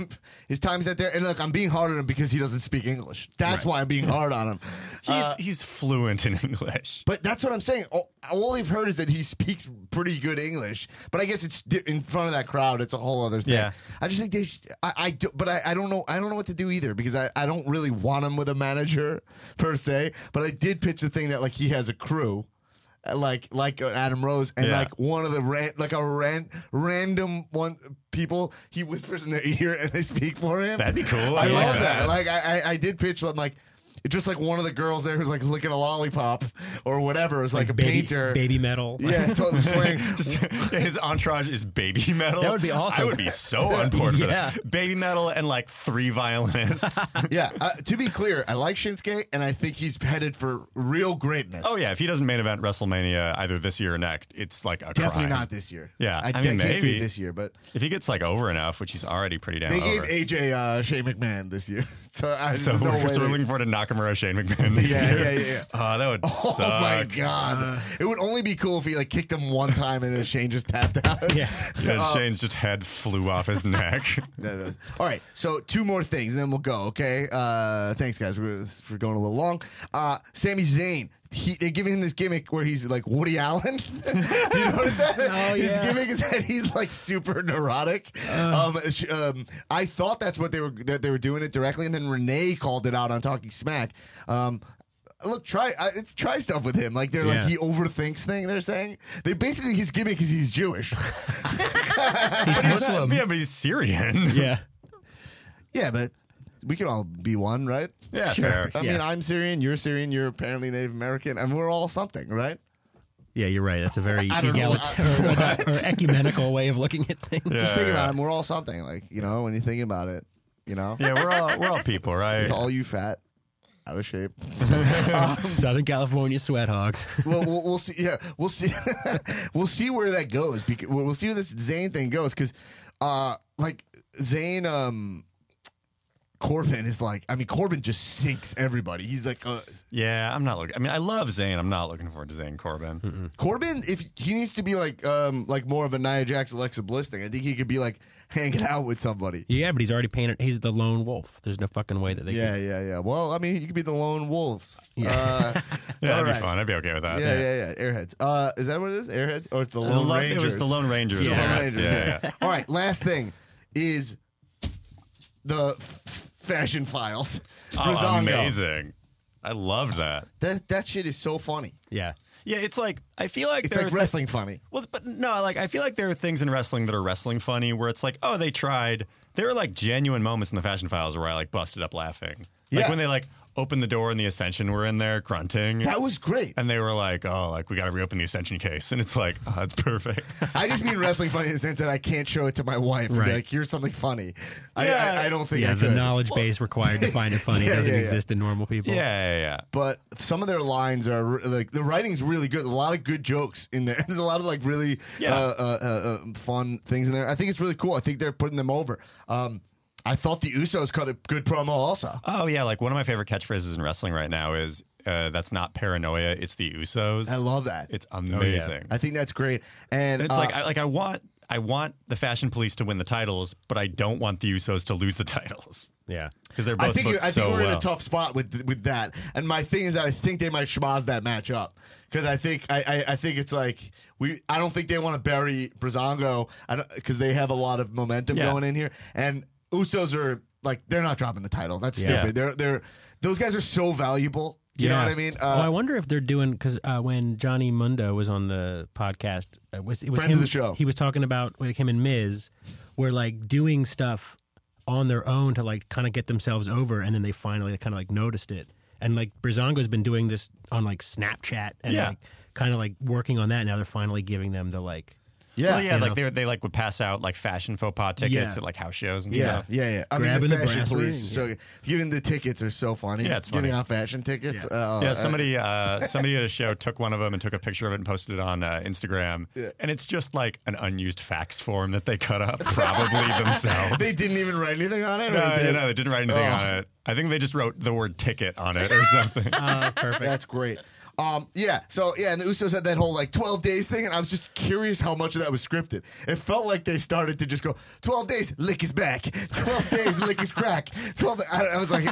Speaker 1: his time's out there. And look, I'm being hard on him because he doesn't speak English. That's why I'm being hard on him.
Speaker 2: He's
Speaker 1: uh,
Speaker 2: he's fluent in English.
Speaker 1: But that's what I'm saying. All, all I've heard is that he speaks pretty good English. But I guess it's di- in front of that crowd. It's a whole other thing.
Speaker 2: Yeah.
Speaker 1: I just think they. Sh- I, I do, but I, I don't know. I don't know what to do either because I, I don't really want him with a manager per se. But I did pitch the thing that like he has a crew. uh, Like like uh, Adam Rose and
Speaker 2: Yeah.
Speaker 1: like one of the ran- like a ran- random one people he whispers in their ear and they speak for him.
Speaker 2: That'd be cool.
Speaker 1: I
Speaker 2: I
Speaker 1: love
Speaker 2: like
Speaker 1: that.
Speaker 2: that.
Speaker 1: Like I, I I did pitch. I'm like, it's just like one of the girls there who's like licking a lollipop or whatever is like, a
Speaker 4: baby,
Speaker 1: painter.
Speaker 4: baby metal.
Speaker 1: Yeah, totally swing.
Speaker 2: Just, his entourage is baby metal.
Speaker 4: That would be awesome.
Speaker 2: I would be so on board for
Speaker 4: Yeah.
Speaker 2: that. Baby metal and like three violinists.
Speaker 1: yeah. Uh, to be clear, I like Shinsuke, and I think he's headed for real greatness.
Speaker 2: oh yeah, if he doesn't main event WrestleMania either this year or next, it's like a
Speaker 1: definitely
Speaker 2: crime.
Speaker 1: not this year.
Speaker 2: Yeah,
Speaker 1: I,
Speaker 2: I mean,
Speaker 1: can't see
Speaker 2: maybe.
Speaker 1: it this year, but
Speaker 2: If he gets like over enough, which he's already pretty damn
Speaker 1: they
Speaker 2: over.
Speaker 1: gave AJ uh, Shane McMahon this year, so I
Speaker 2: so
Speaker 1: there's no
Speaker 2: we're,
Speaker 1: way.
Speaker 2: so we're
Speaker 1: they-
Speaker 2: looking forward to Nakamura Shane McMahon next
Speaker 1: Yeah,
Speaker 2: year.
Speaker 1: yeah, yeah, yeah.
Speaker 2: Oh, that would
Speaker 1: Oh
Speaker 2: suck.
Speaker 1: my god! it would only be cool if he like kicked him one time and then Shane just tapped out.
Speaker 4: Yeah.
Speaker 2: Yeah, Shane's just head flew off his neck.
Speaker 1: That is- All right, so two more things, and then we'll go. Okay, uh, thanks guys for, for going a little long. Uh, Sami Zayn, he, they're giving him this gimmick where he's like Woody Allen. Do you notice that?
Speaker 4: Oh,
Speaker 1: His
Speaker 4: yeah. Uh.
Speaker 1: gimmick is that he's like super neurotic. Um, sh- um, I thought that's what they were that they were doing it directly, and then Renee called it out on Talking Smack. Um, Look, try I, it's, try stuff with him. Like they're
Speaker 4: Yeah.
Speaker 1: like he overthinks thing. They're saying they basically his gimmick is he's Jewish.
Speaker 4: He's Muslim.
Speaker 2: yeah, but he's Syrian.
Speaker 4: Yeah.
Speaker 1: yeah, but we can all be one, right?
Speaker 2: Yeah,
Speaker 4: Sure.
Speaker 2: fair.
Speaker 1: I
Speaker 4: Yeah.
Speaker 1: mean, I'm Syrian, you're Syrian, you're apparently Native American, and we're all something, right?
Speaker 4: Yeah, you're right. That's a very
Speaker 1: I don't know
Speaker 4: egalitarian or, or ecumenical way of looking at things.
Speaker 2: Yeah,
Speaker 1: Just think
Speaker 2: yeah.
Speaker 1: about it. We're all something. Like, you know, when you think about it, you know,
Speaker 2: Yeah, we're all we're all people, right?
Speaker 1: it's all you fat, out of shape.
Speaker 4: Southern California sweat hogs.
Speaker 1: well, we'll, we'll see. Yeah, we'll see. we'll see where that goes. Because we'll we'll see where this Zane thing goes. Because, uh, like Zane, um, Corbin is like. I mean, Corbin just sinks everybody. He's like, uh,
Speaker 2: Yeah, I'm not looking. I mean, I love Zayn. I'm not looking forward to Zayn Corbin.
Speaker 1: Corbin, if he needs to be like, um, like more of a Nia Jax, Alexa Bliss thing. I think he could be like hanging out with somebody.
Speaker 4: yeah, but he's already painted. He's the lone wolf. There's no fucking way that they.
Speaker 1: Yeah, yeah, yeah. Well, I mean, you could be the lone wolves.
Speaker 4: Yeah.
Speaker 1: Uh, all
Speaker 2: Yeah, that'd
Speaker 1: right.
Speaker 2: be fun. I'd be okay with that.
Speaker 1: Yeah, yeah, yeah. Airheads. Uh, is that what it is? Airheads or it's the
Speaker 2: The
Speaker 1: Lone
Speaker 2: Lone-
Speaker 1: Rangers?
Speaker 2: It was the Lone Rangers.
Speaker 1: Yeah.
Speaker 2: Yeah,
Speaker 1: Lone
Speaker 2: that's-
Speaker 1: Rangers,
Speaker 2: yeah, yeah.
Speaker 1: All right. Last thing is the f- fashion files.
Speaker 2: Oh,
Speaker 1: Brizongo.
Speaker 2: amazing. I loved that.
Speaker 1: That that shit is so funny.
Speaker 4: could- yeah.
Speaker 2: Yeah, it's like I feel like
Speaker 1: It's
Speaker 2: there
Speaker 1: like
Speaker 2: are thi-
Speaker 1: wrestling funny.
Speaker 2: Well, but no, like I feel like there are things in wrestling that are wrestling funny where it's like, oh, they tried. There are like genuine moments in the Fashion Files where I like busted up laughing,
Speaker 1: Yeah.
Speaker 2: like when they like opened the door and the Ascension were in there grunting.
Speaker 1: That was great.
Speaker 2: and they were like, oh, like we got to reopen the Ascension case, and it's like, oh, that's perfect.
Speaker 1: I just mean wrestling funny in the sense that I can't show it to my wife. And be
Speaker 4: Right.
Speaker 1: like, here's something funny. I,
Speaker 2: Yeah.
Speaker 1: I, I don't think
Speaker 4: Yeah,
Speaker 1: I
Speaker 4: the
Speaker 1: could.
Speaker 4: knowledge base required to find it funny
Speaker 1: Yeah,
Speaker 4: doesn't
Speaker 1: yeah, yeah.
Speaker 4: exist in normal people.
Speaker 2: yeah, yeah, yeah.
Speaker 1: but some of their lines are re- like the writing's really good. A lot of good jokes in there. There's a lot of like really
Speaker 2: Yeah.
Speaker 1: uh, uh, uh, uh, fun things in there. I think it's really cool. I think they're putting them over. Um, I thought the Usos cut a good promo also.
Speaker 2: Oh yeah, like one of my favorite catchphrases in wrestling right now is uh, that's not paranoia, it's the Usos.
Speaker 1: I love that.
Speaker 2: It's amazing.
Speaker 1: I think that's great. And
Speaker 2: And it's
Speaker 1: uh,
Speaker 2: like I like I want I want the Fashion Police to win the titles, but I don't want the Usos to lose the titles
Speaker 4: Yeah.
Speaker 2: because they're both
Speaker 1: I think
Speaker 2: booked
Speaker 1: you- I think
Speaker 2: so
Speaker 1: we're in
Speaker 2: well.
Speaker 1: a tough spot with with that. And my thing is that I think they might schmoz that match up because I think I, I, I think it's like we I don't think they want to bury Brazongo because they have a lot of momentum
Speaker 2: Yeah.
Speaker 1: going in here. And Usos are like they're not dropping the title. That's
Speaker 2: Yeah.
Speaker 1: stupid. They're they're those guys are so valuable. You know
Speaker 4: Yeah.
Speaker 1: what I mean? Uh,
Speaker 4: well, I wonder if they're doing because uh, when Johnny Mundo was on the podcast, uh, was it was
Speaker 1: Friend of
Speaker 4: him,
Speaker 1: the show.
Speaker 4: He was talking about like him and Miz were like doing stuff on their own to like kind of get themselves over, and then they finally kind of like noticed it. And like Brizongo has been doing this on like Snapchat and
Speaker 2: Yeah.
Speaker 4: like kind of like working on that. Now they're finally giving them the like
Speaker 1: yeah.
Speaker 2: well, yeah,
Speaker 4: you know.
Speaker 2: like they they like would pass out like fashion faux pas tickets
Speaker 4: Yeah.
Speaker 2: at like house shows and
Speaker 1: Yeah,
Speaker 2: stuff.
Speaker 1: yeah, yeah. I mean,
Speaker 4: Grabbing
Speaker 1: the
Speaker 4: the
Speaker 1: fashion
Speaker 4: brass
Speaker 1: police.
Speaker 4: ring,
Speaker 1: is So giving the tickets are so funny.
Speaker 2: Yeah, it's
Speaker 1: giving
Speaker 2: funny.
Speaker 1: out fashion tickets. uh,
Speaker 2: Yeah,
Speaker 1: uh,
Speaker 2: somebody uh, somebody at a show took one of them and took a picture of it and posted it on uh, Instagram.
Speaker 1: Yeah.
Speaker 2: And it's just like an unused fax form that they cut up probably themselves.
Speaker 1: They didn't even write anything on it. or
Speaker 2: No,
Speaker 1: they
Speaker 2: no,
Speaker 1: did?
Speaker 2: no, they didn't write anything
Speaker 1: Oh.
Speaker 2: on it. I think they just wrote the word ticket on it or something.
Speaker 1: Oh, That's great. Um, yeah. So yeah, and the Usos had that whole like twelve days thing, and I was just curious how much of that was scripted. It felt like they started to just go twelve days, lick his back, twelve days, lick his crack, twelve. I, I was like,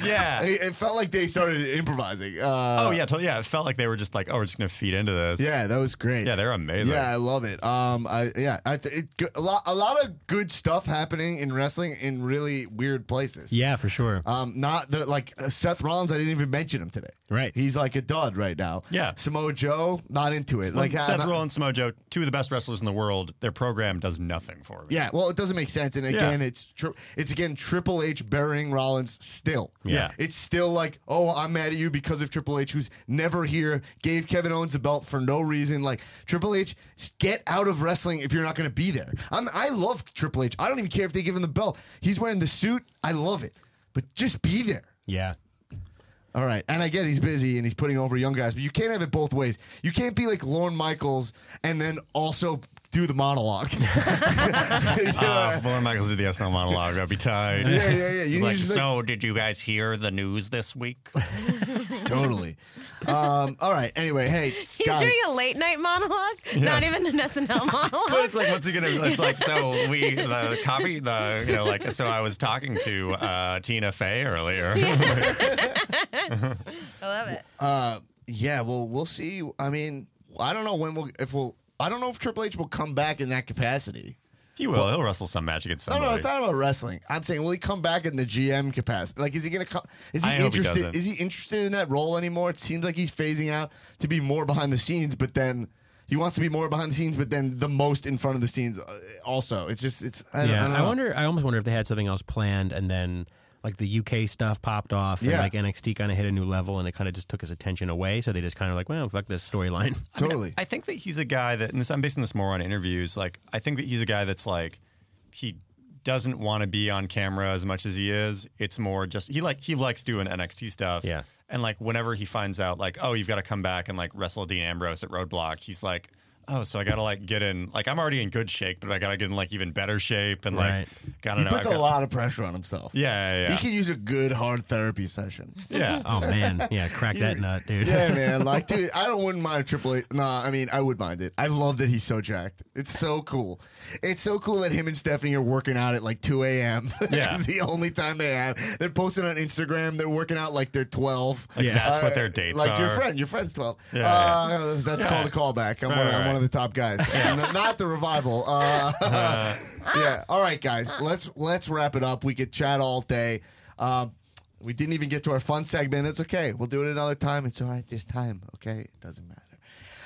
Speaker 2: Yeah.
Speaker 1: It, it felt like they started improvising. Uh,
Speaker 2: oh yeah, totally, yeah. It felt like they were just like, oh, we're just gonna feed into this.
Speaker 1: yeah, that was great.
Speaker 2: yeah, they're amazing.
Speaker 1: Yeah, I love it. Um, I yeah, I th- it, go- a lot a lot of good stuff happening in wrestling in really weird places.
Speaker 4: yeah for sure
Speaker 1: uh, Um, not the like uh, Seth Rollins. I didn't even mention him today.
Speaker 4: Right.
Speaker 1: He's like a dud blood right now.
Speaker 2: Yeah.
Speaker 1: Samoa Joe, not into it. Like
Speaker 2: Like
Speaker 1: I'm
Speaker 2: Seth
Speaker 1: not-
Speaker 2: Rollins, Samoa Joe, two of the best wrestlers in the world. Their program does nothing for me.
Speaker 1: Yeah, well, it doesn't make sense, and again, it's tri- it's again Triple H burying Rollins still.
Speaker 2: Yeah.
Speaker 1: it's still like, oh, I'm mad at you because of Triple H, who's never here, gave Kevin Owens the belt for no reason. Like Triple H, s- get out of wrestling if you're not going to be there. I'm, I love Triple H. I don't even care if they give him the belt. He's wearing the suit. I love it, but just be there.
Speaker 4: Yeah.
Speaker 1: All right, and I get he's busy and he's putting over young guys, but you can't have it both ways. You can't be like Lorne Michaels and then also do the monologue.
Speaker 2: Uh, if Lauren Michaels did the SNL monologue. That'd be tight.
Speaker 1: Yeah, yeah, yeah. You
Speaker 2: He's
Speaker 1: need
Speaker 2: like,
Speaker 1: to just, like-
Speaker 2: so did you guys hear the news this week?
Speaker 1: totally. Um, all right. Anyway, hey,
Speaker 3: He's
Speaker 1: guys.
Speaker 3: doing a late night monologue, not even an SNL monologue.
Speaker 2: But it's like, what's he gonna? It's like, so we the copy the you know like so I was talking to uh, Tina Fey earlier.
Speaker 3: I love it.
Speaker 1: uh, yeah. Well, we'll see. I mean, I don't know when we'll if we'll. I don't know if Triple H will come back in that capacity.
Speaker 2: He will. he'll wrestle some match against
Speaker 1: No,
Speaker 2: somebody.
Speaker 1: no, it's not about wrestling. I'm saying, will he come back in the GM capacity? Like, is he gonna come? Is he
Speaker 2: I hope he
Speaker 1: interested?
Speaker 2: doesn't.
Speaker 1: is he interested in that role anymore? It seems like he's phasing out to be more behind the scenes, but then he wants to be more behind the scenes, but then the most in front of the scenes. uh, Also, it's just it's. I, don't- I,
Speaker 4: Yeah.
Speaker 1: don't
Speaker 4: I,
Speaker 1: know.
Speaker 4: wonder. I almost wonder if they had something else planned, and then like the UK stuff popped off, and
Speaker 1: Yeah.
Speaker 4: like NXT kind of hit a new level, and it kind of just took his attention away. So they just kind of like, well, fuck this storyline.
Speaker 1: Totally.
Speaker 2: I think that he's a guy that, and this, I'm basing this more on interviews. Like, I think that he's a guy that's like, he doesn't want to be on camera as much as he is. It's more just he like he likes doing NXT stuff.
Speaker 4: Yeah.
Speaker 2: And like whenever he finds out, like, oh, you've got to come back and like wrestle Dean Ambrose at Roadblock, he's like, oh, so I got to like get in. Like, I'm already in good shape, but I got to get in like even better shape and
Speaker 4: Right.
Speaker 2: like, gotta
Speaker 1: he
Speaker 2: know.
Speaker 1: puts
Speaker 2: I've
Speaker 1: a
Speaker 2: got-
Speaker 1: lot of pressure on himself.
Speaker 2: Yeah, yeah,
Speaker 1: He
Speaker 2: yeah.
Speaker 1: could use a good hard therapy session.
Speaker 2: yeah.
Speaker 4: Oh man, yeah, crack that
Speaker 1: You-
Speaker 4: nut, dude.
Speaker 1: Yeah, man. Like, dude, I don't wouldn't mind if Triple H. Nah, I mean, I would mind it. I love that he's so jacked. It's so cool. It's so cool that him and Stephanie are working out at like 2 a.m.
Speaker 2: Yeah.
Speaker 1: it's the only time they have. They're posting on Instagram. They're working out like they're 12.
Speaker 2: Like,
Speaker 4: Yeah.
Speaker 2: that's what
Speaker 1: Uh,
Speaker 2: their dates
Speaker 1: like
Speaker 2: are.
Speaker 1: your friend, your friend's twelve.
Speaker 2: Yeah,
Speaker 1: uh, that's called a callback. I'm, one,
Speaker 2: Right,
Speaker 1: I'm
Speaker 2: right.
Speaker 1: one of the top guys, And not the revival. Uh, yeah. All right, guys, let's let's wrap it up. We could chat all day. Um, we didn't even get to our fun segment. It's okay. We'll do it another time. It's all right this time. Okay, it doesn't matter.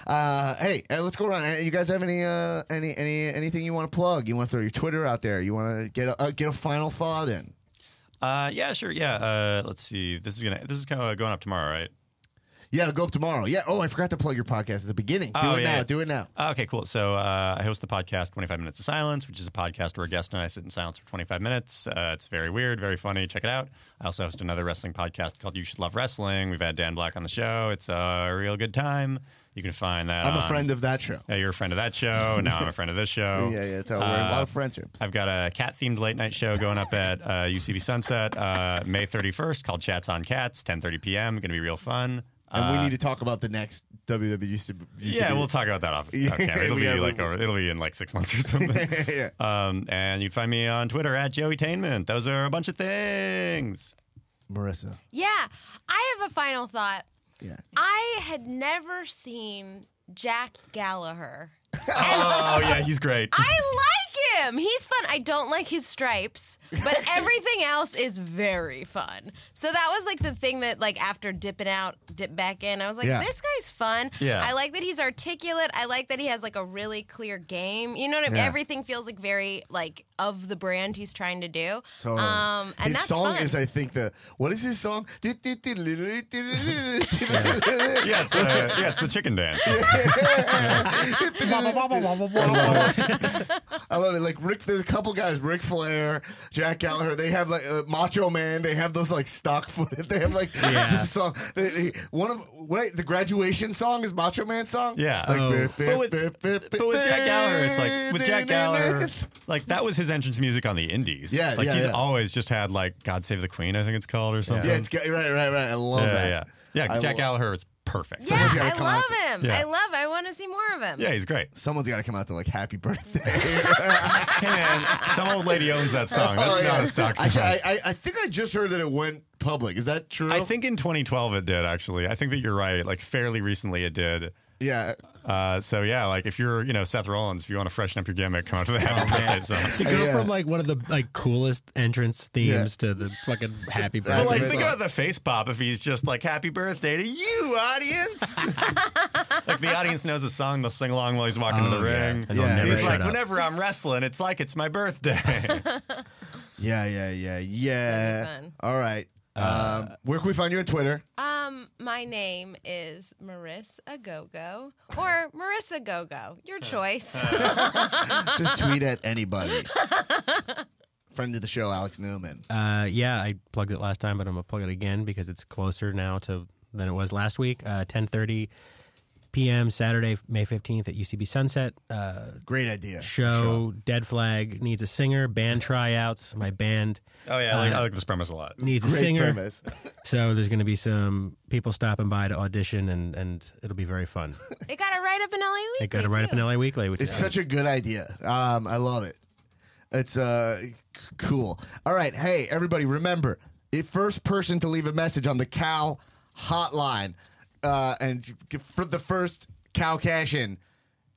Speaker 1: Uh, hey, uh, let's go around. Uh, You guys have any uh, any any anything you want to plug? You want to throw your Twitter out there? You want to get a, uh, get a final thought in?
Speaker 2: Uh, yeah, sure. Yeah. Uh, let's see. This is gonna. This is kind of going up tomorrow, right?
Speaker 1: Yeah, it'll go up tomorrow. Yeah. Oh, I forgot to plug your podcast at the beginning. Do
Speaker 2: Oh,
Speaker 1: it
Speaker 2: yeah,
Speaker 1: now.
Speaker 2: yeah.
Speaker 1: Do it now.
Speaker 2: Oh, Okay, cool. So uh, I host the podcast 25 Minutes of Silence, which is a podcast where a guest and I sit in silence for 25 minutes. Uh, it's very weird, very funny. Check it out. I also host another wrestling podcast called You Should Love Wrestling. We've had Dan Black on the show. It's a real good time. You can find that.
Speaker 1: I'm a
Speaker 2: on-
Speaker 1: friend of that show.
Speaker 2: Yeah, you're a friend of that show. Now I'm a friend of this show. Uh,
Speaker 1: Yeah, yeah, it's how we're a lot of friendships.
Speaker 2: I've got a cat themed late night show going up at uh, UCB Sunset uh, May 31st called Chats on Cats, 10:30 p.m. Going to be real fun.
Speaker 1: And
Speaker 2: Uh,
Speaker 1: we need to talk about the next E WWC.
Speaker 2: yeah, we'll talk about that off.
Speaker 1: Yeah,
Speaker 2: Okay, it'll
Speaker 1: we
Speaker 2: be
Speaker 1: gotta-
Speaker 2: like over, it'll be in like six months or something.
Speaker 1: yeah.
Speaker 2: Um, and you can find me on Twitter at Joey Tainment. Those are a bunch of things.
Speaker 1: Marissa.
Speaker 3: Yeah, I have a final thought.
Speaker 1: Yeah.
Speaker 3: I had never seen Jack Gallagher.
Speaker 2: Oh yeah, he's great.
Speaker 3: I like him. He's fun. I don't like his stripes, but everything else is very fun. So that was like the thing that like after dipping out, dip back in. I was like,
Speaker 1: Yeah.
Speaker 3: this guy's fun.
Speaker 2: Yeah.
Speaker 3: I like that he's articulate. I like that he has like a really clear game. You know what I mean?
Speaker 1: Yeah.
Speaker 3: Everything feels like very like of the brand he's trying to do.
Speaker 1: Totally.
Speaker 3: Um, and
Speaker 1: his
Speaker 3: that's
Speaker 1: song
Speaker 3: fun.
Speaker 1: is, I think, the what is his song? yeah,
Speaker 2: yeah, it's, uh, yeah, it's the chicken dance.
Speaker 1: I love it. Like Rick, there's a couple guys, Ric Flair, Jack Gallagher. They have like uh, Macho Man. They have those like stock footage. They have like
Speaker 4: Yeah.
Speaker 1: the song. They, they, one of what the graduation song is Macho Man song.
Speaker 2: Yeah.
Speaker 1: Like,
Speaker 4: Oh.
Speaker 1: bip,
Speaker 2: But
Speaker 1: bip,
Speaker 2: with,
Speaker 1: bip, bip,
Speaker 2: but with Jack Gallagher, it's like with Jack
Speaker 1: bip,
Speaker 2: Gallagher,
Speaker 1: bip.
Speaker 2: like that was his entrance music on the Indies.
Speaker 1: Yeah,
Speaker 2: like
Speaker 1: yeah,
Speaker 2: he's
Speaker 1: yeah.
Speaker 2: always just had like "God Save the Queen," I think it's called, or something.
Speaker 1: Yeah, it's ga- right, right, right. I love
Speaker 2: yeah,
Speaker 1: that.
Speaker 2: yeah, yeah.
Speaker 1: I
Speaker 2: Jack
Speaker 1: lo-
Speaker 2: Gallagher is perfect.
Speaker 3: yeah,
Speaker 1: Someone's gotta
Speaker 3: I
Speaker 1: come
Speaker 3: love
Speaker 1: out
Speaker 3: him.
Speaker 2: Yeah.
Speaker 3: I love. I want to see more of him.
Speaker 2: yeah, he's great.
Speaker 1: Someone's got to come out to like happy birthday.
Speaker 2: And some old lady owns that song. That's
Speaker 1: Oh,
Speaker 2: not
Speaker 1: yeah.
Speaker 2: a stock song.
Speaker 1: Actually, I, I, I think I just heard that it went public. Is that true?
Speaker 2: I think in 2012 it did actually. I think that you're right. Like fairly recently it did.
Speaker 1: Yeah.
Speaker 2: Uh, so yeah, like if you're, you know, Seth Rollins, if you want to freshen up your gimmick, come out to the Happy Birthday song.
Speaker 4: To go
Speaker 1: Yeah.
Speaker 4: from like one Oh, of the like coolest entrance themes to the fucking happy birthday.
Speaker 2: But like,
Speaker 1: Happy
Speaker 2: think
Speaker 1: birthday.
Speaker 2: about the face pop if he's just like, "Happy birthday to you, audience!" like the audience knows the song, they'll sing along while he's walking to the
Speaker 4: Oh, yeah.
Speaker 2: ring.
Speaker 4: And they'll
Speaker 1: Yeah.
Speaker 2: And
Speaker 4: never
Speaker 2: he's
Speaker 4: shut
Speaker 2: like,
Speaker 4: up.
Speaker 2: "Whenever I'm wrestling, it's like it's my birthday."
Speaker 1: Yeah, yeah, yeah, yeah.
Speaker 3: That'd be fun.
Speaker 1: All right.
Speaker 4: Uh,
Speaker 1: um, where can we find you on Twitter?
Speaker 3: Um, my name is Marissa Gogo or Marissa Gogo, your choice.
Speaker 1: Just tweet at anybody. Friend of the show, Alex Newman.
Speaker 4: Uh, yeah, I plugged it last time, but I'm gonna plug it again because it's closer now to than it was last week. Uh, 10:30 p.m. Saturday, May 15th at UCB Sunset. Uh,
Speaker 1: Great idea.
Speaker 4: show Dead Flag needs a singer. Band tryouts. My band
Speaker 2: oh yeah, I like, I like this premise a lot.
Speaker 4: needs a
Speaker 1: Great
Speaker 4: singer.
Speaker 1: premise.
Speaker 4: So there's going to be some people stopping by to audition, and and it'll be very fun.
Speaker 3: it got a write up in LA Weekly.
Speaker 4: It got to write up in
Speaker 3: too.
Speaker 4: LA Weekly, which
Speaker 1: It's
Speaker 4: is
Speaker 1: such a good idea. Um, I love it. It's uh, c- cool. All right, hey everybody, remember the first person to leave a message on the cow hotline, uh, and g- for the first cow cash in,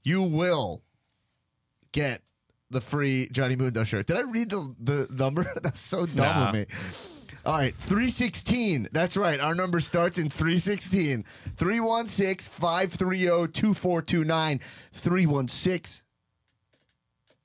Speaker 1: you will get the free Johnny Mundo shirt. Did I read the the number? That's so dumb
Speaker 2: Nah.
Speaker 1: of me. All right, 316. That's right. Our number starts in 316. 316 530 2429. 316 oh,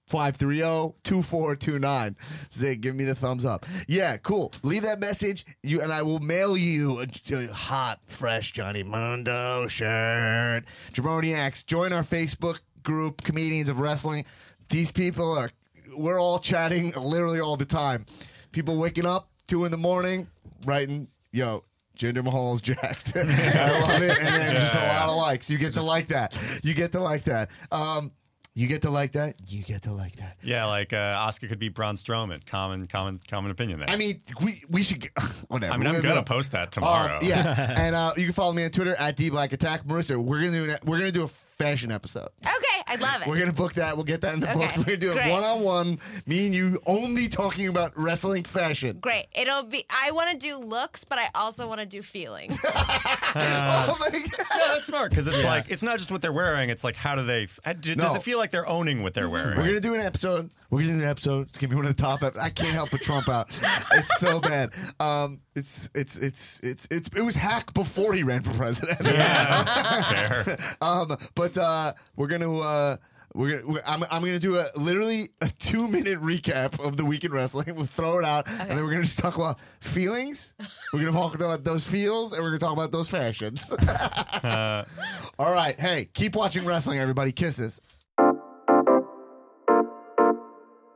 Speaker 1: 530-2429. Zig, give me the thumbs up. Yeah, cool. Leave that message, you and I will mail you a, j- a hot, fresh Johnny Mundo shirt. Jabroniacs, join our Facebook group, Comedians of Wrestling. These people are we're all chatting literally all the time. People waking up, two in the morning, writing, yo, Jinder Mahal's jacked. I love it. And then just a lot of likes. You get to like that. You get to like that. Um, you get to like that. You get to like that.
Speaker 2: Yeah, like uh, Oscar could be Braun Strowman. Common, common, common opinion there.
Speaker 1: I mean, we we should g- whatever.
Speaker 2: I mean,
Speaker 1: We're
Speaker 2: I'm gonna
Speaker 1: do-
Speaker 2: post that
Speaker 1: Um,
Speaker 2: tomorrow.
Speaker 1: yeah, and uh, you can follow me on Twitter at d black attack. Marissa, we're gonna do an, we're gonna do a fashion episode.
Speaker 3: Okay, I love it.
Speaker 1: We're gonna book that. We'll get that in the
Speaker 3: Okay,
Speaker 1: books. We're gonna do it
Speaker 3: great.
Speaker 1: one on one. Me and you only talking about wrestling fashion.
Speaker 3: Great. It'll be. I want to do looks, but I also want to do feelings.
Speaker 2: Uh,
Speaker 1: oh my god!
Speaker 2: No, that's smart because it's like it's not just what they're wearing; it's like how do they? How, do, Does
Speaker 1: No. Mm-hmm.
Speaker 2: it feel like they're owning what they're wearing?
Speaker 1: We're gonna do an episode. We're gonna do an episode. It's gonna be one of the top. Ep- I can't help but Trump out. It's so bad. Um, it's it's it's it's it's it was hack before he ran for president.
Speaker 2: yeah, fair.
Speaker 1: Um, but uh, we're gonna uh, we're gonna we're, I'm, I'm gonna do a literally a two minute recap of the week in wrestling. We'll throw it out, and then we're gonna just talk about feelings. we're gonna talk about those feels, and we're gonna talk about those fashions. All right, hey, keep watching wrestling, everybody. Kisses.